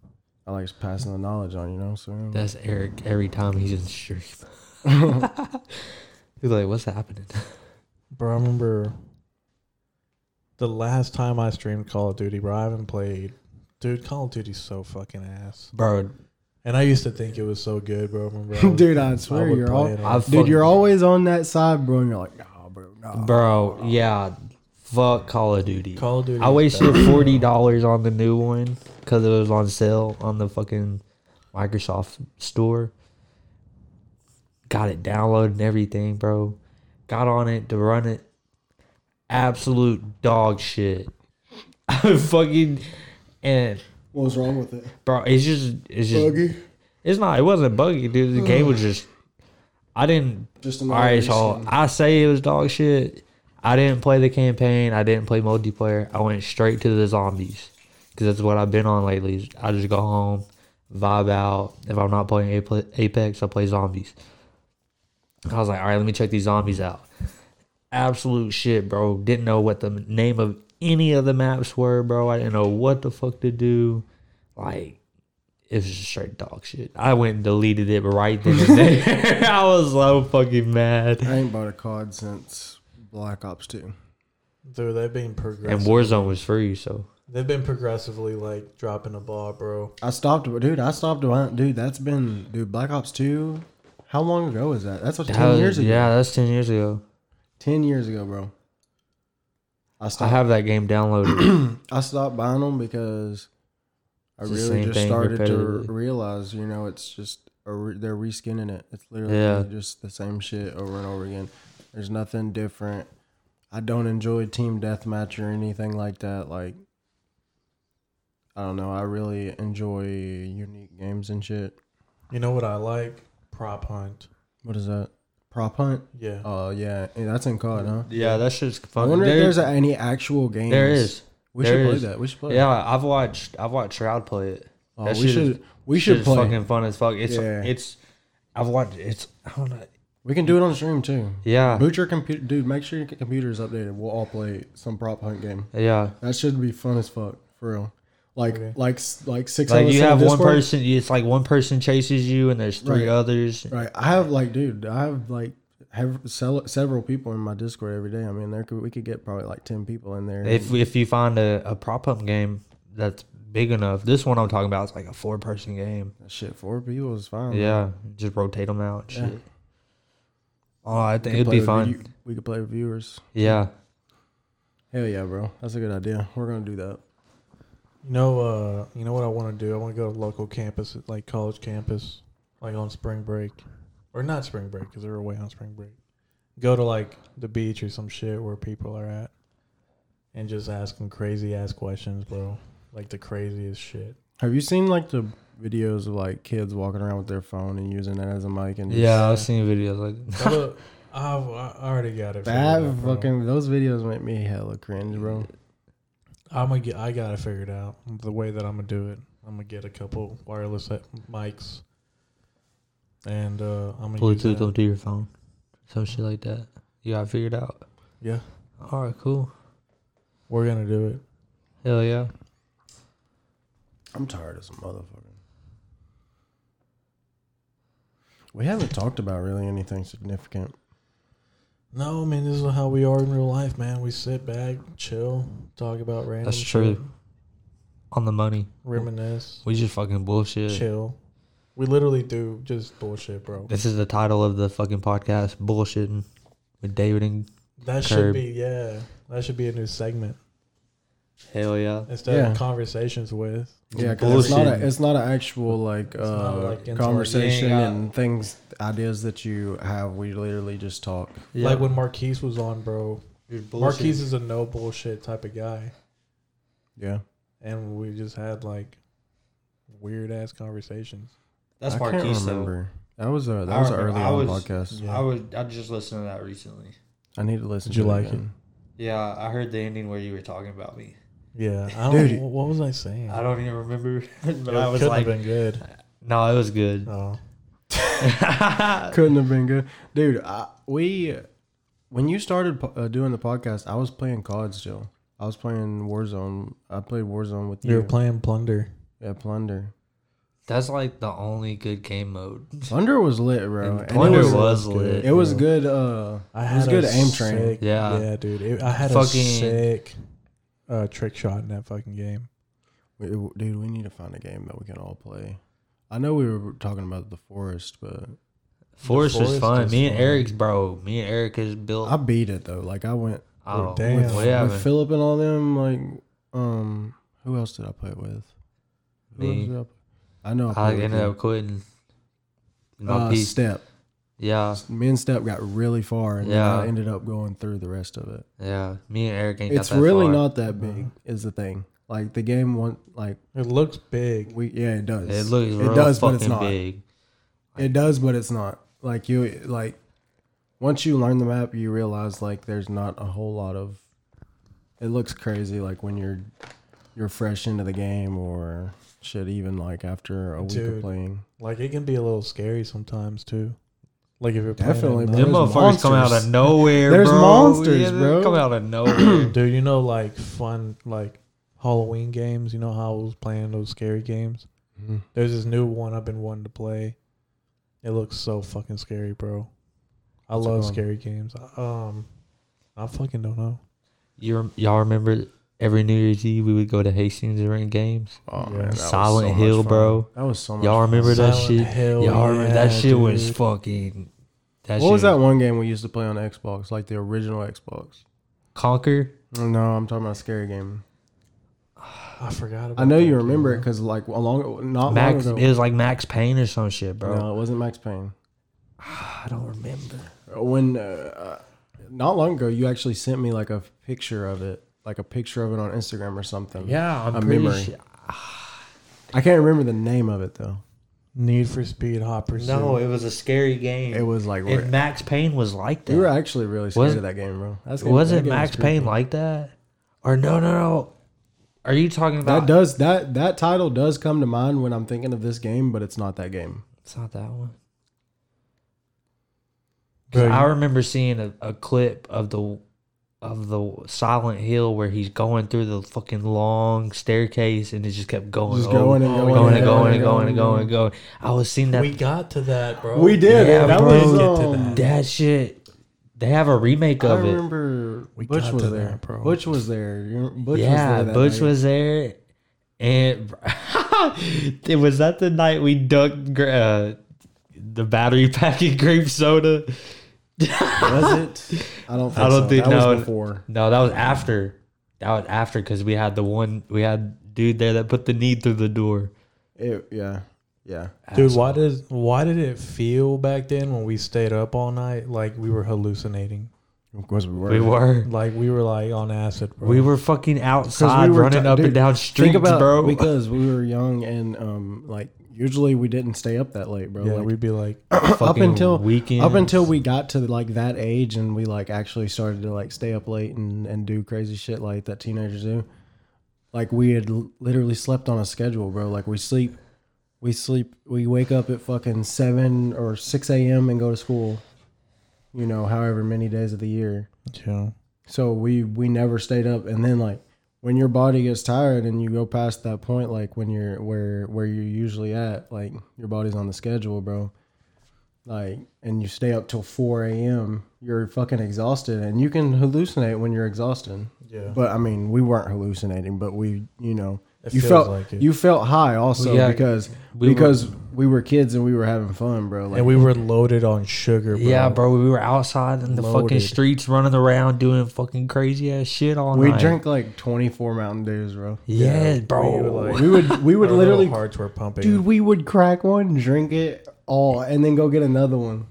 I like passing the knowledge on, you know. So yeah.
That's Eric every time he's in stream. he's like, "What's happening?"
Bro, I remember the last time I streamed Call of Duty, bro, I haven't played. Dude, Call of Duty's so fucking ass.
Bro,
And I used to think it was so good, bro. Remember, I was-
Dude, I swear
would
you're
play
all-
it
I've
dude, you're always on that side, bro, and you're like, nah, bro, nah.
bro, yeah, fuck Call of Duty.
Call of Duty.
I
is
wasted
better.
forty dollars on the new one because it was on sale on the fucking Microsoft store. Got it downloaded and everything, bro. Got on it to run it. Absolute dog shit. I fucking and
What was wrong with it?
bro, it's just it's just
Buggy. Uh.
it's not it wasn't buggy, dude. The game was just I didn't
Just
all right, so I say it was dog shit. I didn't play the campaign. I didn't play multiplayer. I went straight to the zombies because that's what I've been on lately. is I just go home, vibe out. If I'm not playing Ape- Apex, I play zombies. I was like, all right, let me check these zombies out. Absolute shit, bro. Didn't know what the name of any of the maps were, bro. I didn't know what the fuck to do. Like, it was just straight dog shit. I went and deleted it right then and there. I was so fucking mad.
I ain't bought a COD since Black Ops 2.
Dude, they've been progressive.
And Warzone was free, so
they've been progressively like dropping the ball, bro.
I stopped, dude. I stopped, dude. That's been, dude. Black Ops Two. How long ago was that? That's what ten
That-
years ago.
Yeah, that's ten years ago.
ten years ago, bro. I
I
stopped.
have that game downloaded.
I stopped buying them because I
It's the
really
same
just
thing
started to
repetitively.
realize, you know, it's just a re- they're reskinning it. It's literally
Yeah.
just the same shit over and over again. There's nothing different. I don't enjoy team deathmatch or anything like that. Like, I don't know. I really enjoy unique games and shit.
You know what I like? Prop hunt.
What is that? Prop hunt?
Yeah.
Oh yeah, Hey, that's in COD, huh?
Yeah, that shit's
I
fun.
wonder
There-
if there's any actual games.
there is.
We
There
should play
is.
that. We should play.
Yeah, I've watched I've watched Shroud play it.
Oh,
that
we
shit is-
should. we
shit
should
is
play.
fucking fun as fuck. It's
Yeah.
it's I've watched it's I don't know.
we can do it on stream too.
Yeah.
Boot your computer, dude. Make sure your computer is updated. We'll all play some prop hunt game.
Yeah.
That should be fun as fuck, for real. Like, like, like six. of
Like
us
you
in
have one
Discord?
person it's like one person chases you and there's three
Right.
others.
Right. I have like, dude. I have like have sel- several people in my Discord every day. I mean, there could we could get probably like ten people in there.
If if you find a, a prop up game that's big enough, this one I'm talking about is like a four person game.
shit, four people is fine.
Yeah, just rotate them out. and Shit.
Yeah.
Oh, I think
We could
it'd
play
be
with
fun.
view- we could play with viewers.
Yeah,
Hell yeah, bro. That's a good idea. We're gonna do that.
You know, uh, you know what I want to do? I want to go to local campus, like college campus, like on spring break, or not spring break because they're away on spring break. Go to like the beach or some shit where people are at, and just ask them crazy ass questions, bro. Like the craziest shit.
Have you seen like the videos of like kids walking around with their phone and using that as a mic and just-
yeah, I've seen videos like that.
I've, I already got it.
That
figured out, bro.
fucking those videos make me hella cringe, bro.
I'm gonna get. I got it figured out. The way that I'm gonna do it, I'm gonna get a couple wireless he- mics, and uh, I'm gonna use
Bluetooth
that.
onto your phone, some shit like that. You got it figured out.
Yeah,
All right, cool.
we're gonna do it.
Hell yeah.
I'm tired as a motherfucker. We haven't talked about really anything significant.
No, I mean this is how we are in real life, man. We sit back, chill, talk about random.
That's
shit,
true. On the money,
Reminisce,
we just fucking bullshit.
chill. We literally do just bullshit, bro.
This is the title of the fucking podcast, bullshitting with David and
That
Curb.
should be yeah. That should be a new segment
Hell yeah.
instead
Yeah.
of conversations with.
Yeah, because it's not
Bullshit.
a, it's not an actual like,
not
uh,
like into, like,
conversation
yeah.
and things ideas that you have. We literally just talk.
Yeah.
Like when Marquise was on, bro. Marquise is a no bullshit type of guy.
Yeah,
and we just had like weird ass conversations.
That's
I can't
Marquise though.
remember. That was a that
I
was an
remember-
early
I
on
was-
podcast.
I would. I just listened to that recently.
I need to listen.
Did you
to
like
it? again.
Yeah, I heard the ending where you were talking about me.
Yeah, I don't,
Dude.
what was I saying?
I don't even remember, but
It
I was
couldn't
like, uh,
have been good.
No, it was good.
Oh,
Couldn't have been good, dude. I, we when you started po- uh, doing the podcast, I was playing COD still. I was playing Warzone. I played Warzone with
you
you.
were playing Plunder.
yeah, Plunder.
That's like the only good game mode.
Plunder was lit, bro.
And
And
Plunder
it was,
was
good.
lit.
it was good. Uh,
I
it was
had
good
a
aim train.
sick-
Yeah.
yeah, dude. It, I had a
Fucking-
sick uh, trick shot in that fucking game.
We- Dude, we need to find a game that we can all play. I know we were talking about the forest, but
Forest was
Forest
fun.
is
Me and
fun.
Eric's bro. Me and Eric has built.
I beat it though. Like I went
oh
damn.
damn! What happened?
with Philip and all them. Like, um, who else did I play with? Who
Me.
else did I, play- I know. I,
I
played with
ended
you.
up quitting. My
Uh,
piece.
Step.
yeah,
Me and Step got really far, and
Yeah.
then I ended up going through the rest of it.
yeah. Me and Eric ain't
It's
got that
really
far.
not that big, is the thing. Like the game, one like
It looks big.
we yeah, it does.
It looks real fucking big.
It does, but it's not. Like you like once you learn the map, you realize like there's not a whole lot of it looks crazy like when you're you're fresh into the game or shit even like after a week of
Dude.
playing.
Like it can be a little scary sometimes too. Like if you're playing at
Definitely,
night.
bro.
Them
There's
motherfuckers come out
monsters.
of nowhere.
There's
bro.
monsters,
they
bro.
Come out of nowhere.
dude. You know, like fun, like Halloween games. You know how I was playing those scary games.
Mhm.
There's this new one I've been wanting to play. It looks so fucking scary, bro. I
What's it
love
called?
scary games. Um, I fucking don't know.
you rem- y'all remember every New Year's Eve we would go to Hastings and rent games.
Yeah.
Oh man, that was
Silent
so much
Hill,
fun.
bro.
That Oh, was so much.
Y'all
fun.
remember that
Silent
shit?
Hill,
y'all remember that
yeah,
shit was
dude.
fucking. That
What was
shit
that one game we used to play on Xbox? Like the original Xbox.
Conquer.
No, I'm talking about scary game.
I forgot. about
I know
that
you
game,
remember it
bro.
because like along not
Max.
long
It
ago.
was like Max Payne or some shit, bro.
No, it wasn't Max Payne.
Ah, I don't remember.
when uh, not long ago you actually sent me like a picture of it like a picture of it on instagram or something
Yeah, I'm
A
pretty
memory.
sure. Ah.
I can't remember the name of it though.
Need for Speed Hot Pursuit.
No, it was a scary game.
It was like
And Max Payne was like that.
we were actually really scared
Was-
of that game, bro. That's
was
that
it
game
Max
creepy.
Payne like that? Or no, no, no. Are you talking
That
about?
does that that title does come to mind when I'm thinking of this game, but it's not that game.
it's not that one. 'Cause
Bro,
I
you-
remember seeing a, a clip of the of the Silent Hill where he's going through the fucking long staircase and it just kept going,
Just
over-
going and going
Oh, going and
and
going
going
and going and
and
going and going. I was seeing that
we got to that, bro.
We did.
Yeah,
that
bro.
was
Get to
um,
that shit. They have a remake
I
of it.
remember
We
Butch
got
was
to
there.
that, bro.
Butch was there. You- Butch
yeah,
was there. that
Butch
night.
was there, and it was that the night we ducked gra- uh, the battery pack of grape soda.
Was it? I don't. Think
I don't
so.
think
that
no.
was before.
No, that was after. That was after because we had the one we had dude there that put the knee through the door.
It, yeah, yeah.
Dude, why does why did it feel back then when we stayed up all night like we were hallucinating?
Of course we were.
We were
Like we were like on acid, bro.
we were fucking
Because
outside
we were
running
t-
up
dude,
and down streets,
Think about
bro.
because we were young and um like usually we didn't stay up that late, bro.
yeah,
like,
we'd be like,
up
fucking
until
weekends.
up until we got to like that age and we like actually started to like stay up late and and do crazy shit like that teenagers do. Like we had l- literally slept on a schedule, bro. Like we sleep, we sleep, we wake up at fucking seven or six a.m. and go to school. You know, however many days of the year.
yeah,
So we we never stayed up, and then like when your body gets tired and you go past that point, like when you're where where you're usually at, like your body's on the schedule, bro. Like, and you stay up till four a.m. You're fucking exhausted, and you can hallucinate when you're exhausted.
yeah.
But I mean, we weren't hallucinating, but we, you know,
It
you
feels
felt
like it.
you felt high also
Yeah,
because
we were-
because we were kids and we were having fun, bro. Like,
and we were loaded on sugar, bro.
yeah, bro, we were outside in the fucking
Loaded.
streets running around doing fucking crazy ass shit all
we
night.
drank like twenty four Mountain Dews, bro.
yeah,
We
bro.
were like,
We would we would
our
literally
little hearts were pumping.
Dude, we would crack one, drink it all, and then go get another one.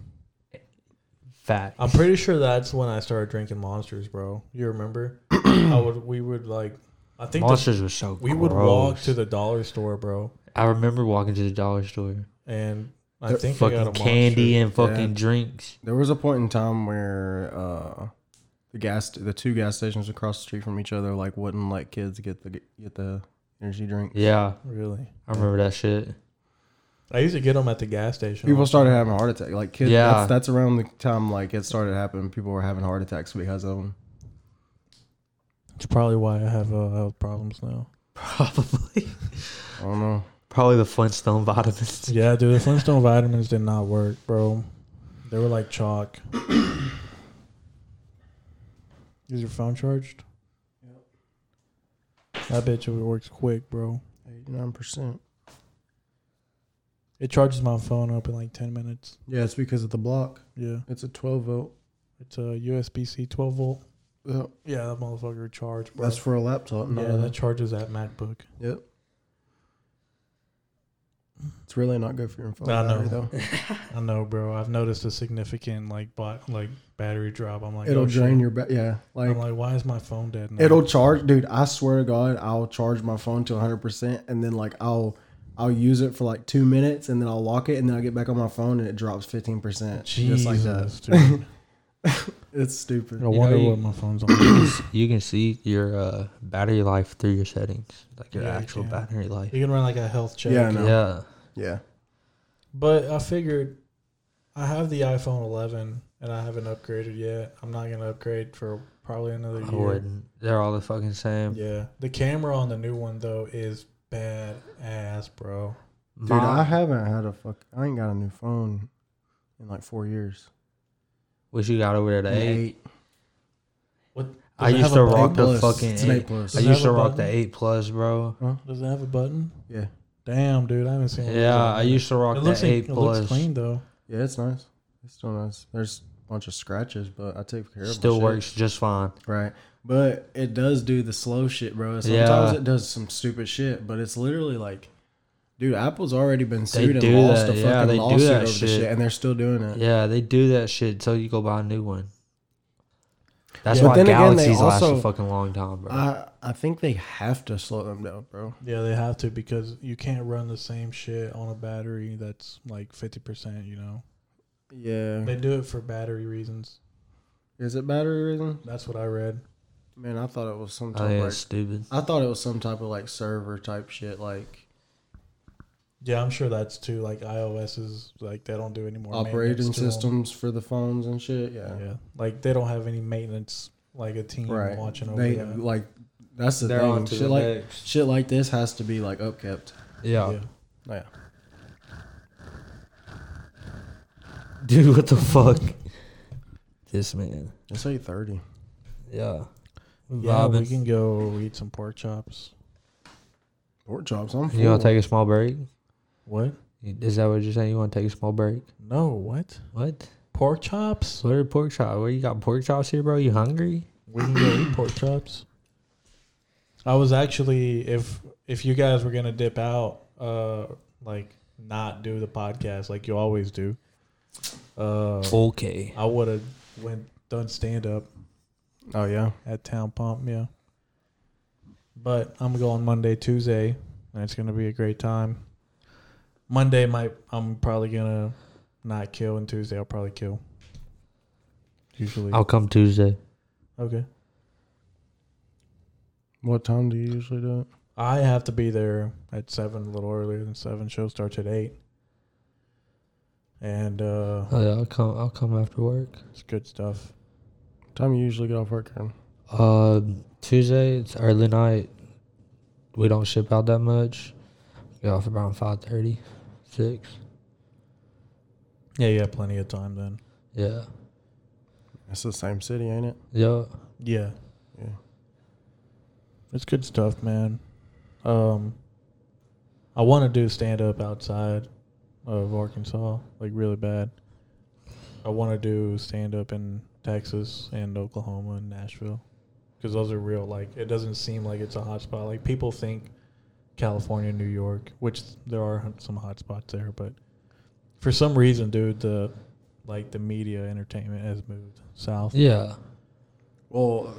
Fat.
I'm pretty sure that's when I started drinking monsters, bro. You remember? I would we would like I think the-
Monsters were so.
we would walk to the dollar store, bro,
I remember walking to the dollar store.
and I
They're
think I got a
Fucking
monster.
candy and fucking
Yeah.
drinks.
There was a point in time where uh, the gas, the two gas stations across the street from each other, like wouldn't let kids get the get the energy drink.
Yeah,
Really,
I remember that shit.
I used to get them at the gas station.
People started having heart attacks. Like kids,
Yeah.
that's, that's around the time like it started happening. People were having heart attacks because of them.
It's probably why I have uh, health problems now.
Probably,
I don't know.
probably the Flintstone vitamins.
Yeah, dude, the Flintstone vitamins did not work, bro. They were like chalk. Is your phone charged? I bet you it works quick, bro.
Eighty nine percent.
It charges my phone up in like 10 minutes.
Yeah, it's because of the block.
Yeah.
It's a twelve volt.
It's a USB C 12 volt.
Yeah,
Yeah, that motherfucker charged, bro.
that's for a laptop. not
yeah,
a-
that charges that MacBook.
Yep. It's really not good for your phone.
I know.
battery, though.
I know, bro. I've noticed a significant like bot, like battery drop. I'm like,
It'll
oh, shit.
drain your battery. Yeah, Oh like
I'm like, why is my phone dead now?
It'll charge, dude. I swear to God, I'll charge my phone to 100, percent and then like I'll I'll use it for like two minutes, and then I'll lock it, and then I'll get back on my phone, and it drops 15 percent,
Jesus,
just like that.
dude.
It's stupid.
I wonder
you-
what my phone's on.
You can see your uh, battery life through your settings, like your
Yeah, you
actual
can.
battery life.
You can run like a health check.
Yeah, I know.
Yeah,
Yeah,
But I figured I have the iPhone 11 and I haven't upgraded yet. I'm not going to upgrade for probably another
I
year.
wouldn't. They're all the fucking same.
Yeah. The camera on the new one, though, is bad ass, bro.
dude,
My-
I haven't had a fuck. I ain't got a new phone in like four years.
what you got over there to eight? I
Does it have
used
a
to
button?
rock the
plus.
fucking.
It's an eight
Eight.
plus.
I
Does it
used
have
to
a
rock the
button?
eight plus, bro.
Does it have a button?
Yeah,
Damn, dude. I haven't seen one of those in a
Yeah, I
minute.
used to rock
it
the
looks like,
eight
It
plus.
looks clean, though.
yeah, it's nice. It's still nice. There's a bunch of scratches, but I take care of. my
Still
shit.
works just fine.
Right. But it does do the slow shit, bro. Sometimes
Yeah.
it does some stupid shit, but it's literally like, dude, Apple's already been
They
sued
do
and lost
that.
a
Yeah,
fucking
they do
lawsuit
that
over the
shit.
shit, and they're still doing it.
Yeah, they do that shit until you go buy a new one. That's
Yeah. But
why
then again, they
galaxies last a
also-
fucking long time, bro.
I I think they have to slow them down, bro.
Yeah, they have to because you can't run the same shit on a battery that's like fifty percent. You know,
Yeah.
they do it for battery reasons.
Is it battery reason?
That's what I read.
Man, I thought it was some
I
type
think
of
that's
like,
Oh, stupid.
I thought it was some type of like server type shit like
Yeah, I'm sure that's too. Like iOS is like they don't do any more
operating
maintenance to 'em.
systems for the phones and shit. Yeah.
Yeah, like they don't have any maintenance, like a team
Right.
watching over
They
that.
like that's the
They're
thing.
on to
Shit
the
like
next.
shit like this has to be like upkept.
Yeah.
Yeah.
Yeah.
Dude, what the fuck? This man.
It's eight thirty.
Yeah.
Yeah, we
Vibing.
can go eat some pork chops.
Pork chops. I'm full.
You want to take a small break?
What?
Is that what you're saying? You want to take a small break?
No, what?
What?
Pork chops?
So what are pork chops? Where you got pork chops here, bro? You hungry?
We can go eat pork chops. I was actually if if you guys were gonna dip out, uh, like not do the podcast like you always do. Uh,
Okay.
I would have went done stand up
Oh yeah.
at Town Pump, yeah. But I'm going Monday, Tuesday, and it's gonna be a great time. Monday might I'm probably gonna not kill, and Tuesday I'll probably kill. Usually,
I'll come Tuesday.
okay.
What time do you usually do it?
I have to be there at seven, a little earlier than seven. Show starts at eight, and uh,
Oh, yeah, I'll come. I'll come after work.
it's good stuff.
Time you usually get off work, Aaron?
Uh, Tuesday it's early night. We don't ship out that much. Get off around five thirty, six.
Yeah, you have plenty of time then.
Yeah.
It's the same city, ain't it?
Yeah.
Yeah,
Yeah.
It's good stuff, man. Um, I want to do stand up outside of Arkansas, like really bad. I want to do stand up in Texas and Oklahoma and Nashville because those are real. Like, it doesn't seem like it's a hot spot. Like, people think California, New York, which there are some hot spots there, but for some reason, dude, the like the media entertainment has moved south.
Yeah.
Well,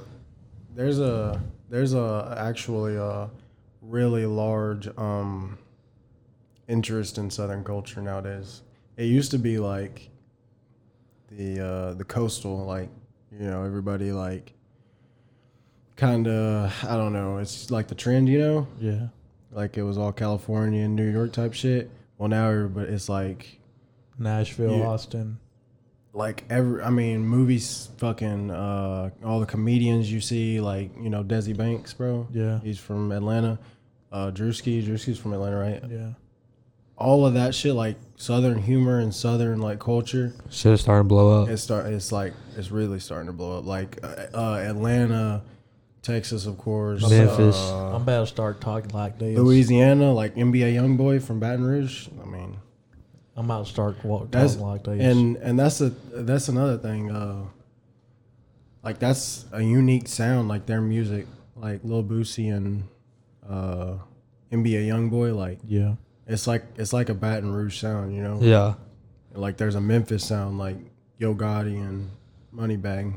there's a there's a actually a really large um, interest in Southern culture nowadays. It used to be like the uh, the coastal, like you know, everybody like kind of I don't know. It's like the trend, you know,
Yeah.
like it was all California and New York type shit. Well, now everybody it's like
Nashville,
Yeah.
Austin.
like every i mean movies fucking uh all the comedians you see like you know desi banks bro
Yeah.
he's from atlanta uh drewski drewski's from atlanta right
Yeah.
all of that shit like southern humor and southern like culture
Shit is starting to blow up.
it's start it's like it's really starting to blow up like uh, uh atlanta texas of course
Memphis.
uh,
I'm about to start talking like this.
louisiana like nba young boy from baton rouge i mean
I'm about to start walk,
That's-
talking like this.
and and that's a that's another thing uh like that's a unique sound like their music like Lil Boosie and uh NBA YoungBoy like
yeah,
it's like it's like a Baton Rouge sound you know
Yeah.
like there's a Memphis sound like Yo Gotti and Moneybag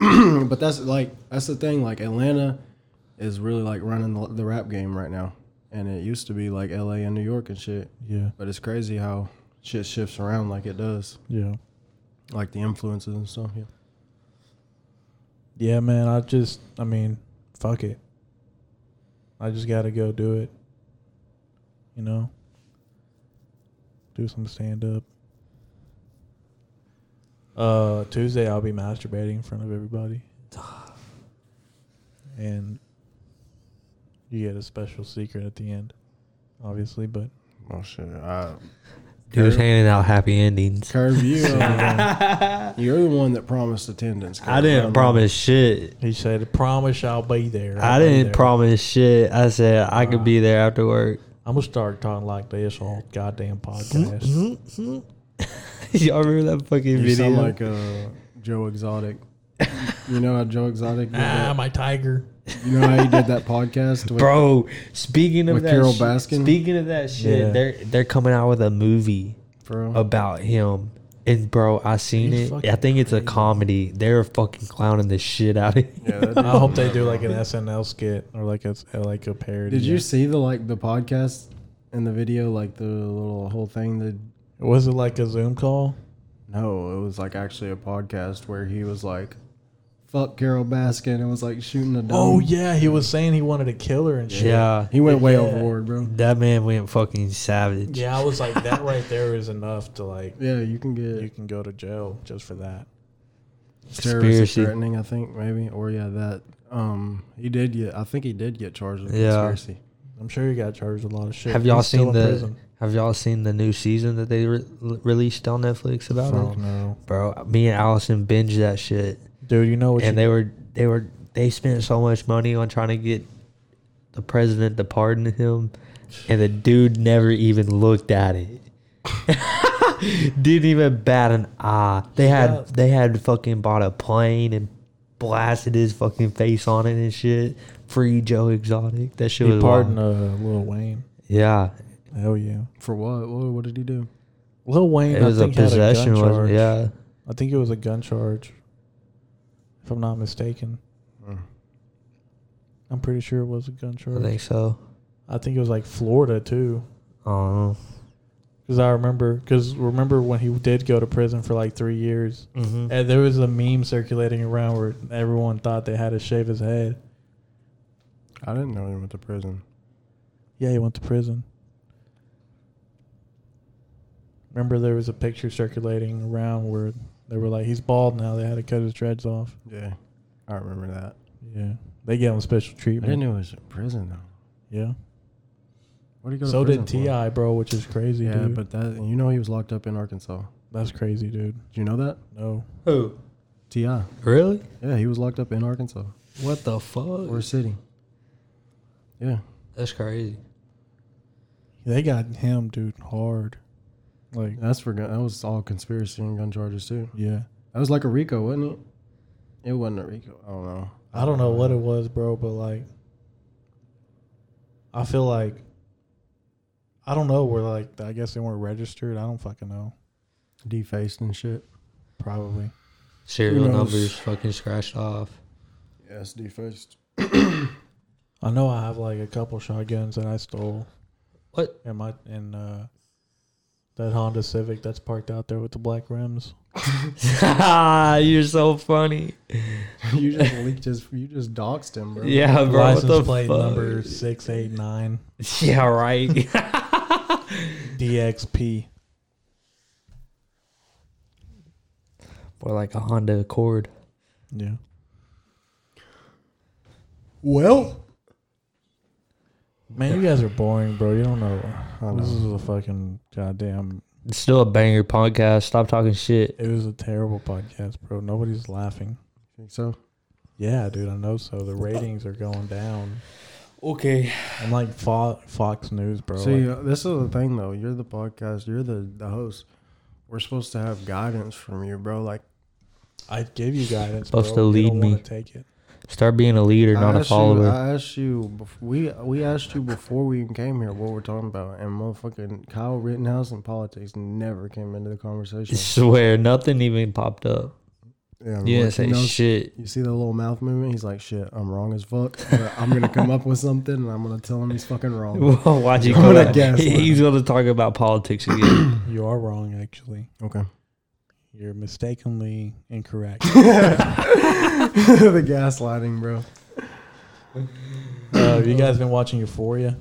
but that's like that's the thing like Atlanta is really like running the, the rap game right now and it used to be like LA and New York and shit
yeah,
but it's crazy how shit shifts around like it does
yeah,
like the influences and stuff. Yeah.
yeah, man. I just, I mean, fuck it. I just gotta go do it. You know, do some stand up. Uh, Tuesday I'll be masturbating in front of everybody, and you get a special secret at the end, obviously. But
Oh shit! I,
Dude's
Curve.
handing out happy endings.
Curve, you uh, you're the one that promised attendance. Curve.
I didn't
don't
promise shit.
he said, "Promise I'll be there."
I
I'll be
didn't
there."
promise shit. I said I could be there after work.
I'm gonna start talking like this all goddamn
Mm-hmm.
podcast.
Y'all remember that fucking
Know. You
video?
sound like uh, Joe Exotic. You know how Joe Exotic? Did
ah,
that?
my tiger.
You know how he did that podcast? With,
Bro, speaking of
With
that,
Carol
sh-
Baskin?
speaking of that shit,
Yeah.
they're they're coming out with a movie
bro.
about him And bro, I seen
You
it.
fucking
I think it's a comedy. They're fucking clowning the shit out of you.
Yeah, that
I hope they do like an SNL skit or like a like a parody.
Did you see the like the podcast and the video, like the little whole thing? That
Was it like a Zoom call?
no, it was like actually a podcast where he was like, "Fuck Carol Baskin," and was like shooting a dome.
Oh yeah, he was saying he wanted to kill her and shit.
Yeah.
he went way overboard, bro.
That man went fucking savage.
Yeah, I was like that right there is enough to like
Yeah, you can
you
get
can go to jail just for that.
conspiracy
Conspiracy.
threatening, I think maybe, or yeah, that. Um, he did get. I think he did get charged with
Yeah.
conspiracy.
I'm sure he got charged with a lot of shit.
Have y'all
He's still
seen
in
the
prison.
Have y'all seen the new season that they re- released on Netflix about
Oh
it?
no,
Bro, me and Allison binged that shit.
dude, you know what?
and
you,
they were they were they spent so much money on trying to get the president to pardon him and the dude never even looked at it didn't even bat an eye they had
Yeah.
they had fucking bought a plane and blasted his fucking face on it and shit free joe exotic that shit
he
was
pardoned
wild.
uh, Lil Wayne.
yeah
Hell yeah,
For what? What, what did he do?
Lil Wayne.
it was
I
a
think had
possession
a gun
was
charge.
yeah
I think it was a gun charge, if I'm not mistaken.
Hmm.
I'm pretty sure it was a gun charge.
i think so
I think it was like Florida too,
oh
because I remember. Because remember when he did go to prison for like three years,
mm-hmm.
and there was a meme circulating around where everyone thought they had to shave his head.
I didn't know he went to prison.
Yeah, he went to prison. Remember, there was a picture circulating around where they were like, "He's bald now. They had to cut his dreads off."
Yeah, I remember that.
Yeah, they gave him special
I didn't
treatment.
know he was in prison though.
Yeah.
What did he go
So
to prison
did
for?
Ti, bro, which is crazy,
Yeah,
dude.
but that you know he was locked up in Arkansas.
That's crazy, dude.
Did you know that?
No,
who
Ti.
really
Yeah, he was locked up in Arkansas.
what the fuck
Or city. Yeah.
that's crazy
they got him, dude, hard. Like,
That's for gun. That was all conspiracy and gun charges too.
yeah.
That was like a Rico, wasn't it? It wasn't a Rico. I don't know.
I don't know what it was, bro, but like, I feel like, I don't know. We're like, I guess they weren't registered. I don't fucking know.
Defaced and shit.
Probably.
serial
knows?
numbers fucking scratched off
Yeah, it's defaced.
I know I have like a couple shotguns that I stole.
What?
And my and uh, that Honda Civic that's parked out there with the black rims.
Ah, You're so funny.
you just leaked his. You just doxed him, bro.
Yeah, bro.
License
what the
plate
fuck?
number six eight nine
Yeah, right.
DXP.
More like a Honda Accord.
Yeah.
Well,
Man, you guys are boring, bro. You don't know.
I
This is
know.
a fucking goddamn.
It's still a banger podcast. Stop talking shit.
It was a terrible podcast, bro. Nobody's laughing.
think so.
Yeah, dude, I know so. The ratings are going down.
Okay.
I'm like Fo- Fox News, bro.
See,
like,
uh, this is the thing though. You're the podcast. You're the the host. We're supposed to have guidance from you, bro. Like
I'd give you guidance, bro.
Supposed to
You
lead
don't wanna
me.
Take it.
Start being a leader, not
I
a
asked
follower.
You, I asked you. bef- We we asked you before we even came here what we're talking about, and motherfucking Kyle Rittenhouse and politics never came into the conversation.
swear, nothing even popped up.
Yeah,
You
Rick
didn't say
knows-
shit.
You see the little mouth movement? He's like, "Shit, I'm wrong as fuck. but I'm gonna come up with something, and I'm gonna tell him he's fucking wrong."
Watch you
I'm
go
gonna
back.
gaslight
He- He's going to talk about politics again.
You are wrong, actually.
Okay.
You're mistakenly incorrect.
the gaslighting, bro.
uh, have you guys been watching Euphoria?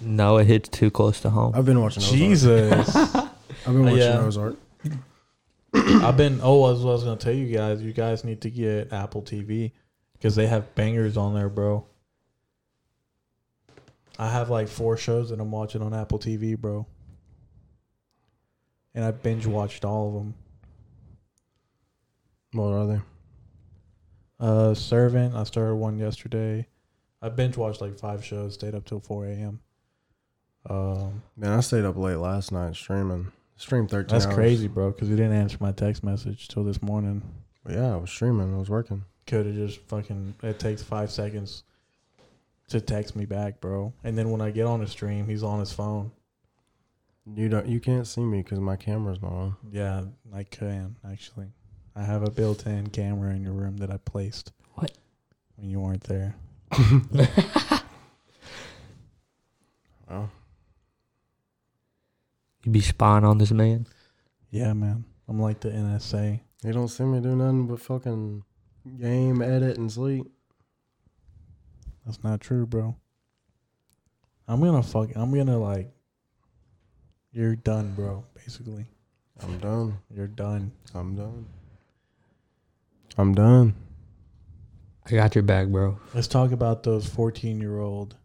no, it hits too close to home.
I've been watching. Ozark.
Jesus.
I've been watching
Yeah.
Ozark.
I've been. Oh, I was, I was gonna tell you guys. You guys need to get Apple TV because they have bangers on there, bro. I have like four shows that I'm watching on Apple TV, bro, and I binge watched all of them.
What are they?
Uh, Servant. I started one yesterday. I binge watched like five shows. Stayed up till four a.m. Um,
Man, I stayed up late last night streaming. Streamed 13
that's
hours.
crazy, bro. Because you didn't answer my text message till this morning.
Yeah, I was streaming. I was working.
could have just fucking it takes five seconds to text me back bro and then when i get on the stream he's on his phone
You don't. You can't see me because my camera's not on.
Yeah, I can actually. I have a built-in camera in your room that I placed.
What?
When you weren't there.
Well,
You be spying on this man.
Yeah, man. I'm like the NSA.
you don't see me do nothing but fucking game, edit, and sleep.
That's not true, bro. I'm gonna fuck. I'm gonna like. You're done, bro. Basically,
I'm done.
you're done.
I'm done. I'm done.
I got your back, bro.
Let's talk about those 14 year old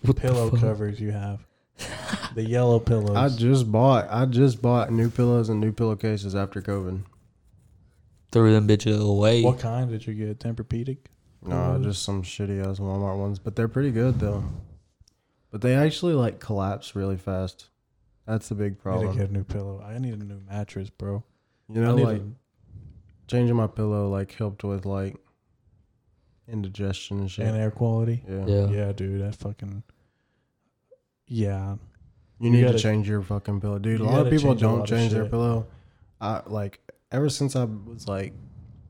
What the
pillow
fuck?
covers you have. The yellow pillows.
I just bought. I just bought new pillows and new pillowcases after COVID.
Threw them bitches away.
what kind did you get? Tempur-Pedic.
No,
Pillows?
just some shitty ass Walmart ones, but they're pretty good though. But they actually like collapse really fast. That's the big
I need to
problem.
get a new pillow. I need a new mattress, bro.
You
I
know,
need
like changing my pillow like helped with like indigestion and
a,
shit.
and air quality.
yeah.
Yeah.
Yeah, dude. That fucking. Yeah,
You need
gotta-
to change your fucking pillow, dude.
you
A lot of
gotta
people
change a
don't
lot of
change their
shit.
pillow. I like ever since I was like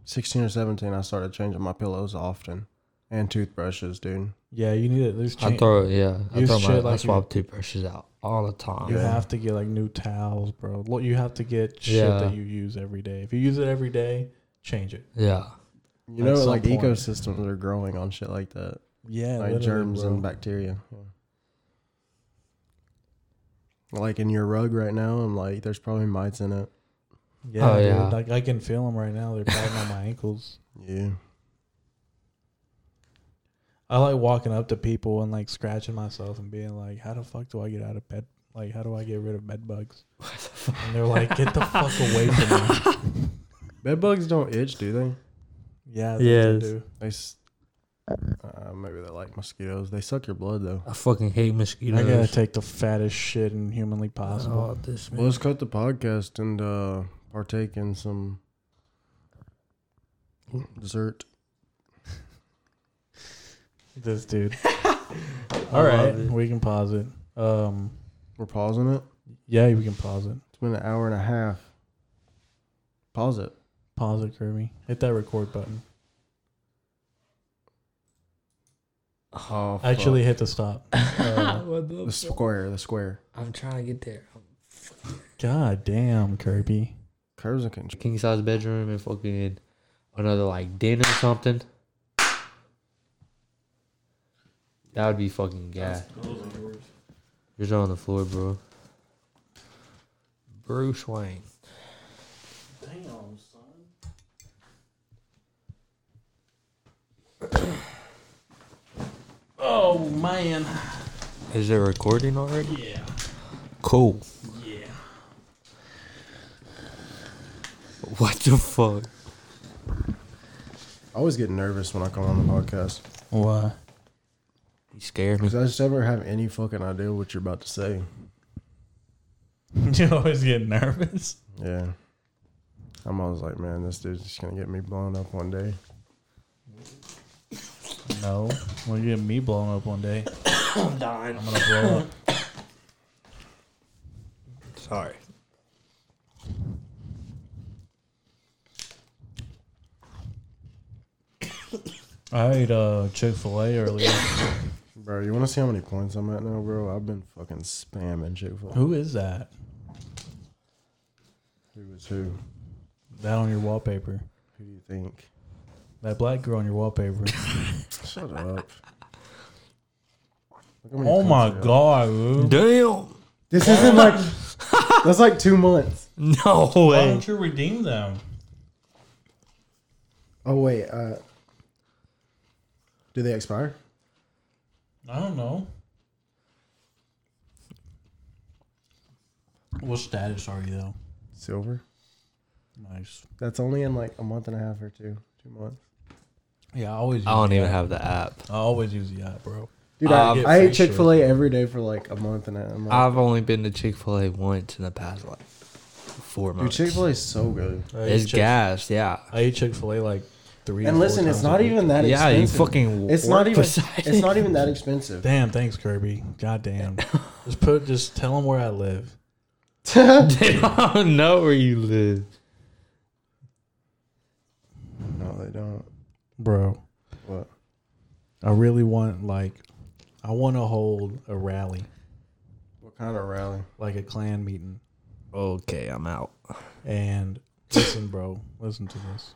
sixteen or seventeen, I started changing my pillows often and toothbrushes, dude.
yeah. You need it. There's
I
change.
throw, yeah, I
Use
throw
shit
my, I
like
swap toothbrushes out all the time.
You
Yeah.
have to get like new towels, bro. Look, you have to get shit
Yeah.
that you use every day. If you use it every day, change it.
Yeah,
You
At
know,
some
like
point.
ecosystems are growing on shit like that,
Yeah,
like germs and bacteria. Like in your rug right now, I'm like, there's probably mites in it.
Yeah,
Oh,
dude.
yeah.
Like I can feel them right now. They're biting on my ankles.
Yeah,
I like walking up to people and like scratching myself and being like, "How the fuck do I get out of bed? Like, how do I get rid of bed bugs?" And they're like, "Get the fuck away from me!"
bed bugs don't itch, do they?
Yeah, yes.
Yes.
do.
They, s- uh, maybe they're like mosquitoes. They suck your blood though.
I fucking hate mosquitoes.
I gotta take the fattest shit and humanly
Oh,
possible.
this
Well,
man.
let's cut the podcast and uh, partake in some dessert.
This dude.
I
All right,
love it.
we can pause it. Um,
We're pausing it.
yeah, we can pause it.
It's been an hour and a half. Pause it.
Pause it, Kirby. Hit that record button.
Oh,
Actually, hit the stop. Uh,
What
the
the fuck?
square, the square.
I'm trying to get there.
God damn, Kirby.
Curves and control.
King size bedroom and fucking another like den or something. That would be fucking gas. Yours are on the floor, bro. Bruce Wayne.
Damn, son. oh man.
Is it recording already?
Yeah.
Cool.
Yeah.
What the fuck?
I always get nervous when I come on the podcast
Why?
You scared me.
because I just never have any fucking idea what you're about to say.
you always get nervous.
Yeah. I'm always like, man, this dude's just gonna get me blown up one day.
No. Well, you get me blown up one day.
I'm dying.
I'm gonna blow up.
Sorry.
I ate uh, Chick Fil A earlier.
Bro, you wanna see how many points I'm at now, bro? I've been fucking spamming Chick fil
Who is that?
Who is who?
That on your wallpaper?
Who do you think?
That black girl on your wallpaper?
Shut up. Look how many
oh my
points I got.
god, dude.
Damn.
This isn't like that's like two months.
No
Why
way.
don't you redeem them?
Oh wait, uh do they expire?
I don't know. What status are you though?
Silver.
Nice.
That's only in like a month and a half or two. Two months.
Yeah, I always. Use
I don't
the
even
app.
have the app.
I always use the app, bro.
Dude,
Um,
I,
Get
I ate
free shit.
Chick fil A every day for like a month and a half.
I've only been to Chick Fil A once in the past like four
Dude,
months.
Chick fil A is so good.
I
It's
Chick-
gas, yeah.
I eat Chick Fil A like three.
And
four
listen, it's
times
not
a week.
even that
Yeah, you
expensive.
fucking.
it's not
work
even
beside
it's
it.
not even that expensive.
Damn, thanks Kirby. God damn. just put, just tell them where I live.
They don't know where you live.
No, they don't.
bro.
What?
I really want like, I want to hold a rally,
What kind of rally?
like a clan meeting.
Okay, I'm out.
And listen, bro, listen to this.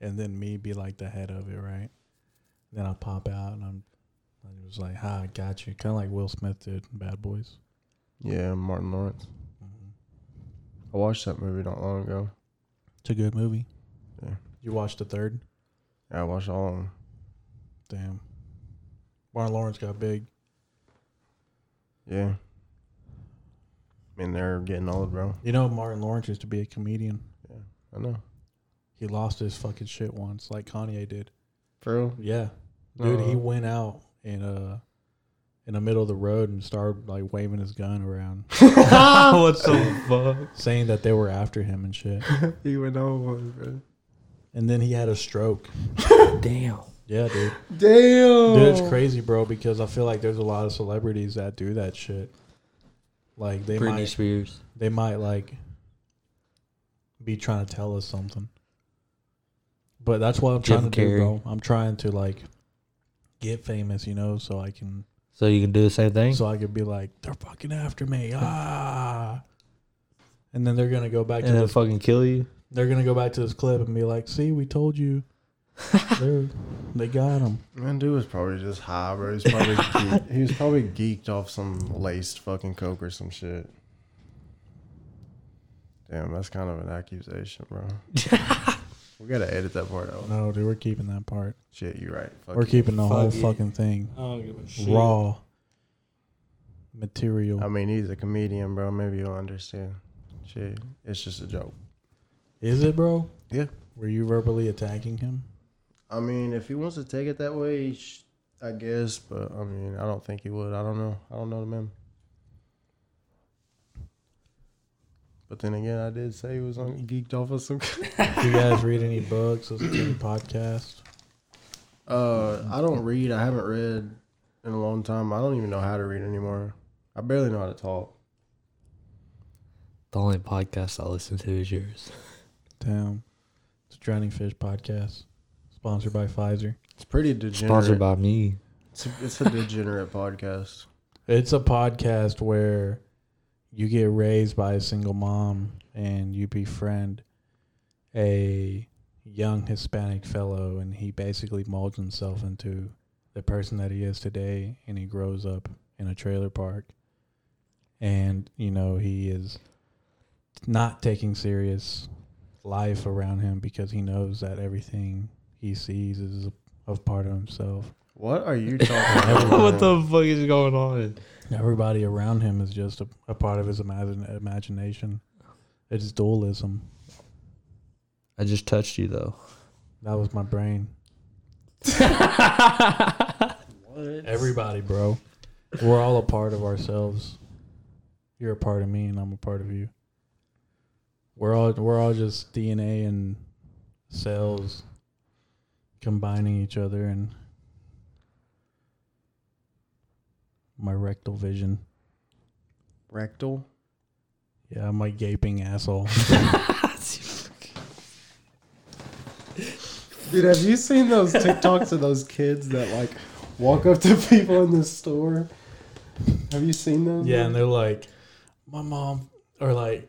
And then me be like the head of it, right? Then I pop out and I'm, I was like, "Hi, I got you." Kind of like Will Smith did in Bad Boys.
Yeah, Martin Lawrence.
Mm-hmm.
I watched that movie not long ago.
It's a good movie.
Yeah.
You watched the third?
Yeah, I watched all of them.
Damn. Martin Lawrence got big.
Yeah. I mean, they're getting old, bro.
You know, Martin Lawrence used to be a comedian.
I know.
He lost his fucking shit once, like Kanye did.
For real?
Yeah, dude,
No.
Uh-huh.
he went out in uh in the middle of the road and started like waving his gun around,
What's the fuck?
saying that they were after him and shit.
he went old, bro.
And then he had a stroke.
Damn.
Yeah, dude.
Damn.
Dude,
Oh.
it's crazy, bro, because I feel like there's a lot of celebrities that do that shit. Like they
Britney
might
Spears.
they might like be trying to tell us something. But that's what I'm
Jim
trying to do,
Carrey.
bro. I'm trying to like get famous, you know, so I can
So you can do the same thing?
so I could be like, they're fucking after me. Ah. And then they're gonna go back to
and then
this
fucking kill you?
they're gonna go back to this clip and be like, see, we told you. They're- they got him.
Man, dude was probably just high, bro. He's probably geeked. he was probably geeked off some laced fucking coke or some shit. Damn, that's kind of an accusation, bro. we gotta edit that part out.
No, dude, we're keeping that part.
Shit, you're right. Fuck
We're
you.
keeping the
Fuck
whole
yeah.
fucking thing
I don't give a shit.
raw material.
I mean, he's a comedian, bro. Maybe you'll understand. Shit, it's just a joke.
Is it, bro?
Yeah.
Were you verbally attacking him?
I mean, if he wants to take it that way, sh- I guess. But I mean, I don't think he would. I don't know. I don't know the man. But then again, I did say he was on geeked off of some.
Do you guys read any books? Listen to any podcasts?
Uh, I don't read. I haven't read in a long time. I don't even know how to read anymore. I barely know how to talk.
The only podcast I listen to is yours.
Damn. It's Drowning Fish Podcast. Sponsored by Pfizer.
It's pretty degenerate.
Sponsored by me.
It's a, it's a degenerate podcast.
It's a podcast where you get raised by a single mom and you befriend a young Hispanic fellow, and he basically molds himself into the person that he is today, and he grows up in a trailer park. And, you know, he is not taking serious life around him because he knows that everything he sees is a part of himself.
What are you talking about?
what
man?
the fuck is going on?
Everybody around him is just a, a part of his imagine, imagination. It's dualism.
I just touched you though.
That was my brain.
What?
Everybody, bro. We're all a part of ourselves. You're a part of me, and I'm a part of you. We're all we're all just DNA and cells combining each other, and my rectal vision.
Rectal.
Yeah, my gaping asshole.
Dude, have you seen those TikToks of those kids that like walk up to people in the store? Have you seen those?
Yeah, and they're like, my mom, or like,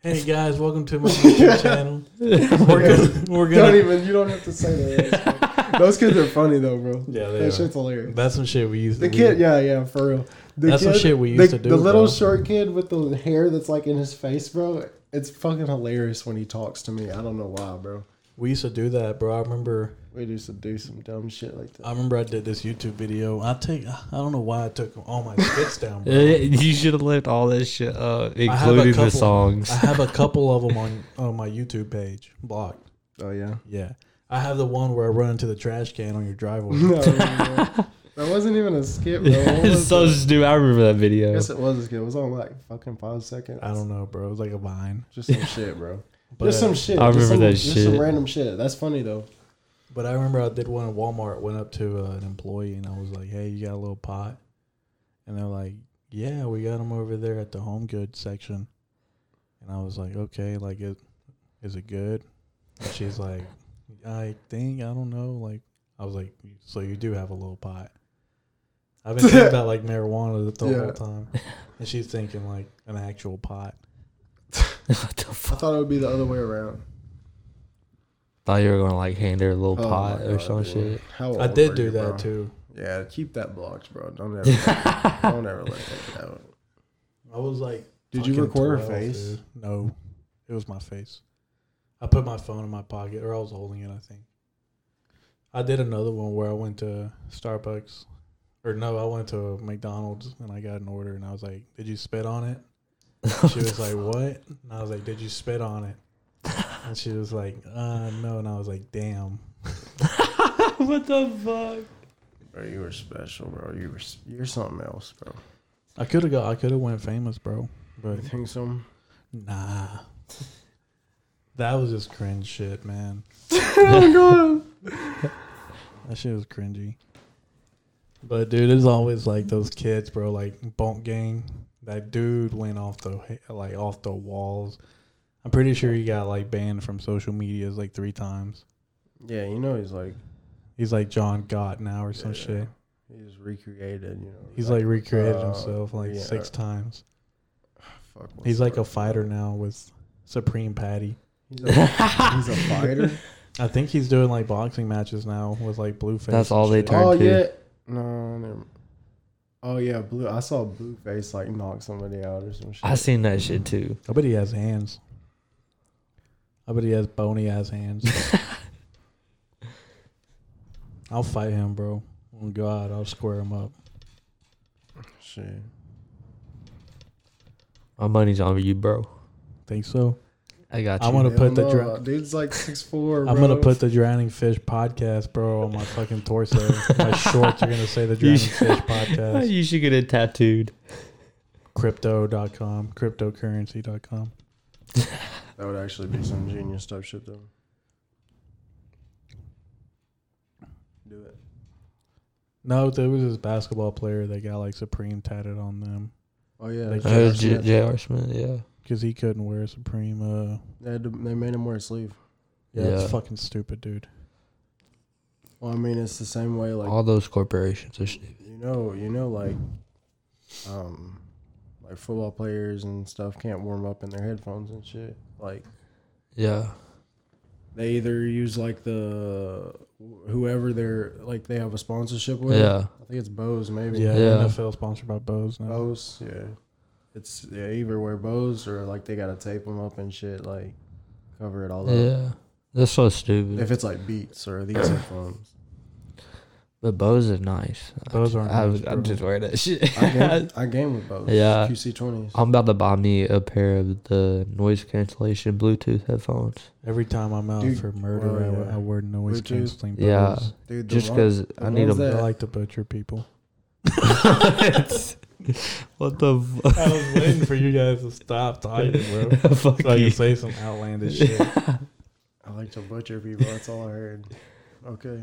hey guys, welcome to my YouTube channel. We're gonna, we're
Don't
gonna.
even. You don't have to say that. those kids are funny though, bro.
Yeah, they
that
are.
shit's hilarious.
That's some shit we used.
The
we-
kid, yeah, yeah, for real. The
That's some
kid-
shit we
the-
used to do,
The little
bro.
short kid with the hair that's like in his face, bro. It's fucking hilarious when he talks to me. I don't know why, bro.
we used to do that, bro. I remember.
We used to do some dumb shit like that.
I remember I did this YouTube video. I take. I don't know why I took all my skits down. Bro.
Uh, you should have left all that shit up,
I have a
including the
couple-
songs.
I have a couple of them on on my YouTube page blocked.
Oh yeah.
Yeah, I have the one where I run into the trash can on your driveway.
No, no, no. that wasn't even a skit, bro. What
it's
was
so
it?
stupid. I remember that video.
Yes, it was a skit. It was on like fucking five seconds.
I don't know, bro. It was like a vine.
Just some shit, bro.
But,
just some shit.
I
just
remember
some,
that
Just some
shit.
random shit. That's funny though.
But I remember I did one at Walmart. Went up to uh, an employee and I was like, "Hey, you got a little pot?" And they're like, "Yeah, we got them over there at the home goods section." And I was like, okay, like it, is it good? And she's like, I think I don't know. Like I was like, so you do have a little pot. I've been thinking about like marijuana the
Yeah.
whole time, and she's thinking like an actual pot.
what the
I
fuck?
thought it would be the other way around.
Thought you were gonna like hand her a little
Oh
pot
my
or
God,
some
dude.
shit.
How
I
old
did
were
do
Oh, you,
that
bro?
too.
Yeah,
Keep that blocked, bro. Don't ever, don't ever let that go.
I was like,
Did you
fucking
record her
12,
face?
dude. No, it was my face. I put my phone in my pocket, or I was holding it. I think. I did another one where I went to Starbucks, or no, I went to McDonald's and I got an order, and I was like, "Did you spit on it?" She was like, "What?" And I was like, "Did you spit on it?" And she was like, "Uh, no." And I was like, "Damn."
what the fuck?
Bro, you were special, bro. You were s- you're something else, bro.
I could have got. I could have went famous, bro. But
You think so?
nah, that was just cringe shit, man. That shit was cringy. But dude, there's always like those kids, bro. Like bunk gang. That dude went off the like off the walls. I'm pretty sure he got like banned from social medias like three times.
Yeah, you know he's like
He's like John Gott now or some
yeah,
shit.
He's recreated, you know.
He's like recreated
uh,
himself like
yeah.
six times.
Fuck, what's
He's like
that?
a fighter now with Supreme Patty.
He's a, he's a fighter.
I think he's doing like boxing matches now with like Blueface.
That's
and
all they
shit.
turn-
oh
to.
yeah, no. Never. Oh yeah, blue. I saw Blueface like knock somebody out or some shit.
I seen that shit too.
I bet he has hands. I bet he has bony ass hands. I'll fight him, bro. Oh God, I'll square him up.
shit.
My money's on you, bro.
Think so?
I got you.
I want to
Hell
put the
no,
dra-
dude's like six four.
I'm gonna put the drowning fish podcast, bro, on my fucking torso. my shorts are gonna say the drowning
You
fish
Uh,
podcast.
you should get it tattooed.
Crypto.com, cryptocurrency.com.
That would actually be some genius type shit though. Do it.
No, there was this basketball player that got like Supreme tatted on them
Oh yeah,
Like,
J.R.
That was Uh, J-
Smith.
J.R. Smith, yeah.
because he couldn't wear Supreme. Uh,
They, had to, they made him wear a sleeve.
yeah,
Yeah.
that's fucking stupid, dude.
Well, I mean, it's the same way like
All those corporations are stupid.
you know, you know, like, um, like football players and stuff can't warm up in their headphones and shit. Like
Yeah.
they either use like the whoever they're like they have a sponsorship with.
Yeah.
I think it's Bose maybe.
Yeah,
Yeah.
NFL sponsored by Bose now.
Bose. Yeah, it's yeah, either wear Bose or like they gotta tape them up and shit, like cover it all up.
Yeah. That's so stupid.
If it's like Beats or these headphones,
but bows are nice.
Bose aren't
I,
nice,
was, I
bro.
just wear that shit.
I game, I game with Bose.
Yeah.
QC twenties.
I'm about to buy me a pair of the noise cancellation Bluetooth headphones.
Every time I'm out
Dude,
for murder,
well,
I w-
yeah.
I, wear noise
Bluetooth.
canceling.
Yeah.
bells.
Dude, the
Just
one-
'cause
the
I need
ones
them.
I
that-
like to butcher people.
what the fuck?
I was waiting for you guys to stop talking, bro.
Fuck
So I
you.
can say some outlandish shit.
I like to butcher people. That's all I heard. Okay.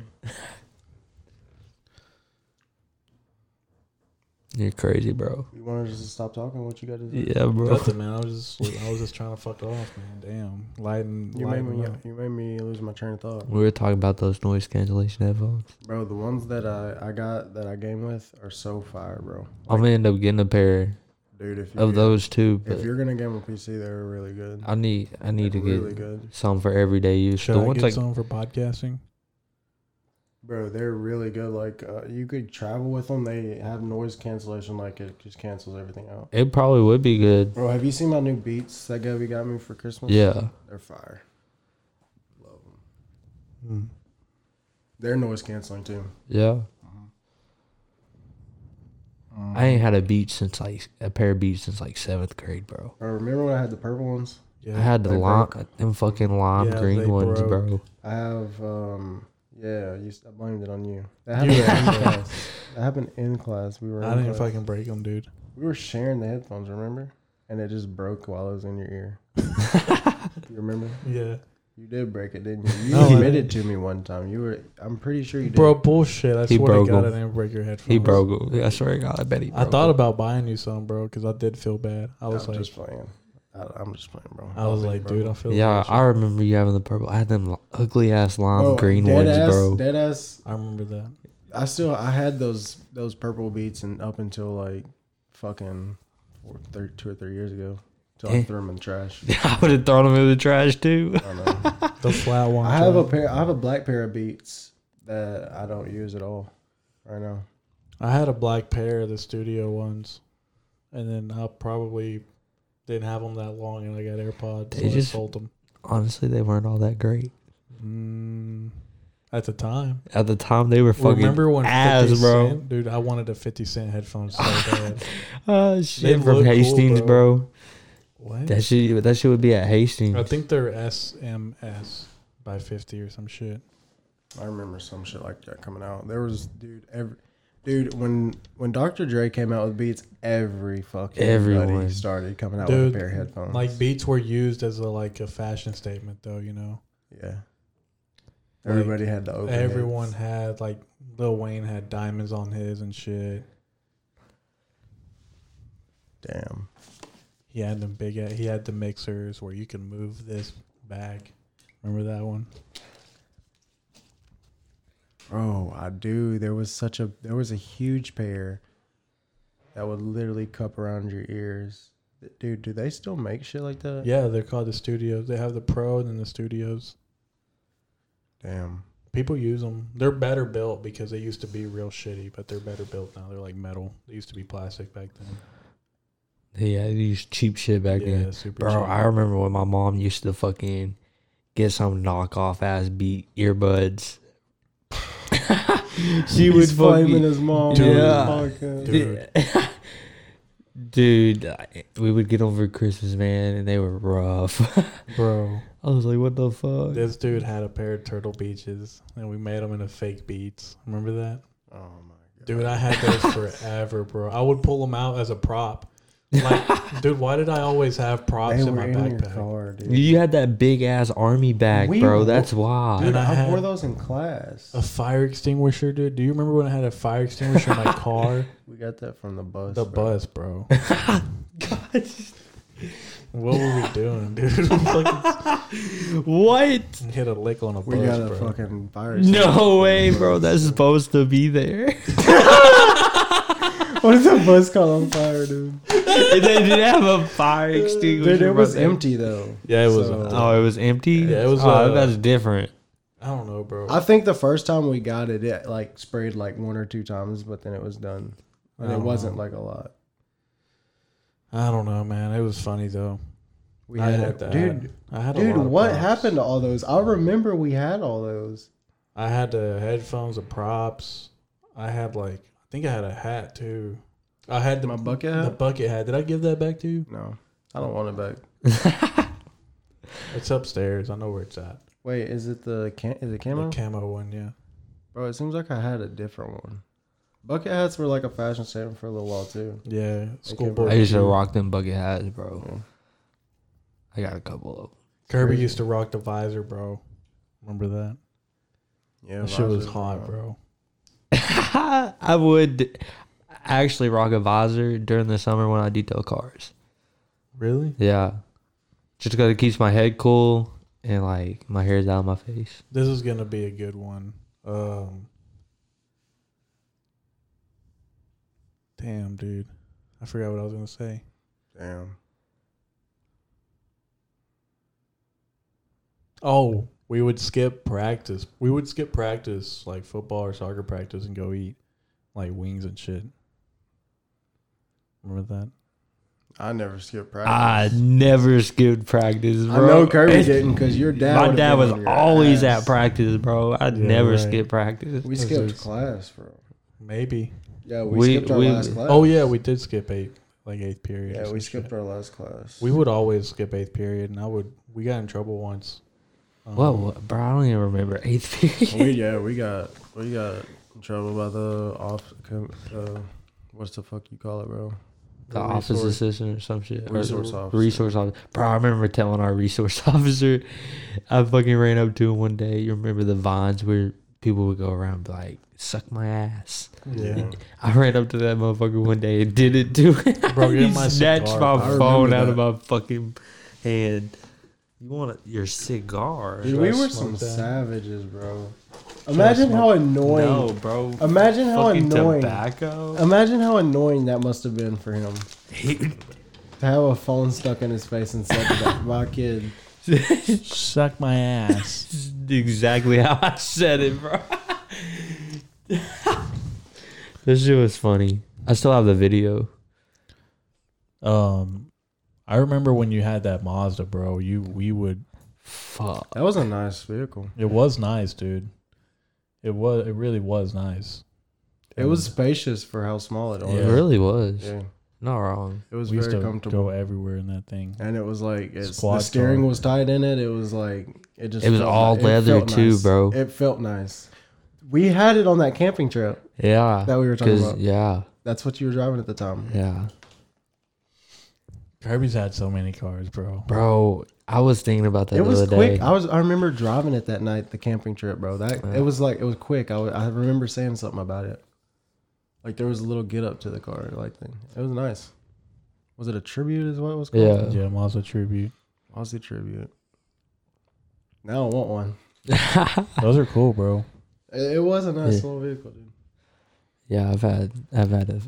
You're crazy, bro.
You want us to stop talking? What you got to do?
Yeah, bro.
Nothing, man. I was just, I was just trying to fuck off, man. Damn, lighten,
You made
lighten
me.
up.
You made me lose my train of thought,
We were talking about those noise cancellation headphones.
bro. The ones that I I got that I game with are so fire, bro.
I'm gonna end up getting a pair
Dude, if you
of those too,
if
but
you're gonna game with PC, they're really good.
I need I need to
They're really
get
good,
some for everyday use.
Should
the
I
ones
get
like
some for podcasting?
bro. They're really good. Like uh, you could travel with them. They have noise cancellation. Like it just cancels everything out.
it probably would be good.
Bro, have you seen my new Beats that Gabby got me for Christmas?
Yeah.
they're fire. Love them.
Mm.
They're noise canceling too.
Yeah. I ain't had a beat since like a pair of beats since like seventh grade, bro.
Bro, remember when I had the purple ones?
Yeah,
I had the
they
lime, them fucking lime
Yeah, they
green ones,
broke.
bro.
I have, um, yeah, you, I blamed it on you. That
You
happened in
were-
class. That happened in class. We were
I
in
didn't
class.
fucking break them, dude.
we were sharing the headphones, remember? And it just broke while it was in your ear. you remember?
Yeah,
You did break it, didn't you? You
No, I
admitted to me one time. You were, I'm pretty sure you did.
bro, bullshit. I
He
swear to
broke
God, I
'em.
didn't break your headphones.
He broke. 'em. I swear to God, I bet he. Broke
I thought
'em.
about buying you some, bro, because I did feel bad. I was
I'm
like,
just playing. I, I'm just playing, bro.
I was like, dude, I feel
Yeah,
like shit.
I remember you having the purple. I had them ugly ass lime
Bro,
green
dead
ones,
ass,
bro.
Dead ass.
I remember that.
I still I had those those purple beats and up until like fucking four, three, two or three years ago. Till I
Eh.
Damn.
threw them in the trash.
I would have thrown them in the trash too.
I don't know.
The flat one.
I have a
too.
pair. I have a black pair of Beats that I don't use at all right now.
I had a black pair of the studio ones, and then I probably didn't have them that long, and I got AirPods.
They
so I
just-
sold them
Honestly, they weren't all that great
mm, at the time.
at the time. They were fucking
Remember when
ass,
50
bro.
Cent- dude? I wanted a Fifty Cent headphones so bad.
Uh, shit from
look cool,
Hastings,
bro.
bro.
what?
That shit. That shit would be at Hastings.
I think they're SMS by fifty or some shit.
I remember some shit like that coming out. There was dude every dude when when Dr. Dre came out with Beats, every fucking
Everyone.
buddy started coming out with
Dude,
a pair of headphones.
Like beats were used as a like a fashion statement, though. You know,
yeah, everybody had the open
everyone
heads.
had like Lil Wayne had diamonds on his and shit.
Damn,
He had them big. He had the mixers where you can move this back. Remember that one?
bro, I do. There was such a there was a huge pair that would literally cup around your ears. Dude, do they still make shit like that?
Yeah, they're called the studios. They have the pro and then the studios.
Damn.
People use them. They're better built because they used to be real shitty, but they're better built now. They're like metal. They used to be plastic back then.
yeah, they used cheap shit back
yeah,
then.
super.
Bro,
cheap.
I remember when my mom used to fucking get some knockoff ass beat earbuds. she would
He's flaming
fucking
his mom. Oh
Dude.
Yeah.
dude. I- we would get over Christmas, man, and they were rough.
bro.
I was like, "What the fuck?"
This dude had a pair of turtle beaches, and we made them into fake beats. Remember that,
Oh my god.
dude? I had those forever, bro. I would pull them out as a prop. Like, dude, why did I always have props
They
in
were
my
in your
backpack?
car, dude.
you had that big ass army bag,
We
bro.
were-
That's why.
Dude,
And
I,
I had-
wore those in class.
A fire extinguisher, dude. Do you remember when I had a fire extinguisher in my car?
We got that from the bus.
The
bro.
bus, bro. What were we doing, dude? We fucking
what?
hit a lick on a
We
bus,
got a
bro.
fucking fire.
No way, bro. That's supposed to be there.
what is a bus call on fire, dude?
they didn't have a fire extinguisher.
Dude, it was
bro.
empty though.
Yeah, it was.
So-
Oh, it was empty.
Yeah, it was,
Oh,
uh,
that's different.
I don't know, bro.
I think the first time we got it, it like sprayed like one or two times, but then it was done, and
I
it
don't
wasn't
know.
like a lot.
I don't know, man. It was funny though.
We
I
had,
had
it-
that.
dude.
I had. a
Dude,
lot of
what
props.
happened to all those? I remember we had all those.
I had the headphones, the props. I had like, I think I had a hat too. I had the,
My bucket
the
hat?
bucket hat. Did I give that back to you?
No, I don't want it back.
It's upstairs. I know where it's at.
Wait, is it the can? Is it camo?
The camo one, yeah.
Bro, it seems like I had a different one. Bucket hats were like a fashion statement for a little while too.
Yeah, school
came
board.
I used to
too.
rock them bucket hats, bro.
Oh.
Yeah.
I got a couple of.
Kirby
crazy.
used to rock the visor, bro. Remember that?
Yeah,
That shit was hot, bro.
I would actually rock a visor during the summer when I detail cars.
Really?
Yeah, just because it keeps my head cool and like my hair's out of my face.
This is gonna be a good one. Um, damn, dude, I forgot what I was gonna say.
Damn.
Oh, we would skip practice. We would skip practice, like football or soccer practice, and go eat like wings and shit. Remember that?
I never skipped
I
practice.
never skipped practice,
I,
Ah, bro.
know Kirby
It's-
didn't because your dad.
My
would've
dad
been
was
on your
always
ass.
at practice, bro. I never
right.
skipped practice.
We
Those
skipped
dudes.
class, bro.
Maybe.
Yeah, we,
We-
skipped our
we-
last class.
Oh yeah, we did skip eight, like eighth period. or
Yeah,
some
we
shit.
skipped our last class.
We would always skip eighth period, and I would. We got in trouble once. Um,
What, what, bro? I don't even remember eighth period.
We- yeah, we got we got in trouble by the off. com- Uh, what's the fuck you call it, bro?
the office assistant or some shit. or
Resource officer.
Resource officer. Bro, I remember telling our resource officer, I fucking ran up to him one day. You remember the vines we were people would go around and be like, "Suck my ass."
Yeah.
I ran up to that motherfucker one day and did it too.
Bro,
he
get my
snatched
cigar.
my
I
phone
remember
out of
that.
my fucking hand. You want your cigar?
Dude, we
I
were some
smoke that?
savages, bro. Imagine how annoying.
No, bro.
Imagine how
fucking
annoying.
tobacco.
Imagine how annoying that must have been for him to have a phone stuck in his face and said, that, "My kid."
Suck my ass.
exactly how I said it, bro. this shit was funny. I still have the video.
um, I remember when you had that Mazda, bro. You we would.
Fuck.
That was a nice vehicle.
It was nice, dude. It was. It really was nice.
It was spacious for how small it was.
It really was.
Yeah.
Not wrong.
It was
We used
very
to
comfortable.
go everywhere in that thing.
And it was like it's,
Squad
the steering
car.
was tight in it. It was like it just.
It was
felt
all
ni-
leather
felt
too,
nice.
bro.
It felt nice. We had it on that camping trip.
Yeah.
That we were talking
'Cause-
about.
Yeah.
That's what you were driving at the time.
Yeah.
Kirby's had so many cars, bro.
Bro, I was thinking about that
It
the
was
other
quick.
day.
I was. I remember driving it that night, the camping trip, bro. That it was like it was quick. I, wa- I remember saying something about it. Like there was a little get up to the car, like thing. It was nice. Was it a tribute? Is what it was called?
Yeah.
Yeah, Mazda tribute.
Aussie tribute. Now I want one.
Those are cool, bro.
It, it was a nice
Yeah.
little vehicle, dude.
yeah, I've had I've had a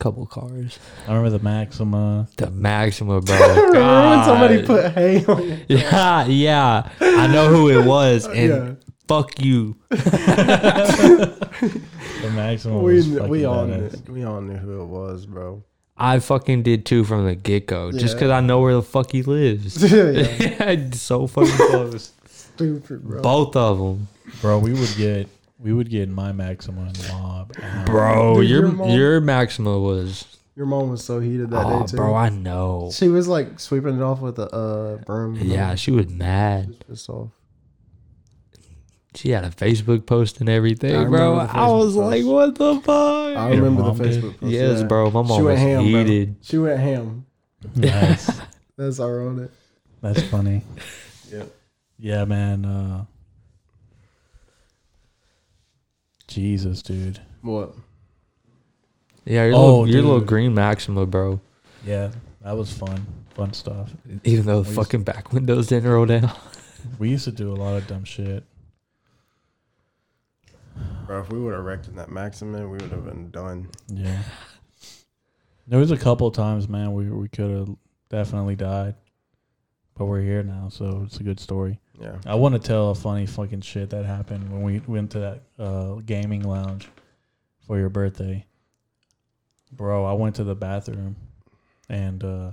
couple cars.
I remember the Maxima.
The Maxima, bro.
Remember when somebody
God.
put hay on it?
Yeah, yeah. I know who it was, and
Yeah.
fuck you.
The Maxima.
We,
was
we
fucking
all knew,
badass.
we all knew who it was, bro.
I fucking did too from the get go, just
Yeah.
because I know where the fuck he lives.
Yeah,
so fucking close.
Stupid, bro.
Both of them,
Bro, we would get we would get my Maxima and mob. Oh, out.
bro.
Dude, your
your
mom-
your Maxima was,
Your mom was so heated that
oh,
day too.
bro. I know.
she was like sweeping it off with a uh, broom.
Yeah, she was mad.
Pissed off.
She had a Facebook post and everything,
I remember
bro.
the
I was
Facebook
like,
post.
what the fuck?
I
Your
remember the
mom did?
Facebook. Post,
yes,
yeah.
bro. My
She
mom
went
was
ham,
heated.
bro. She went ham.
nice.
That's our own it.
That's funny.
Yeah.
Yeah, man. Uh, Jesus, dude.
What?
Yeah, your,
Oh,
little, your little
dude.
green Maxima, bro.
Yeah, that was fun. Fun stuff.
Even
Oh,
though the
Please.
fucking back windows didn't roll down.
We used to do a lot of dumb shit.
Bro, if we would have wrecked in that Maximin, we would have been done.
Yeah. There was a couple times, man, we we could have definitely died. But we're here now, so it's a good story.
Yeah.
I want to tell a funny fucking shit that happened when we went to that uh, gaming lounge for your birthday. Bro, I went to the bathroom and uh,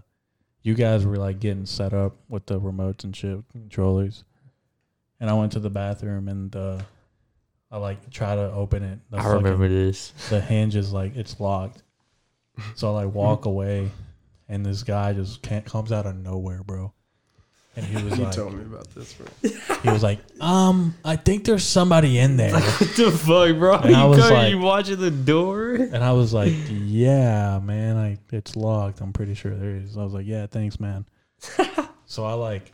you guys were like getting set up with the remotes and shit, controllers. And I went to the bathroom and uh, I like try to open it. The
I
fucking-
remember this.
the hinge is like it's locked. So I like walk away, and this guy just can't, comes out of nowhere, bro. And he was
You
like,
told me about this, bro.
he was like, um, I think there's somebody in there.
What the fuck, bro?
And I was like-
watching the door?
And I was like, yeah, man, I it's locked. I'm pretty sure there is. I was like, yeah, thanks, man. so I like,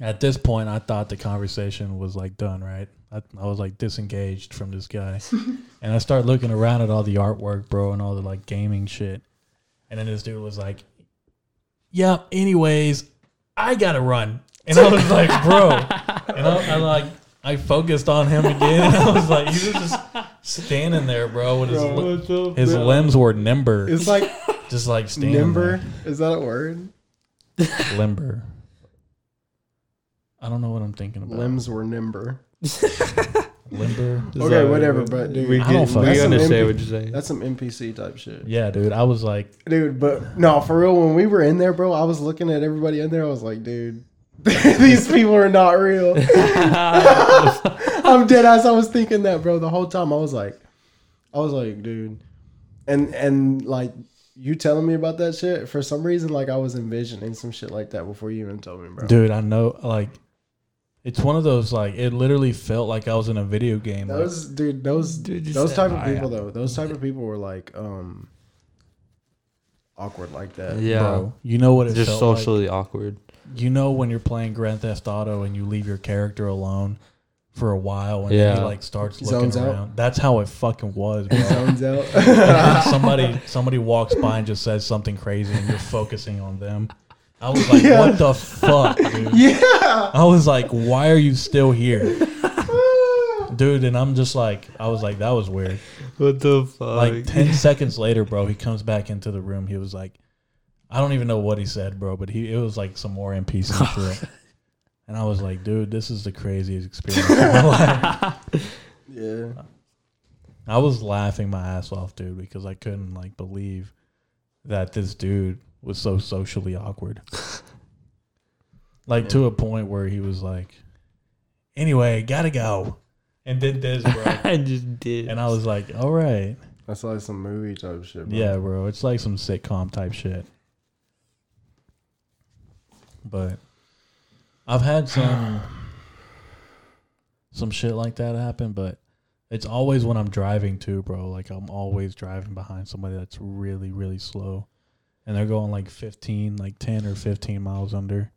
at this point, I thought the conversation was like done, right? I, I was like disengaged from this guy, and I start looking around at all the artwork, bro, and all the like gaming shit. And then this dude was like, yeah. Anyways, I gotta run, and I was like, bro, and I, I like. I focused on him again. And I was like, he was just standing there, bro, with his li- his limbs were nimber,
It's like
just like standing
nimber. Is that a word?
there. Limber. I don't know what I'm thinking about.
Limbs were nimber.
Limber.
Okay, whatever, but dude,
We,
I don't
get,
fucking-
we
That's
some
understand
MP
what you're saying.
That's some NPC type shit,
Yeah, dude. I was like,
dude. But no, for real, when we were in there, bro, I was looking at everybody in there. I was like, dude, these people are not real. I'm dead ass. I was thinking that, bro, the whole time. I was like, I was like, dude, and and like you telling me about that shit for some reason, like I was envisioning some shit like that before you even told me, bro.
dude, I know, like, it's one of those like it literally felt like I was in a video game. like,
Those dude, those
Dude, just
those
that
type of
eye
people
out.
though, those type of people were like um awkward like that.
yeah.
bro, you know what it
Just
felt like?
socially awkward.
You know when you're playing Grand Theft Auto and you leave your character alone for a while and then
Yeah.
he like starts looking
Zones out.
around. That's how it fucking was, bro.
Zones out.
somebody somebody walks by and just says something crazy and you're focusing on them. I was like, what the fuck, dude?
yeah.
I was like, why are you still here? Dude, and I'm just like, I was like, that was weird.
What the fuck?
Like 10 seconds later, bro, he comes back into the room. He was like, I don't even know what he said, bro, but he it was like some more NPC shit. And I was like, dude, this is the craziest experience of my life.
Yeah.
I was laughing my ass off, dude, because I couldn't like believe that this dude was so socially awkward. like to a point where he was like, "Anyway, gotta go," and did this, bro.
I just did.
and I was like, "All right,
That's like some movie type shit. Bro.
yeah, bro. It's like some sitcom type shit." But I've had some some shit like that happen, but it's always when I'm driving too, bro. Like I'm always driving behind somebody that's really, really slow, and they're going like 15, like 10 or 15 miles under.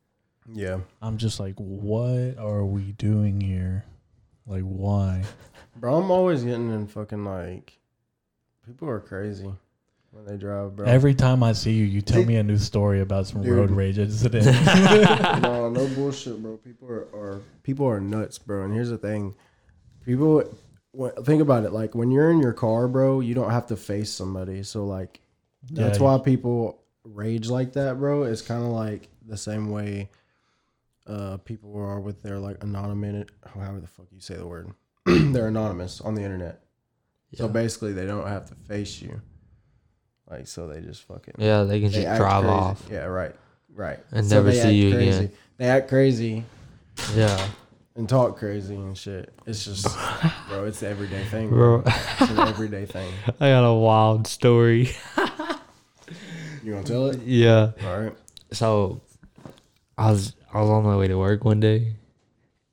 yeah,
I'm just like, what are we doing here? Like, why?
bro. I'm always getting in fucking like people are crazy when they drive, bro.
Every time I see you, you tell me a new story about some
Dude.
road rage incident.
no, no bullshit, bro. People are, are people are nuts, bro. And here's the thing, people when, think about it. Like when you're in your car, bro, you don't have to face somebody. So like, that's
Yeah.
why people rage like that, bro. It's kind of like the same way uh, people are with their like anonymous, however the fuck you say the word. They're anonymous on the internet. So
Yeah.
basically, they don't have to face you. Like, so they just fucking
yeah, they can just
act
drive
crazy.
off.
Yeah, right, right.
And never
they
see
act
you
crazy.
again.
They act crazy
Yeah,
and talk crazy and shit. It's just, bro, it's the everyday thing. Bro.
bro.
It's an everyday thing.
I got a wild story.
You gonna tell it?
yeah.
All right.
So I was I was on my way to work one day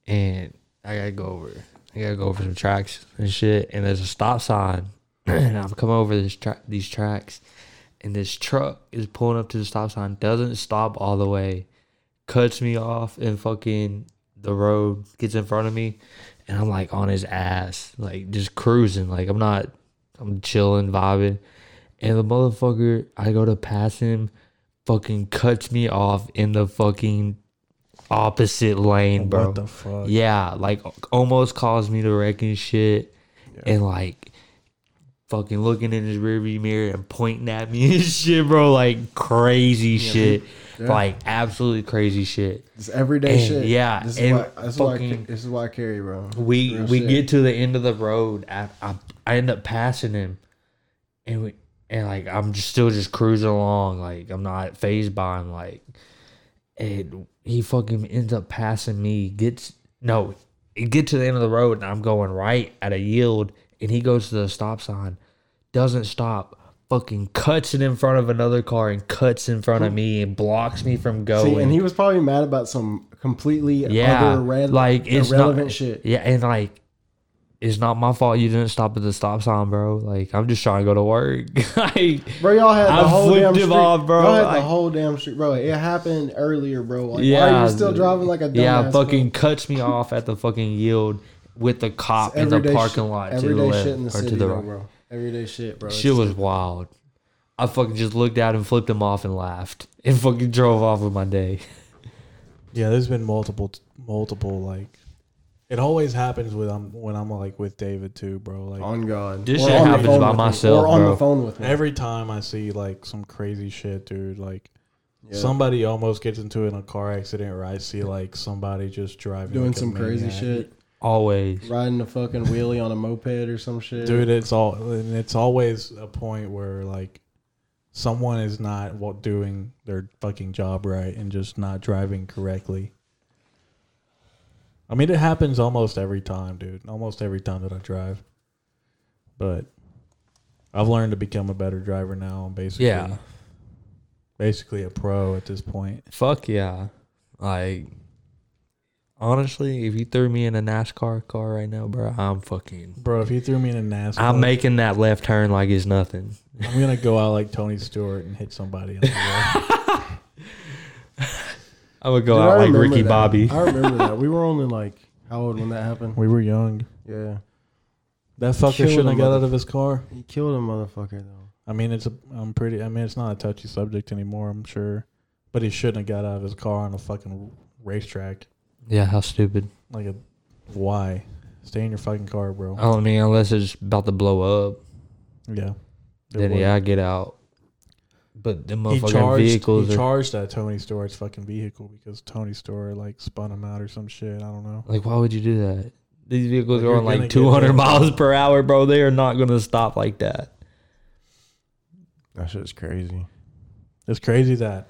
and I gotta go over I gotta go over some tracks and shit and there's a stop sign and I've come over this tra- these tracks and this truck is pulling up to the stop sign, doesn't stop all the way, cuts me off and fucking the road gets in front of me and I'm like on his ass, like just cruising. Like I'm not I'm chilling, vibing. And the motherfucker, I go to pass him, fucking cuts me off in the fucking opposite lane, bro.
what the fuck?
Yeah, like almost caused me to wreck and shit, and like fucking looking in his rearview mirror and pointing at me and shit, bro. Like crazy shit, like absolutely crazy shit.
It's everyday
And,
shit.
yeah,
This is,
and
why, this, is why I, ca-
fucking-
this is why I carry, bro.
We
Real
we
shit.
get to the end of the road. I, I I end up passing him, and we and like I'm just still just cruising along. Like I'm not phased by him. Like, and he fucking ends up passing me. Gets no, it get to the end of the road, and I'm going right at a yield, and he goes to the stop sign, doesn't stop. Fucking cuts it in front of another car and cuts in front of me and blocks me from going.
See, and he was probably mad about some completely
Yeah,
other red,
like it's
irrelevant
not,
shit.
Yeah, and like it's not my fault you didn't stop at the stop sign, bro. Like I'm just trying to go to work. like
Bro, y'all had the
I
whole
flipped
damn
him
street.
off, bro.
Y'all had
Like-
the whole damn street, bro. It happened earlier, bro. Like,
yeah,
why are you still driving like a dumbass?
yeah,
bro?
fucking cuts me off at the fucking yield with the cop in the
Everyday
parking
shit-
lot to the
everyday
left
shit in the
or
city,
to the
though,
right.
bro. Everyday shit, bro.
Shit was wild. I fucking just looked at him, flipped him off, and laughed, and fucking drove off with my day.
Yeah, there's been multiple, multiple like. It always happens with I'm when I'm like with David too, bro. Like
on God.
This
Or
shit
on the
happens
phone
by
with me.
myself,
Or on
bro.
the phone with me.
every time I see like some crazy shit, dude. Like somebody almost gets into it in a car accident, or I see like somebody just driving,
doing
like, a
some crazy
maniac.
shit,
Always.
riding a fucking wheelie on a moped or some shit.
dude. It's all and it's always a point where like someone is not wa- doing their fucking job right and just not driving correctly. I mean, it happens almost every time, dude. Almost every time that I drive, but I've learned to become a better driver now. I'm basically,
Yeah.
basically a pro at this point.
Fuck yeah. Like honestly, if you threw me in a NASCAR car right now, bro, I'm fucking
Bro, if you threw me in a NASCAR,
I'm making that left turn like it's nothing.
I'm gonna go out like Tony Stewart and hit somebody. On the road.
I'm gonna go
Dude, I
out like
remember
Ricky
that.
Bobby.
I remember that. We were only like How old when that happened?
We were young.
Yeah,
That fucker
Killed
shouldn't
him,
have got
mother-
out of his car.
he killed a motherfucker though.
I mean, it's a. I'm pretty. I mean, it's not a touchy subject anymore. I'm sure, but he shouldn't have got out of his car on a fucking racetrack.
Yeah, how stupid.
Like a why? Stay in your fucking car, bro.
I mean, unless it's about to blow up,
Yeah. It
then
was.
yeah, I get out. But the
He
motherfucking
charged.
vehicles
he
are
charged that Tony Stewart's fucking vehicle because Tony Stewart like spun him out or some shit. I don't know.
like, why would you do that? These
Like,
vehicles are
you're
on
gonna
like
get
200
hit.
miles per hour, bro. They are not going to stop like that.
That shit's crazy.
It's crazy that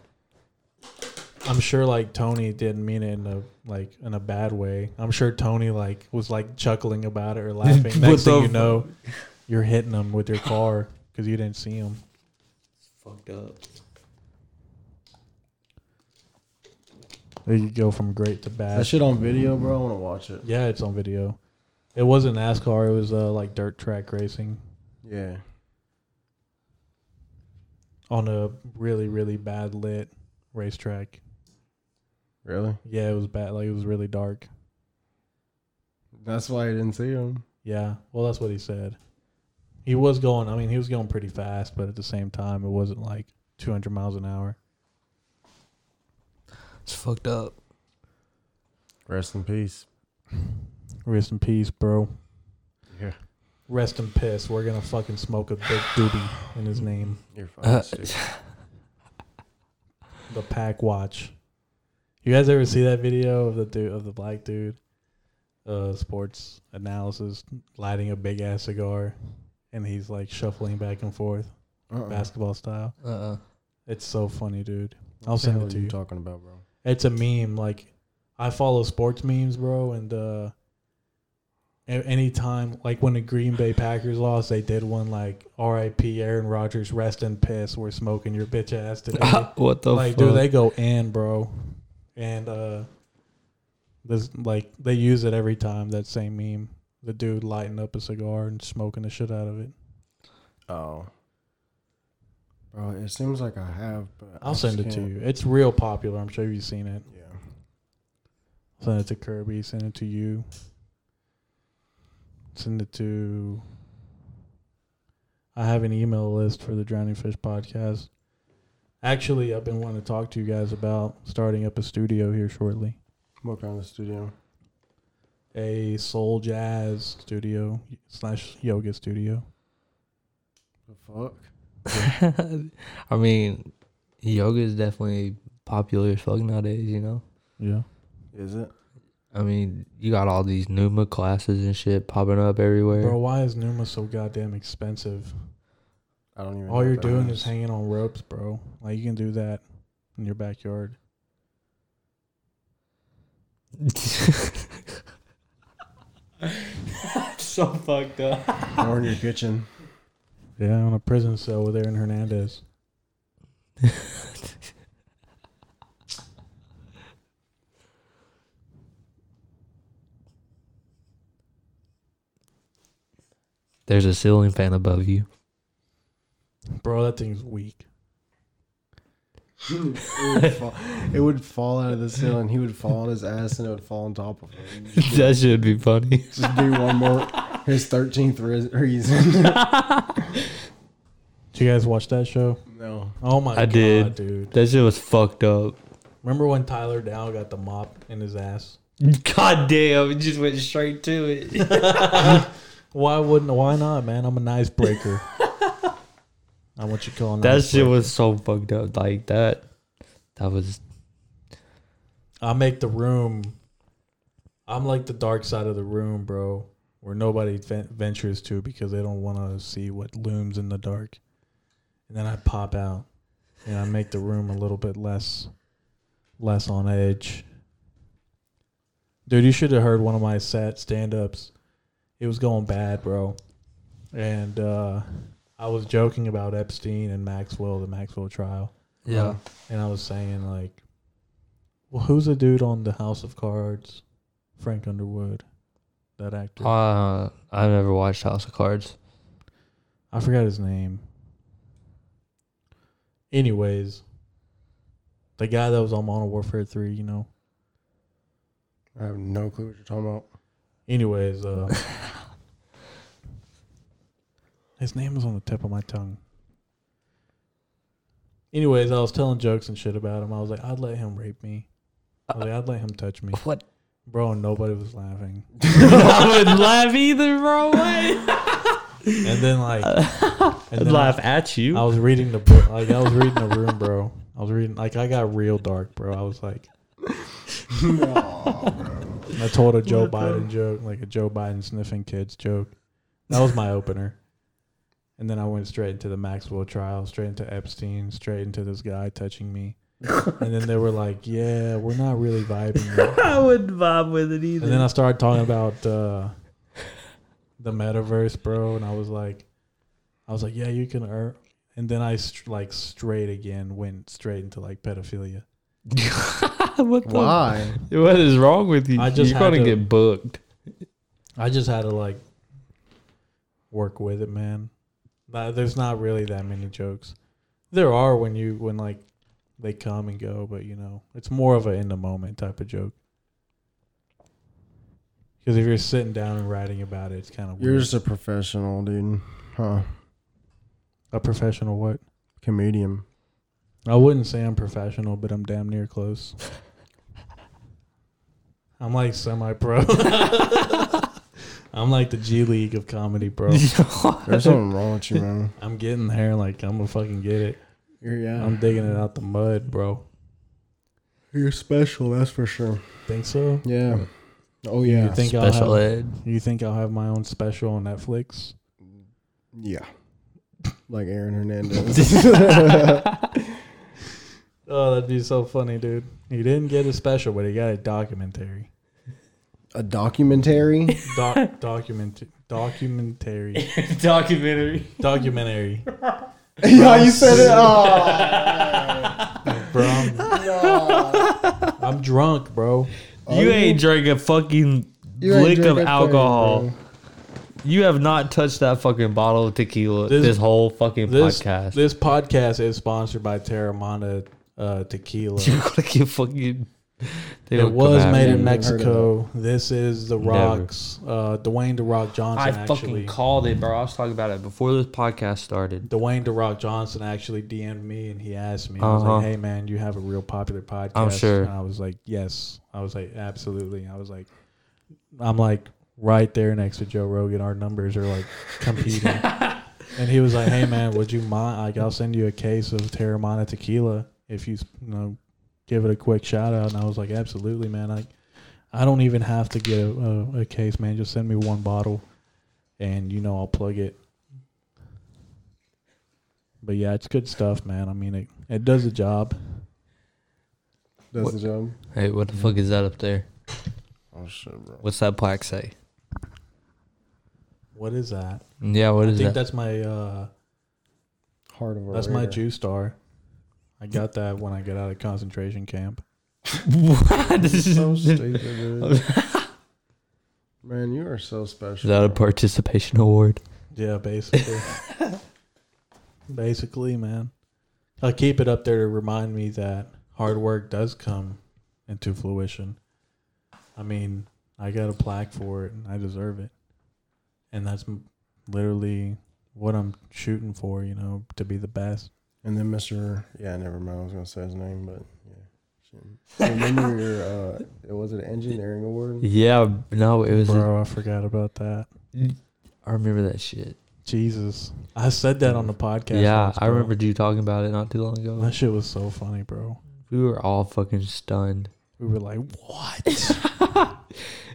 I'm sure like Tony didn't mean it in a like in a bad way. I'm sure Tony like was like chuckling about it or laughing.
What
Next
the
thing you
fu-
know, you're hitting him with your car because you didn't see him.
Fucked up.
You go from great to bad.
That shit on video, bro. I want to watch it.
yeah, it's on video. It wasn't NASCAR. It was uh, like dirt track racing
Yeah,
on a really really bad lit racetrack.
really?
Yeah, it was bad. Like it was really dark.
That's why I didn't see him.
Yeah. Well, that's what he said. He was going, I mean, he was going pretty fast, but at the same time, it wasn't like 200 miles an hour.
It's fucked up.
Rest in peace.
Rest in peace, bro.
Yeah,
Rest in piss. We're going to fucking smoke a big doobie in his name.
you're fucking
Uh,
stupid.
The pack watch. You guys ever see that video of the dude, of the black dude, uh, sports analysis, lighting a big ass cigar, and he's like shuffling back and forth,
Uh-uh.
basketball style?
Uh-uh.
It's so funny, dude.
What
I'll
the
send
hell
it
are
to
you
you.
talking about, bro?
it's a meme. Like I follow sports memes, bro, and uh a- anytime like when the Green Bay Packers lost, they did one like R.I.P. Aaron Rodgers, rest in piss. We're smoking your bitch ass today.
what the
like,
fuck?
dude, they go in, bro, and uh this like they use it every time. That same meme. The dude lighting up a cigar and smoking the shit out of it.
Oh, bro. It seems like I have, but I
I'll send
just
it to
can't-
you. It's real popular. I'm sure you've seen it.
Yeah.
Send it to Kirby. Send it to you. Send it to. I have an email list for the Drowning Fish podcast. Actually, I've been wanting to talk to you guys about starting up a studio here shortly.
What kind of studio?
A soul jazz studio slash yoga studio.
The fuck?
I mean, yoga is definitely popular as fuck nowadays, you know?
Yeah.
Is it?
I mean, you got all these Numa classes and shit popping up everywhere.
Bro, why is Numa so goddamn expensive?
I don't even. know
All you're
what that
doing is hanging on ropes, bro. Like, you can do that in your backyard.
so fucked up.
or in your kitchen.
Yeah, on a prison cell over there in Hernandez.
There's a ceiling fan above you.
Bro, that thing's weak.
it, would fall, it would fall out of the ceiling. He would fall on his ass, and it would fall on top of him. Just,
that should be funny.
just do one more. His thirteenth reason.
Did you guys watch that show?
no.
Oh my
I
god,
did.
dude.
That shit was fucked up.
Remember when Tyler Dow got the mop in his ass?
God damn, it just went straight to it.
Why wouldn't why not, man? I'm a nice breaker. I want you calling
that shit was so fucked up. Like that that was
I make the room I'm like the dark side of the room, bro, where nobody ven- ventures to because they don't want to see what looms in the dark. And then I pop out and I make the room a little bit less less on edge. Dude, you should have heard one of my set stand ups. It was going bad, bro. And uh, I was joking about Epstein and Maxwell, the Maxwell trial.
Yeah.
And I was saying, like, well, who's the dude on the House of Cards? Frank Underwood, that actor.
Uh, I never watched House of Cards.
I forgot his name. Anyways, the guy that was on Modern Warfare 3, you know,
I have no clue what you're talking about.
Anyways, uh, his name is on the tip of my tongue. Anyways, I was telling jokes and shit about him. I was like, I'd let him rape me. I was like, I'd let him touch me,
What?
bro. And nobody was laughing.
I wouldn't laugh either, bro. What?
And then like, and
I'd
then
laugh at you.
I was reading the book. Like I was reading the room, bro. I was reading. Like I got real dark, bro. I was like, And I told a Joe Biden joke, like a Joe Biden sniffing kids joke. That was my opener. And then I went straight into the Maxwell trial, straight into Epstein, straight into this guy touching me. and then they were like, "Yeah, we're not really vibing." yet."
I wouldn't vibe with it either.
And then I started talking about uh, the metaverse, bro, and I was like, I was like, yeah, you can earn. And then I str like straight again went straight into like pedophilia.
what, the-
Why?
what is wrong with you?
I just
You're
had to-
gonna get booked.
I just had to like work with it, man. Nah, There's not really that many jokes. There are when you when like they come and go, but you know it's more of a in the moment type of joke. Because if you're sitting down and writing about it, it's kind of
You're
weird.
just a professional, dude. Huh?
a professional what?
Comedian.
I wouldn't say I'm professional, but I'm damn near close. I'm like semi pro. I'm like the G League of comedy, bro.
There's something wrong with you, man.
I'm getting there. Like, I'm gonna fucking get it.
You're, yeah.
I'm digging it out the mud, bro.
You're special, that's for sure.
Think so?
Yeah. Oh
You
yeah.
think I'll
Special
have,
ed.
You think I'll have my own special on Netflix?
yeah. Like Aaron Hernandez.
Oh, that'd be so funny, dude. He didn't get a special, but he got a documentary.
a documentary.
Doc, document, documentary,
Documentary.
documentary.
yeah, you said it. Oh.
Bro, I'm, I'm drunk, bro.
You ain't drank a fucking
You ain't
lick
drink
of
a thing,
alcohol.
bro.
you have not touched that fucking bottle of tequila this,
This-
whole fucking
This
podcast.
this podcast is sponsored by Terramana uh, Tequila.
You're gonna get fucking. they
It
don't
was
come
made
after
in
you.
Never heard of
Mexico. This is the Rock's uh, Dwayne the Rock
I
Johnson. actually,
fucking called it, bro. I was talking about it before this podcast started.
Dwayne the Rock Johnson actually DM'd me and he asked me. I was
Uh-huh.
like, "Hey man, you have a real popular podcast."
I'm sure.
And I was like, "Yes." I was like, "Absolutely." I was like, "I'm like right there next to Joe Rogan. Our numbers are like competing." and he was like, "Hey man, would you mind? Like, I'll send you a case of Terramana tequila if you you know give it a quick shout out." And I was like, "Absolutely, man. I I don't even have to get a, a, a case, man. Just send me one bottle, and you know I'll plug it." But yeah, it's good stuff, man. I mean, it, it does the job.
Does the job.
Hey, what the fuck is that up there?
Oh shit, bro.
What's that plaque say?
What is that?
Yeah, what
I
is
think
that?
that's my uh,
Heart of a
that's my
raider.
Jew star. I got that when I got out of concentration camp.
what? Is,
So stupid, dude. Man, you are so special.
that a
bro.
participation award?
Yeah, basically. basically, man. I keep it up there to remind me that hard work does come into fruition. I mean, I got a plaque for it and I deserve it. And that's m- literally what I'm shooting for, you know, to be the best.
And then Mr. Yeah, never mind. I was gonna say his name, but yeah. Shit. Remember your uh, it was an engineering award.
Yeah, no, it was.
Bro, I forgot about that.
I remember that shit.
Jesus. I said that on the podcast.
yeah,
once,
I
bro.
remembered you talking about it not too long ago.
That shit was so funny, bro.
We were all fucking stunned.
We were like, what?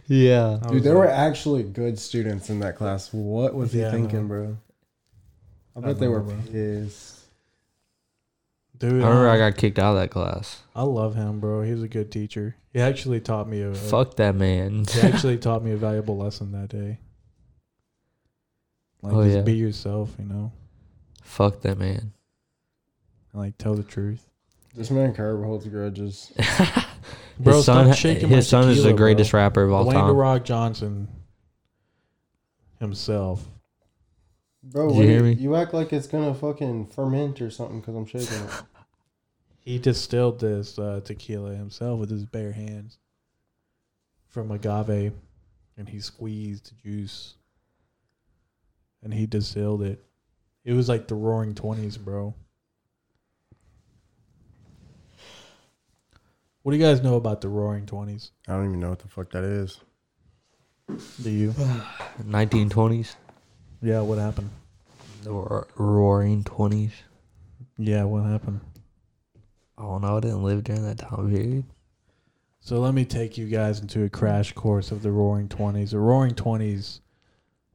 Yeah.
I
Dude,
was
there were
like,
actually good students in that class. What was
Yeah, I
he thinking,
know.
bro? I
I
bet they
know,
were
bro.
pissed.
I
Dude,
remember
I,
I got kicked out of that class.
I love him, bro. He's a good teacher. He actually taught me a, a-
Fuck that man.
he actually taught me a valuable lesson that day. Like
Oh,
just
yeah.
be yourself, you know,
Fuck that man.
and like tell the truth.
This man Curb holds grudges.
Bro,
his
stop
son,
shaking
his
my
son is the
tequila, bro.
greatest rapper of all
Dwayne The
time.
Rock Johnson himself.
Bro,
You
what do
hear me?
you act like it's gonna fucking ferment or something because I'm shaking it.
He distilled this uh, tequila himself with his bare hands. from agave, and he squeezed the juice, and he distilled it. It was like the Roaring Twenties, bro. What do you guys know about the Roaring Twenties?
I don't even know what the fuck that is.
Do you?
1920s,
Yeah, what happened?
the ro- roaring 20s.
Yeah, what happened?
I don't know. I didn't live during that time period.
So let me take you guys into a crash course of the Roaring Twenties. The Roaring Twenties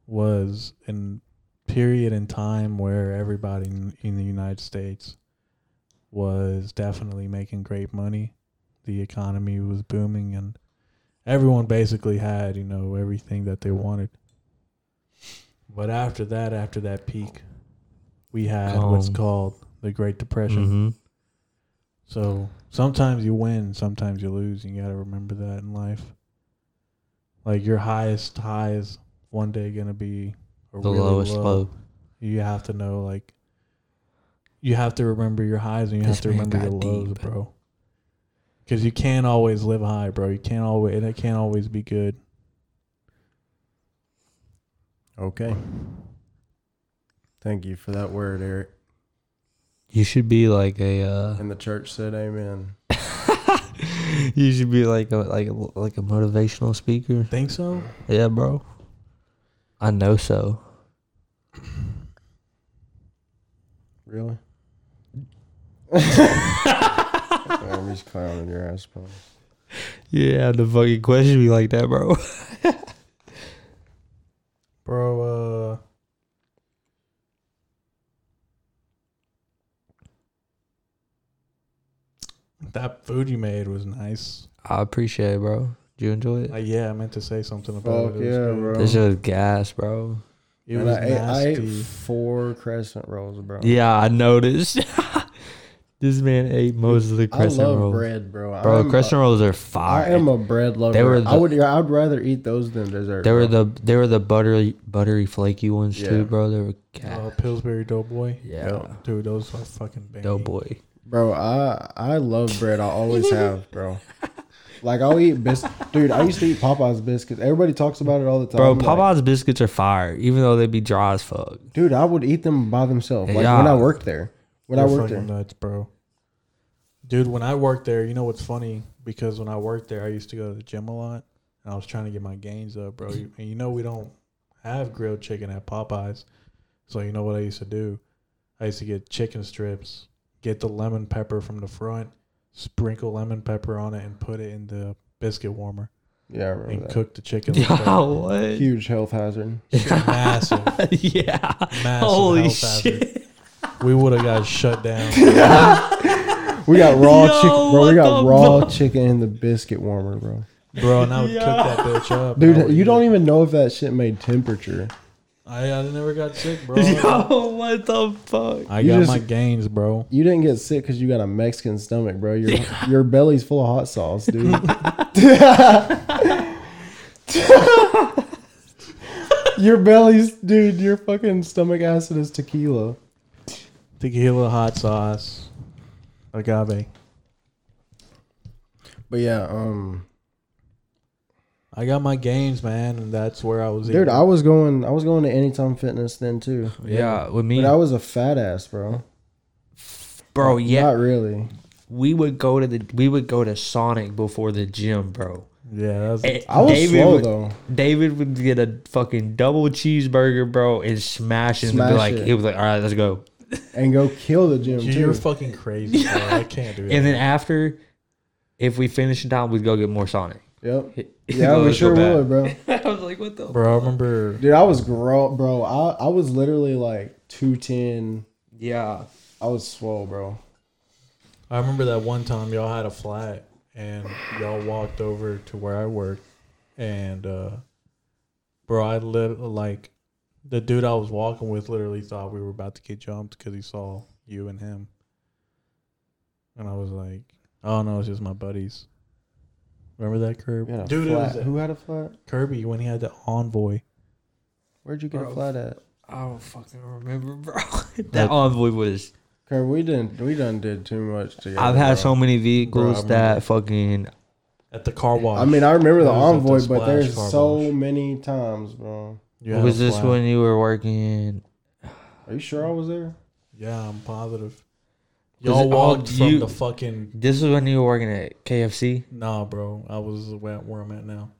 was an period in time where everybody in, in the United States was definitely making great money. The economy was booming, and everyone basically had you know everything that they wanted. But after that, after that peak, we had what's
Um,
called the Great Depression.
Mm-hmm.
So sometimes you win, sometimes you lose. And you got to remember that in life. Like your highest high is one day going to be a
The
really
lowest
low.
low.
You have to know, like, you have to remember your highs and you
This
have to
man
remember your
got
lows,
deep.
bro. Because you can't always live high, bro. You can't always, and it can't always be good.
Okay. Thank you for that word, Eric.
You should be like a. Uh,
And the church said, "Amen."
you should be like a like a, like a motivational speaker.
Think so?
Yeah, bro. I know so.
Really? I'm just clowning your ass, bro.
Yeah, the fucking question be like that, bro.
Bro, uh, that food you made was nice.
I appreciate it, bro. Did you enjoy it?
Uh, yeah, I meant to say something about
Fuck
it. It was
yeah,
good.
bro.
This shit was gas, bro.
It
And
was
I, ate, I ate
nasty.
four crescent rolls, bro.
Yeah, I noticed. this man ate most of the
I
crescent
love
rolls.
bread, bro.
Bro,
I'm uh, a-
crescent rolls are
I
fire.
am a bread lover.
They were
I
the-
would. I would rather eat those than dessert.
they were
bro.
the they were the buttery buttery flaky ones
Yeah. Oh,
too, bro. They were gas.
Uh, Pillsbury Doughboy.
yeah.
Dude, those are fucking banging.
Doughboy.
Bro, I I love bread. I always have, bro. Like I'll eat bis dude. I used to eat Popeyes biscuits. Everybody talks about it all the time.
Bro,
Like,
Popeye's biscuits are fire, even though they be dry as fuck.
dude, I would eat them by themselves. Like
Yeah.
when I worked there. When I
They're
worked there,
fucking nuts, bro. Dude, when I worked there, you know what's funny? Because when I worked there, I used to go to the gym a lot, and I was trying to get my gains up, bro. You- And you know we don't have grilled chicken at Popeyes, so you know what I used to do? I used to get chicken strips, get the lemon pepper from the front, sprinkle lemon pepper on it, and put it in the biscuit warmer,
yeah, I remember
and
that.
cook the chicken. like that.
Yeah, what?
Huge health hazard.
Shit, massive,
yeah.
massive.
Holy
health hazard.
shit.
We would have got shut down.
We got raw
Yo,
chicken, bro.
what
We got
the
raw
fuck?
chicken in the biscuit warmer, bro.
bro, and I would cook that bitch up. and I
Dude,
would
you
eat
don't
it.
even know if that shit made temperature.
I, I never got sick, bro.
Yo,
Oh,
what the fuck?
I
You
got
just-
my gains, bro.
You didn't get sick because you got a Mexican stomach, bro. Your your belly's full of hot sauce, dude. your belly's, dude. Your fucking stomach acid is tequila.
Tequila, hot sauce, agave.
But yeah, um,
I got my gains, man, and that's where I was.
dude, I was going, I was going to Anytime Fitness then too,
Yeah, with me,
but I was a fat ass, bro.
bro. Yeah,
Not really.
we would go to the we would go to Sonic before the gym, bro.
yeah, that was,
And
I was slow
would,
though.
David would get a fucking double cheeseburger, bro, and smash it and
Smash
be like,
it.
he was like, all right, let's go.
and go kill the gym
you're
too.
fucking crazy. Bro. I can't do
And
that.
then after, if we finish in time, we'd go get more Sonic.
yep. Yeah, we
Let's go
sure
back.
would, bro.
I was like, what the?
Bro, I remember.
Dude, I was grow, bro. I, I was literally like two ten.
Yeah.
I was swole, bro.
I remember that one time y'all had a flat, and y'all walked over to where I work, and uh, bro, I lit like the dude I was walking with literally thought we were about to get jumped because he saw you and him, and I was like, "Oh no, it's just my buddies." Remember that Kirby?
You had a
dude,
flat.
it was
Who had a flat?
Kirby when he had the envoy.
Where'd you get
Bro.
a flat at?
I don't fucking remember, bro. that envoy was.
Cause we didn't, we done did too much together.
I've
bro.
had so many vehicles
Bro, I
that fucking
at the car wash.
I mean, I remember the
It was at the
envoy, but
Splash
there's
car
so
wash.
many times, bro.
You had
was
a
this
flat.
when you were working?
Are you sure I was there?
Yeah, I'm positive.
Was
Y'all
it all
walked from
you-
the fucking
This was when you were working at KFC.
nah, bro. I was where, where I'm at now.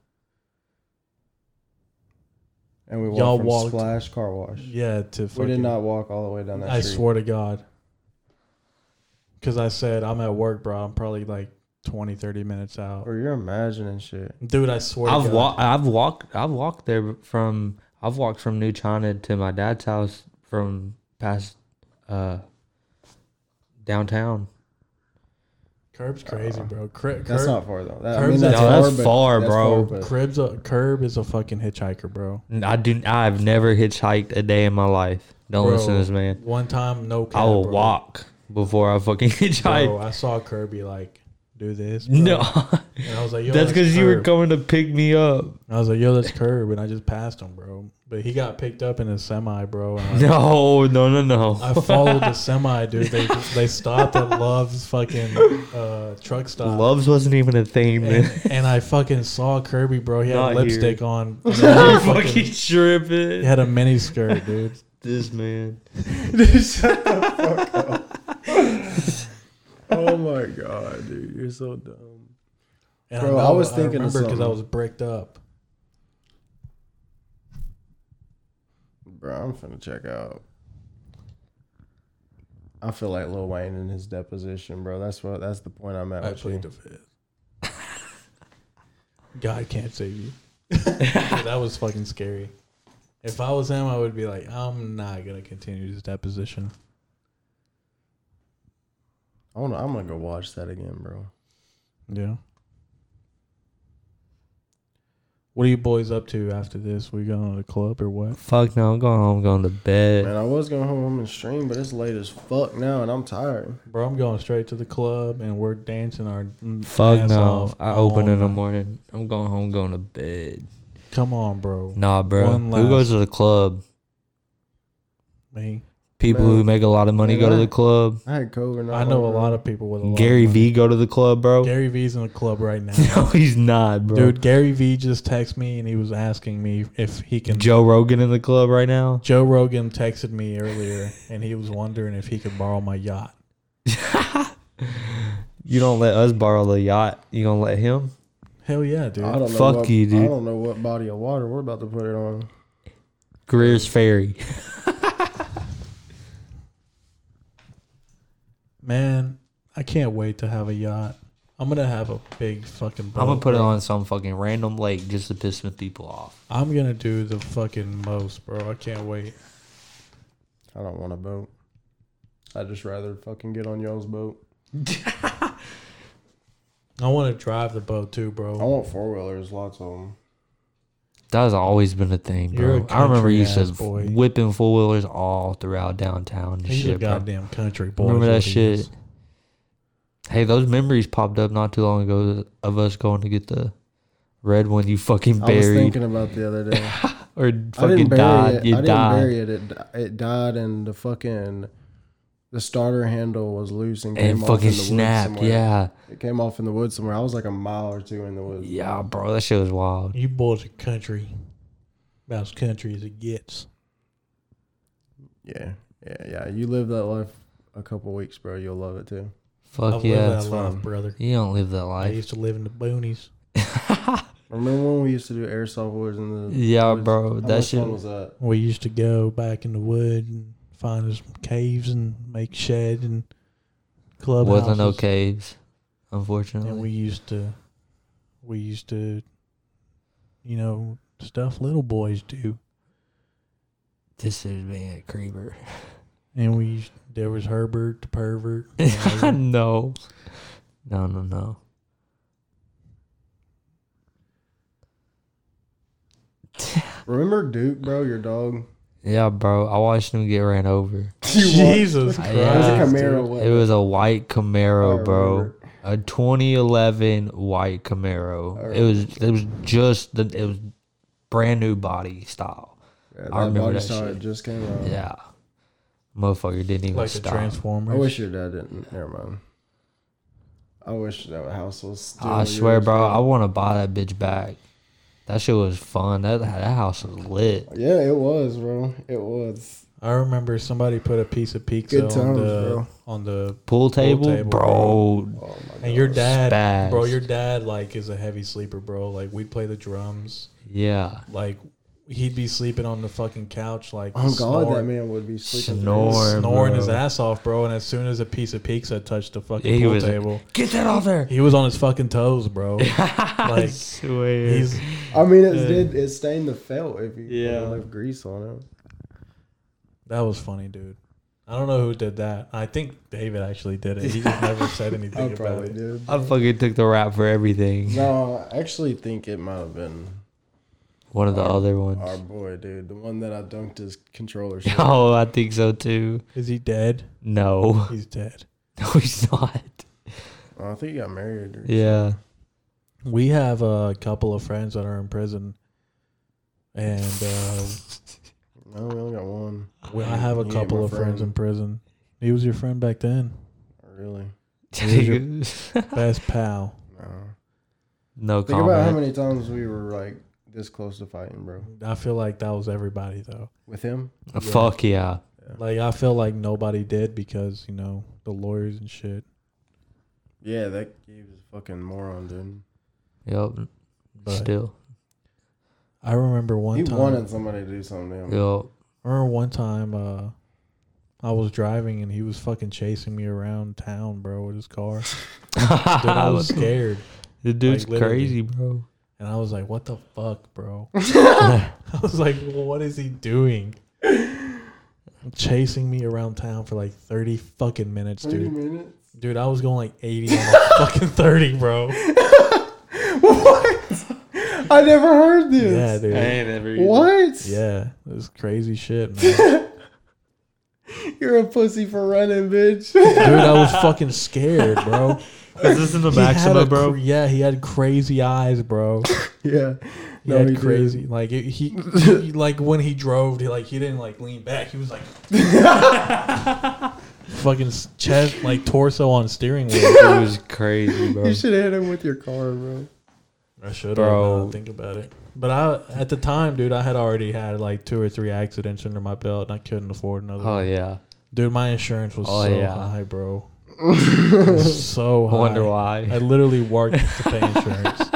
And we walked
Y'all
from
walked-
Splash Car Wash.
Yeah, to fucking.
we did not walk all the way down that
I
street.
swear to God. Because I said I'm at work, bro. I'm probably like 20, 30 minutes out.
Or you're imagining shit.
Dude, I swear. to
I've
God.
walked. I've walked. I've walked there from. I've walked from New China to my dad's house from past uh, downtown.
Curb's crazy, bro. Cri-
Uh-uh. That's
Curb,
not far though. That, I
Curbs
mean,
is-
that's,
No,
far,
that's
but-
far,
that's
bro.
far, but-
Crib's a, Curb is a fucking hitchhiker, bro.
I do. I've never hitchhiked a day in my life. Don't
Bro,
listen to this man.
One time, no cab.
I will
bro.
walk before I fucking hitchhike.
Bro, I saw Kirby like do this. bro.
no,
And I was like, yo,
that's because you were
Curb.
coming to pick me up.
And I was like, yo, that's Curb. And I just passed him, bro. But he got picked up in a semi, bro. And I,
No, no, no, no.
I followed the semi, dude. They they stopped at Love's fucking uh, truck stop.
Loves wasn't even a thing, man.
and, and I fucking saw Kirby, bro. He had
Not here.
lipstick on. And then
You're
he fucking-
fucking tripping.
he had a mini skirt, dude.
This man.
oh my god, dude, you're so dumb.
And
Bro, I was thinking of
because I
something.
was bricked up.
Bro, I'm finna check out. I feel like Lil Wayne in his deposition, bro. That's what. That's the point I'm at.
I
with
plead the
you.
fifth. God can't save you. Dude, that was fucking scary. If I was him, I would be like, I'm not gonna continue this deposition.
I wanna, I'm gonna go watch that again, bro.
Yeah. What are you boys up to after this? We going to the club or what?
Fuck no, I'm going home, going to bed.
Man, I was going home and stream, but it's late as fuck now, and I'm tired.
Bro, I'm going straight to the club and we're dancing our mm,
Fuck
ass
no.
off.
I open
Come
in the
on.
morning. I'm going home, going to bed.
Come on, bro.
Nah, bro.
One
Who goes to the club?
Me.
People
Man.
who make a lot of money
Man,
go to
I-
the club.
I had COVID. and
I
all,
know a
bro.
lot of people with a lot
Gary
of money.
V go to the club, bro.
Gary V's in the club right now.
No, he's not, bro.
Dude, Gary V just texted me and he was asking me if he can.
Joe Rogan in the club right now.
Joe Rogan texted me earlier and he was wondering if he could borrow my yacht.
You don't let us borrow the yacht. You gonna let him?
Hell yeah, dude.
I don't know
Fuck
what,
you, dude.
I don't know what body of water we're about to put it on.
Greer's Ferry.
Man, I can't wait to have a yacht. I'm gonna have a big fucking boat.
I'm gonna put it on some fucking random lake just to piss some people off.
I'm gonna do the fucking most, bro. I can't wait.
I don't want a boat. I'd just rather fucking get on y'all's boat.
I want to drive the boat too,
I
bro.
want four wheelers, lots of them.
That has always been a thing,
You're a
bro. I remember you
country-ass
said
boy.
whipping four wheelers all throughout downtown and
He's a
shit, bro.
goddamn country boy.
Remember
is
that
what he is.
shit? Hey, those memories popped up not too long ago of us going to get the red one you fucking
I was
buried
thinking about the other day.
or
I didn't
fucking
bury
died.
it.
You
I
died.
didn't bury it. it. di- It died, and the fucking the starter handle was loose and came
and
off in
fucking
the woods
snapped.
somewhere.
Yeah.
it came off in the woods somewhere. I was like a mile or two in the woods.
Yeah, bro. That shit was wild.
You boys are country. About as country as it gets.
yeah, yeah, yeah. You live that life a couple weeks, bro. You'll love it too.
I
Fuck
live
yeah.
that
it's
life,
fun.
brother.
You don't live that
I
life.
used to live in the boonies.
Remember when we used to do airsoft wars in the
Yeah,
woods?
bro.
How
That
much
shit.
fun was that?
We used to go back in the wood and find us caves and make shed and clubhouses.
wasn't no caves,
And
unfortunately.
we used to, we used to, you know, stuff little boys do.
this is being a creeper.
And we used, there was Herbert the pervert. and
no, no, no, no.
Remember Duke, bro? Your dog.
Yeah, bro. I watched him get ran over.
Jesus
I-
Christ!
yeah.
It was a
Yes,
Camaro.
dude.
wasn't
It was a white Camaro,
I
bro.
remember.
A 2011 white Camaro. It was. It was just the. It was brand new body style.
Yeah, that
I remember
body
that
style
shit.
just came out.
Yeah. Motherfucker didn't even
like the
stop.
Transformers.
I wish your dad didn't. Never mind. I wish that house was. Still
I swear,
yours,
bro, I want to buy that bitch back. That shit was fun. That that house was lit.
Yeah, it was, bro. It was.
I remember somebody put a piece of pizza
Good
on
times,
the
bro.
on the
Pool table,
table,
bro.
Oh my
and your dad, bro,
Spazzed.
your dad like is a heavy sleeper, bro. Like we play the drums,
Yeah,
like he'd be sleeping on the fucking couch, like
Oh god, that
snoring-
man would be sleeping.
Snore.
snoring his
bro.
ass off, bro. And as soon as a piece of pizza touched the fucking
He
pool
was-
table,
get that off there.
he was on his fucking toes, bro.
I
like
swear.
he's
I mean, it did. It stained the felt if you
Yeah.
yeah. left grease on it.
that was funny, dude. I don't know who did that. I think David actually did it. He just never said
I
anything about
probably
it.
did.
I fucking took the rap for everything.
No, I actually think it might have been
One of the
Our-
other ones.
our boy, dude. The one that I dunked his controller. shit.
Oh, I think so too.
Is he dead?
No,
He's dead.
no, he's not.
Oh, I think he got married. Or
Yeah,
We have a couple of friends that are in prison, and uh,
No, we only got one.
we, I have a
You ain't
couple
my
of friends
friend.
in prison. He was your friend back then,
Really?
best pal.
No.
no
Think about how
comment.
many times we were like this close to fighting, bro.
I feel like that was everybody though.
With him?
Uh, Fuck yeah.
Like I feel like nobody did because you know the lawyers and shit.
Yeah, that gave was a fucking moron, dude.
Yep.
But
Still.
I remember one
he
time.
wanted somebody to do something to him.
Yep.
I remember one time uh, I was driving and he was fucking chasing me around town, bro, with his car. Dude, I was scared.
the dude's
like, literally.
crazy, bro.
And I was like, what the fuck, bro? I was like, well, what is he doing? Chasing me around town for like 30 fucking minutes, dude.
minutes?
Dude, I was going like 80 on the fucking 30, bro.
What? I never heard
Yeah,
this.
dude.
what?
Yeah, it was crazy shit, man.
You're a pussy for running, bitch.
Dude, I was fucking scared, bro.
Is this in the
He had a cr- yeah, he had crazy eyes, bro.
yeah.
He had
did.
crazy. Like it, he, he- like when he drove, he like he didn't like lean back. He was like fucking s- chest, like torso on steering wheel.
it was crazy, bro.
You should have hit him with your car, bro.
I should
Bro.
bro. Think about it. But I, at the time, dude, I had already had like two or three accidents under my belt, and I couldn't afford another.
Oh yeah.
Dude, my insurance was
Oh,
so
yeah.
high, bro. It was so
I
high.
wonder
I
why.
literally worked to pay insurance.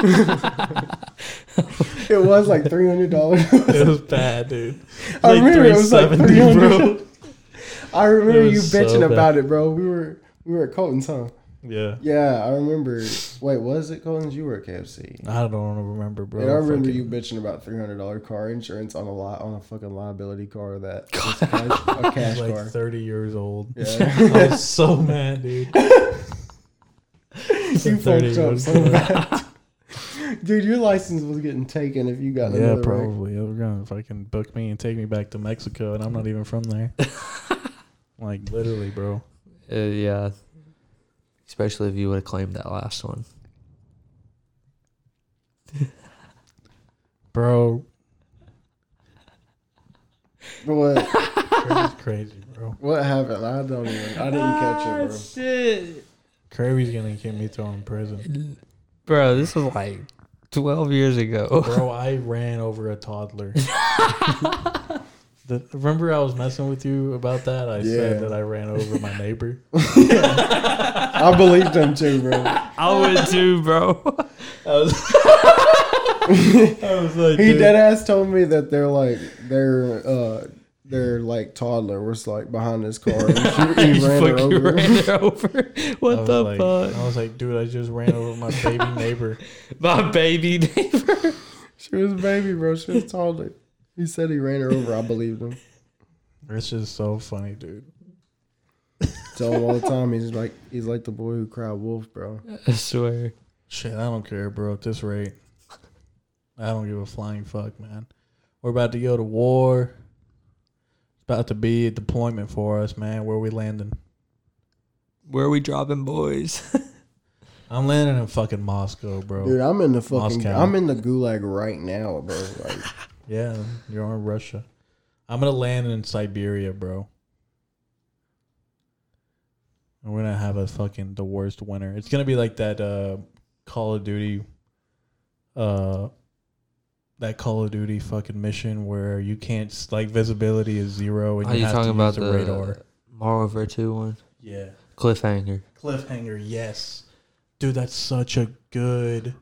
It was like three hundred dollars.
it was bad, dude.
I remember it was like
370,
300. I remember
It
you
was so
bitching
bad.
about it, bro. We were we were at Colton's, huh?
Yeah.
Yeah, I remember. Wait, was it Colton's? You were at KFC.
I don't remember, bro.
and I remember
Fucking-
you bitching about three hundred dollar car insurance on a lot on a fucking liability car that was a cash, a cash
like
car.
30 years old.
Yeah,
I was so mad, dude.
you
30
fucked up
was
so
good.
bad, dude. Your license was getting taken if you got in
Yeah,
another wreck.
probably. They were gonna fucking book me and take me back to Mexico, and I'm not even from there. like literally, bro.
Uh, yeah. Especially if you would have claimed that last one.
Bro,
But what
Kirby's crazy, bro.
what happened? I don't even. I didn't catch it, bro.
Shit.
Kirby's gonna get me thrown in prison,
Bro, this was like twelve years ago.
bro. I ran over a toddler. The, remember, I was messing with you about that. I
Yeah.
said that I ran over my neighbor.
I believed them too, bro.
I would too, bro.
I was like,
He
dude,
dead ass told me that they're like they're uh they're like toddler was like behind his car and she, he
You
ran her
fucking
over.
ran her over.
I
What
was
the
like-
fuck?
I was like, dude, I just ran over my baby neighbor.
My baby neighbor.
She was a baby, bro. She was toddler. He said he ran her over. I believed him.
It's just so funny, dude.
Tell him all the time. He's like he's like the boy who cried wolf, bro.
I swear.
Shit, I don't care, bro. At this rate, I don't give a flying fuck, man. We're about to go to war. It's about to be a deployment for us, man. Where we landing?
Where are we dropping boys?
I'm landing in fucking Moscow, bro.
Dude, I'm in the fucking
Moscow.
I'm in the gulag right now, bro. Like
Yeah, you're on Russia. I'm gonna land in Siberia, bro. And we're gonna have a fucking the worst winter. It's gonna be like that uh Call of Duty uh that Call of Duty fucking mission where you can't s- like visibility is zero and
Are
you,
you
have
talking
to use
about
the,
the
radar.
Marvel Over 2 one?
Yeah.
Cliffhanger.
Cliffhanger, yes. Dude, that's such a good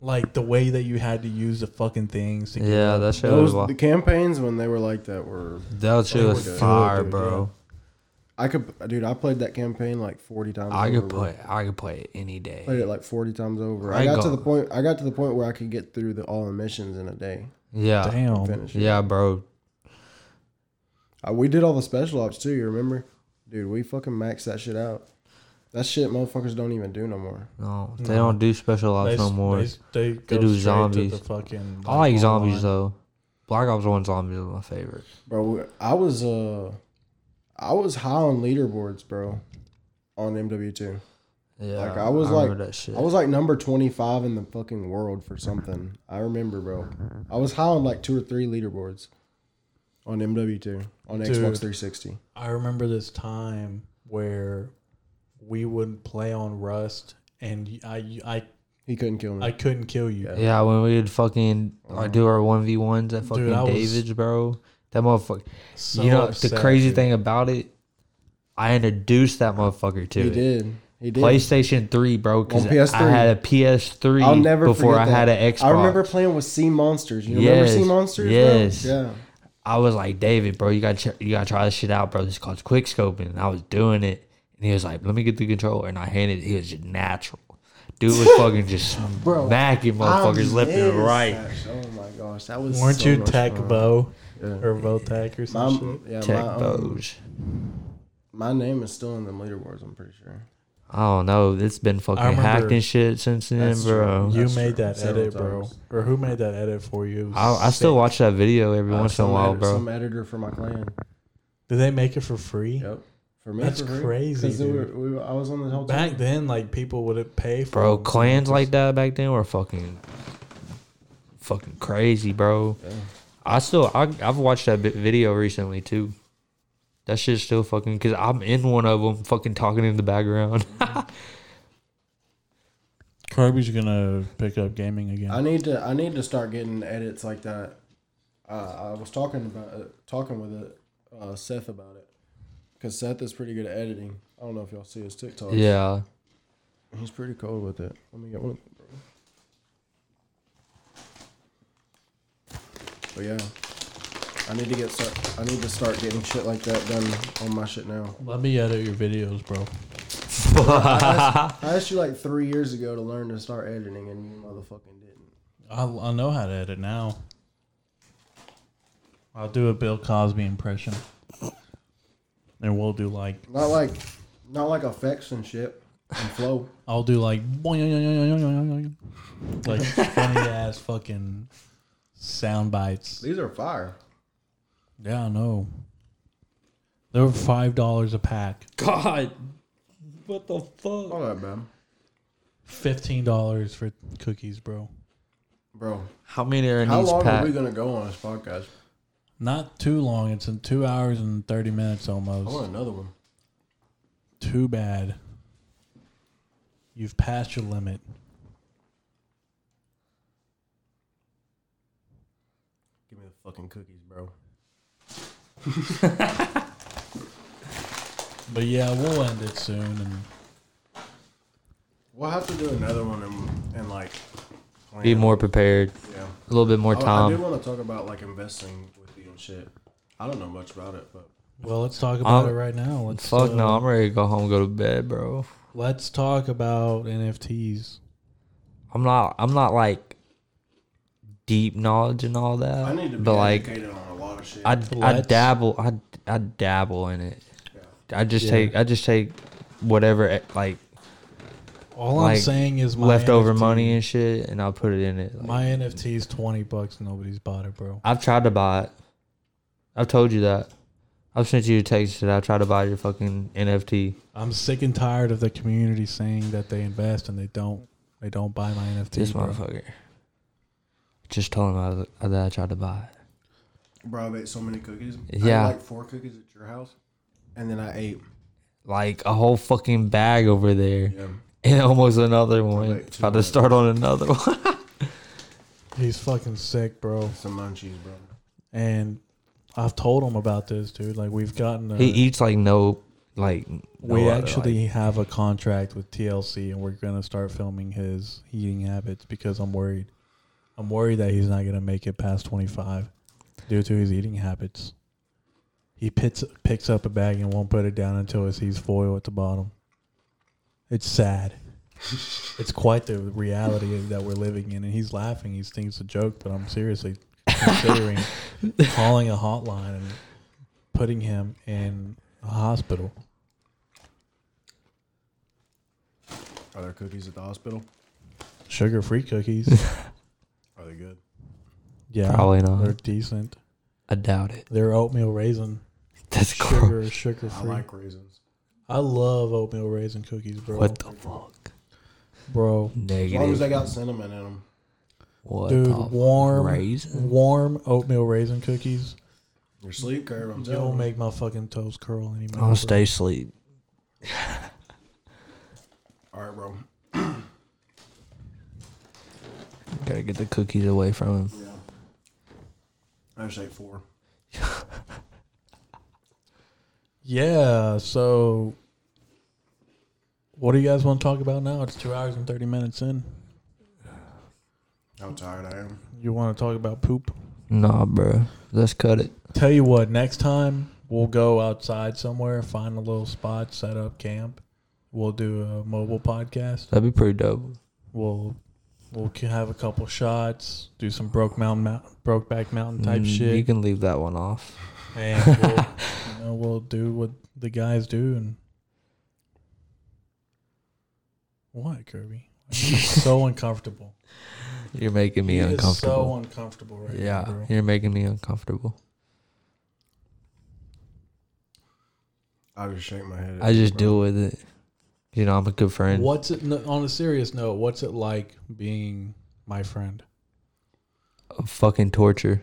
like the way that you had to use the fucking things to get
Yeah,
up.
that shit was
Those
wa-
the campaigns when they were like that were
that shit
they
was
were good,
fire,
dude,
bro.
I could dude I played that campaign like forty times.
I
over,
could
bro.
play. I could play it any
played
day.
it like forty times over.
I
I got
got-
to the point I got to the point where I could get through the all the missions in a day.
Yeah,
Damn.
Finish. it.
Oh, yeah, bro.
Uh, we did all the special ops too. You remember, dude? We fucking maxed that shit out. That shit, motherfuckers don't even do no more.
No,
No.
they don't do special ops
They
no
s-
more.
They, s- they go
do
straight to
zombies.
the fucking.
I like zombies
online.
though. Black Ops One zombies are my favorite.
bro. I was uh, I was high on leaderboards, bro, on MW two.
Yeah,
Like, I was
remember
like-
that shit.
I was like number twenty five in the fucking world for something. I remember, bro. I was high on like two or three leaderboards on MW two on
Dude.
Xbox three sixty.
I remember this time where we would play on Rust, and y- I
He couldn't kill
I I
me.
couldn't kill you.
Yeah.
yeah, when we would fucking like do our one v ones at fucking
Dude, I was-
David's, bro. That motherfucker.
So
you know the
upset,
crazy
dude.
thing about it, I introduced that motherfucker to
he
it.
did. He did.
PlayStation Three, bro. Because
On
I
PS3.
had a PS3
I'll never
before I
forget
had
that.
an Xbox.
I remember playing with Sea Monsters. You remember Sea
Yes,
Monsters? bro?
yes.
Yeah.
I was like, David, bro, you got to you got to try this shit out, bro. This is called quick scoping. And I was doing it, and he was like, "Let me get the controller." And I handed. it. He was just natural. Dude was fucking just
Bro,
smacking motherfuckers
I
left and
miss
right.
that. Oh my gosh, that was.
Weren't
so
you
much
Tech
fun.
Bo
Yeah.
or Votech or
My,
some shit?
yeah,
Tech
my, um,
those.
my name is still in the leaderboards. I'm pretty sure.
I don't know. It's been fucking
remember-
hacked and shit since then,
That's
bro.
true.
You
Oh, That's
made
true.
that
Several
edit, bro,
times.
or who made that edit for you?
I, I still
Sick.
watch that video every
Uh,
once in a
some
while,
edit-
bro.
Some editor for my clan.
Did they make it for free?
Yep. For me,
That's
for free.
crazy,
'Cause they were-
dude.
we were- I was on the whole time.
Back then, like people would pay for
Bro,
them.
clans like that back then were fucking, fucking crazy, bro. I still, I, I've watched that bi- video recently too. That shit's still fucking, cause I'm in one of them, fucking talking in the background.
Kirby's gonna pick up gaming again.
I need to. I need to start getting edits like that. Uh, I was talking about it, talking with it, uh, Seth about it, because Seth is pretty good at editing. I don't know if y'all see his TikTok.
yeah,
He's pretty cold with it. Let me get one. But yeah, I need to get start. I need to start getting shit like that done on my shit now.
Let me edit your videos, bro.
I asked you like three years ago to learn to start editing, and you motherfucking didn't.
I I know how to edit now. I'll do a Bill Cosby impression, and we'll do like
Not like, not like effects and shit and flow.
I'll do like boing, like funny ass fucking sound bites.
These are fire.
Yeah, I know. They were five dollars a pack,
God, what the fuck?
All right, man.
fifteen dollars for cookies, bro.
Bro,
How many are in
how
these
long are we
packs?
gonna go on this podcast?
Not too long. It's in two hours and thirty minutes
I
almost.
want another one.
Too bad. You've passed your limit.
Give me the fucking cookies, bro.
But yeah, we'll end it soon. And
We'll have to do another one and, and like plan.
Be more prepared,
Yeah.
a little bit more
I- I, do
time.
want to talk about like investing with you and shit. I don't know much about it, but
well, let's talk about
Um,
it right now. Let's
Fuck
uh,
no, I'm ready to go home, and go to bed, bro.
Let's talk about NFTs.
I'm not. I'm not like deep knowledge and all that.
I need to be
but like,
educated on a lot of shit.
I, I
Let's-
dabble. I, I dabble in it. I just
Yeah.
take. I just take whatever eh, like
All
Like,
I'm saying is my
leftover
NFT
money and shit, and I'll put it in it. Like,
My NFT is twenty bucks. Nobody's bought it, bro.
I've tried to buy it. I've told you that. I've sent you a text that I tried to buy your fucking NFT.
I'm sick and tired of the community saying that they invest and they don't. They don't buy my NFT.
This
bro.
motherfucker. Just told him I was, that I tried to buy it.
bro, I ate so many cookies. I ate,
Yeah.
like four cookies at your house, and then I ate
like a whole fucking bag over there, and almost another one.
like two
About to start on another one.
He's fucking sick, bro.
Some munchies, bro.
And I've told him about this, dude. Like we've gotten. A,
he eats like no, like no
we
other,
actually
like-
have a contract with TLC, and we're gonna start filming his eating habits because I'm worried. I'm worried that he's not gonna make it past 25 due to his eating habits. He picks picks up a bag and won't put it down until he sees foil at the bottom. It's sad. it's quite the reality that we're living in, and he's laughing. He thinks it's a joke, but I'm seriously considering calling a hotline and putting him in a hospital.
Are there cookies at the hospital?
sugar free cookies.
Are they good?
yeah,
probably not.
they're decent.
I doubt it.
They're oatmeal raisin,
That's
sugar
gross.
sugar
I
free. I,
like raisins.
love oatmeal raisin cookies, bro.
What the fuck?
bro,
As long as
Negative.
they got cinnamon in them.
What the
dude,
fuck?
warm
raisin?
warm oatmeal raisin cookies.
Your sleep curve, I'm telling
Don't
you.
make my fucking toes curl anymore.
I'll
bro.
stay asleep.
All right, bro.
Gotta get the cookies away from him.
Yeah. I just ate four.
Yeah. So, what do you guys want to talk about now? It's two hours and thirty minutes in.
How tired I am.
You want to talk about poop?
Nah, bro. Let's cut it.
Tell you what, next time we'll go outside somewhere, find a little spot, set up camp. We'll do a mobile podcast.
That'd be pretty dope.
We'll we'll c- have a couple shots, do some broke mountain, mount, broke back mountain type
Mm, You
shit,
can leave that one off.
and we'll, you know, we'll do what the guys do. And what Kirby? Why are you so uncomfortable.
You're making me
He is so
uncomfortable.
uncomfortable right
yeah,
now, bro.
you're making me uncomfortable.
I just shake my head. at
I
you,
just
bro.
deal with it. You know, I'm a good friend.
What's it no, on a serious note? What's it like being my friend?
A fucking torture.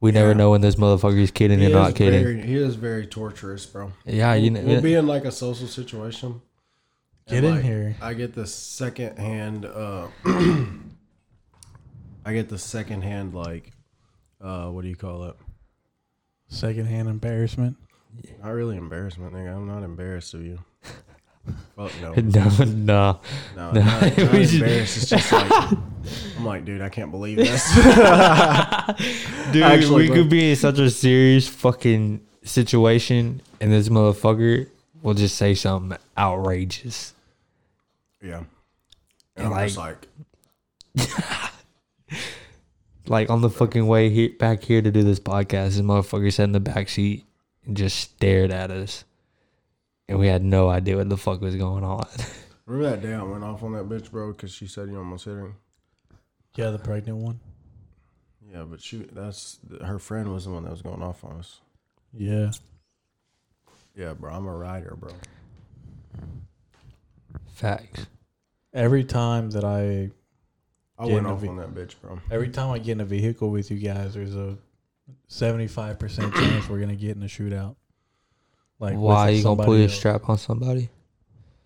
We never
Yeah.
know when this motherfucker's kidding
He
or
is
not kidding.
Very, he is very torturous, bro.
yeah, you know.
We'll be in like a social situation.
Get
and,
in
like,
here.
I get the second hand. Uh, I get the second hand. Like, uh, what do you call it?
Secondhand embarrassment.
Not really embarrassment, nigga. I'm not embarrassed of you. Fuck no.
no, nah.
No, not, not
we should-
embarrassed. It's just like I'm like, dude, I can't believe this.
Dude,
Actually,
we
bro.
could be in such a serious fucking situation, and this motherfucker will just say something outrageous.
yeah.
And
And I'm just like,
Like on the fucking way here, back here to do this podcast, this motherfucker sat in the back seat and just stared at us, and we had no idea what the fuck was going on.
remember that day I went off on that bitch, bro, because she said you almost hit her.
Yeah, the pregnant one.
Yeah, but she that's her friend was the one that was going off on us.
Yeah.
Yeah, bro, I'm a rider, bro.
Facts.
Every time that I
I
Yeah,
went
no,
off
we-
on that bitch, bro.
every time I get in a vehicle with you guys, there's a seventy five percent chance we're gonna get in a shootout. Like
Why
with
you gonna
somebody
put a
else.
strap on somebody?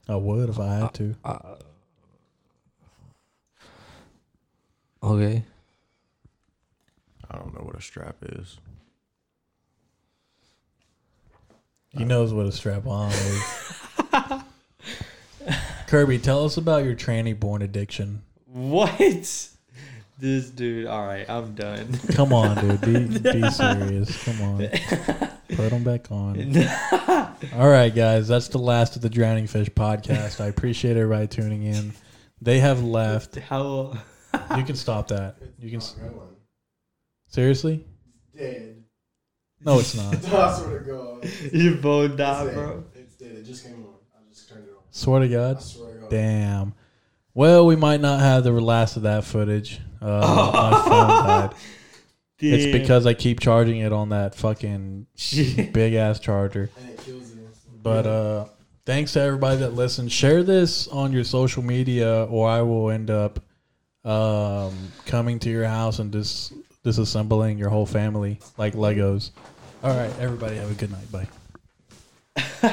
I would if I had to.
Okay.
I don't know what a strap is.
He knows what a strap on is. Kirby, tell us about your tranny born addiction.
What? This dude. All right, I'm done.
Come on, dude. Be, be serious. Come on. Put them back on. All right, guys. That's the last of the Drowning Fish podcast. I appreciate everybody tuning in. They have left.
How?
You can stop that. You can s- seriously?
Dead.
No, it's not.
I swear to God.
Your phone died,
It's dead. It just came on. I just turned it on.
Swear to God.
swear to God.
Damn. Well, we might not have the last of that footage. Uh, my phone died. It's because I keep charging it on that fucking big ass charger.
And it kills you.
But uh, thanks to everybody that listened. Share this on your social media, or I will end up um, coming to your house and dis- disassembling your whole family like Legos. All right, everybody, have a good night. Bye.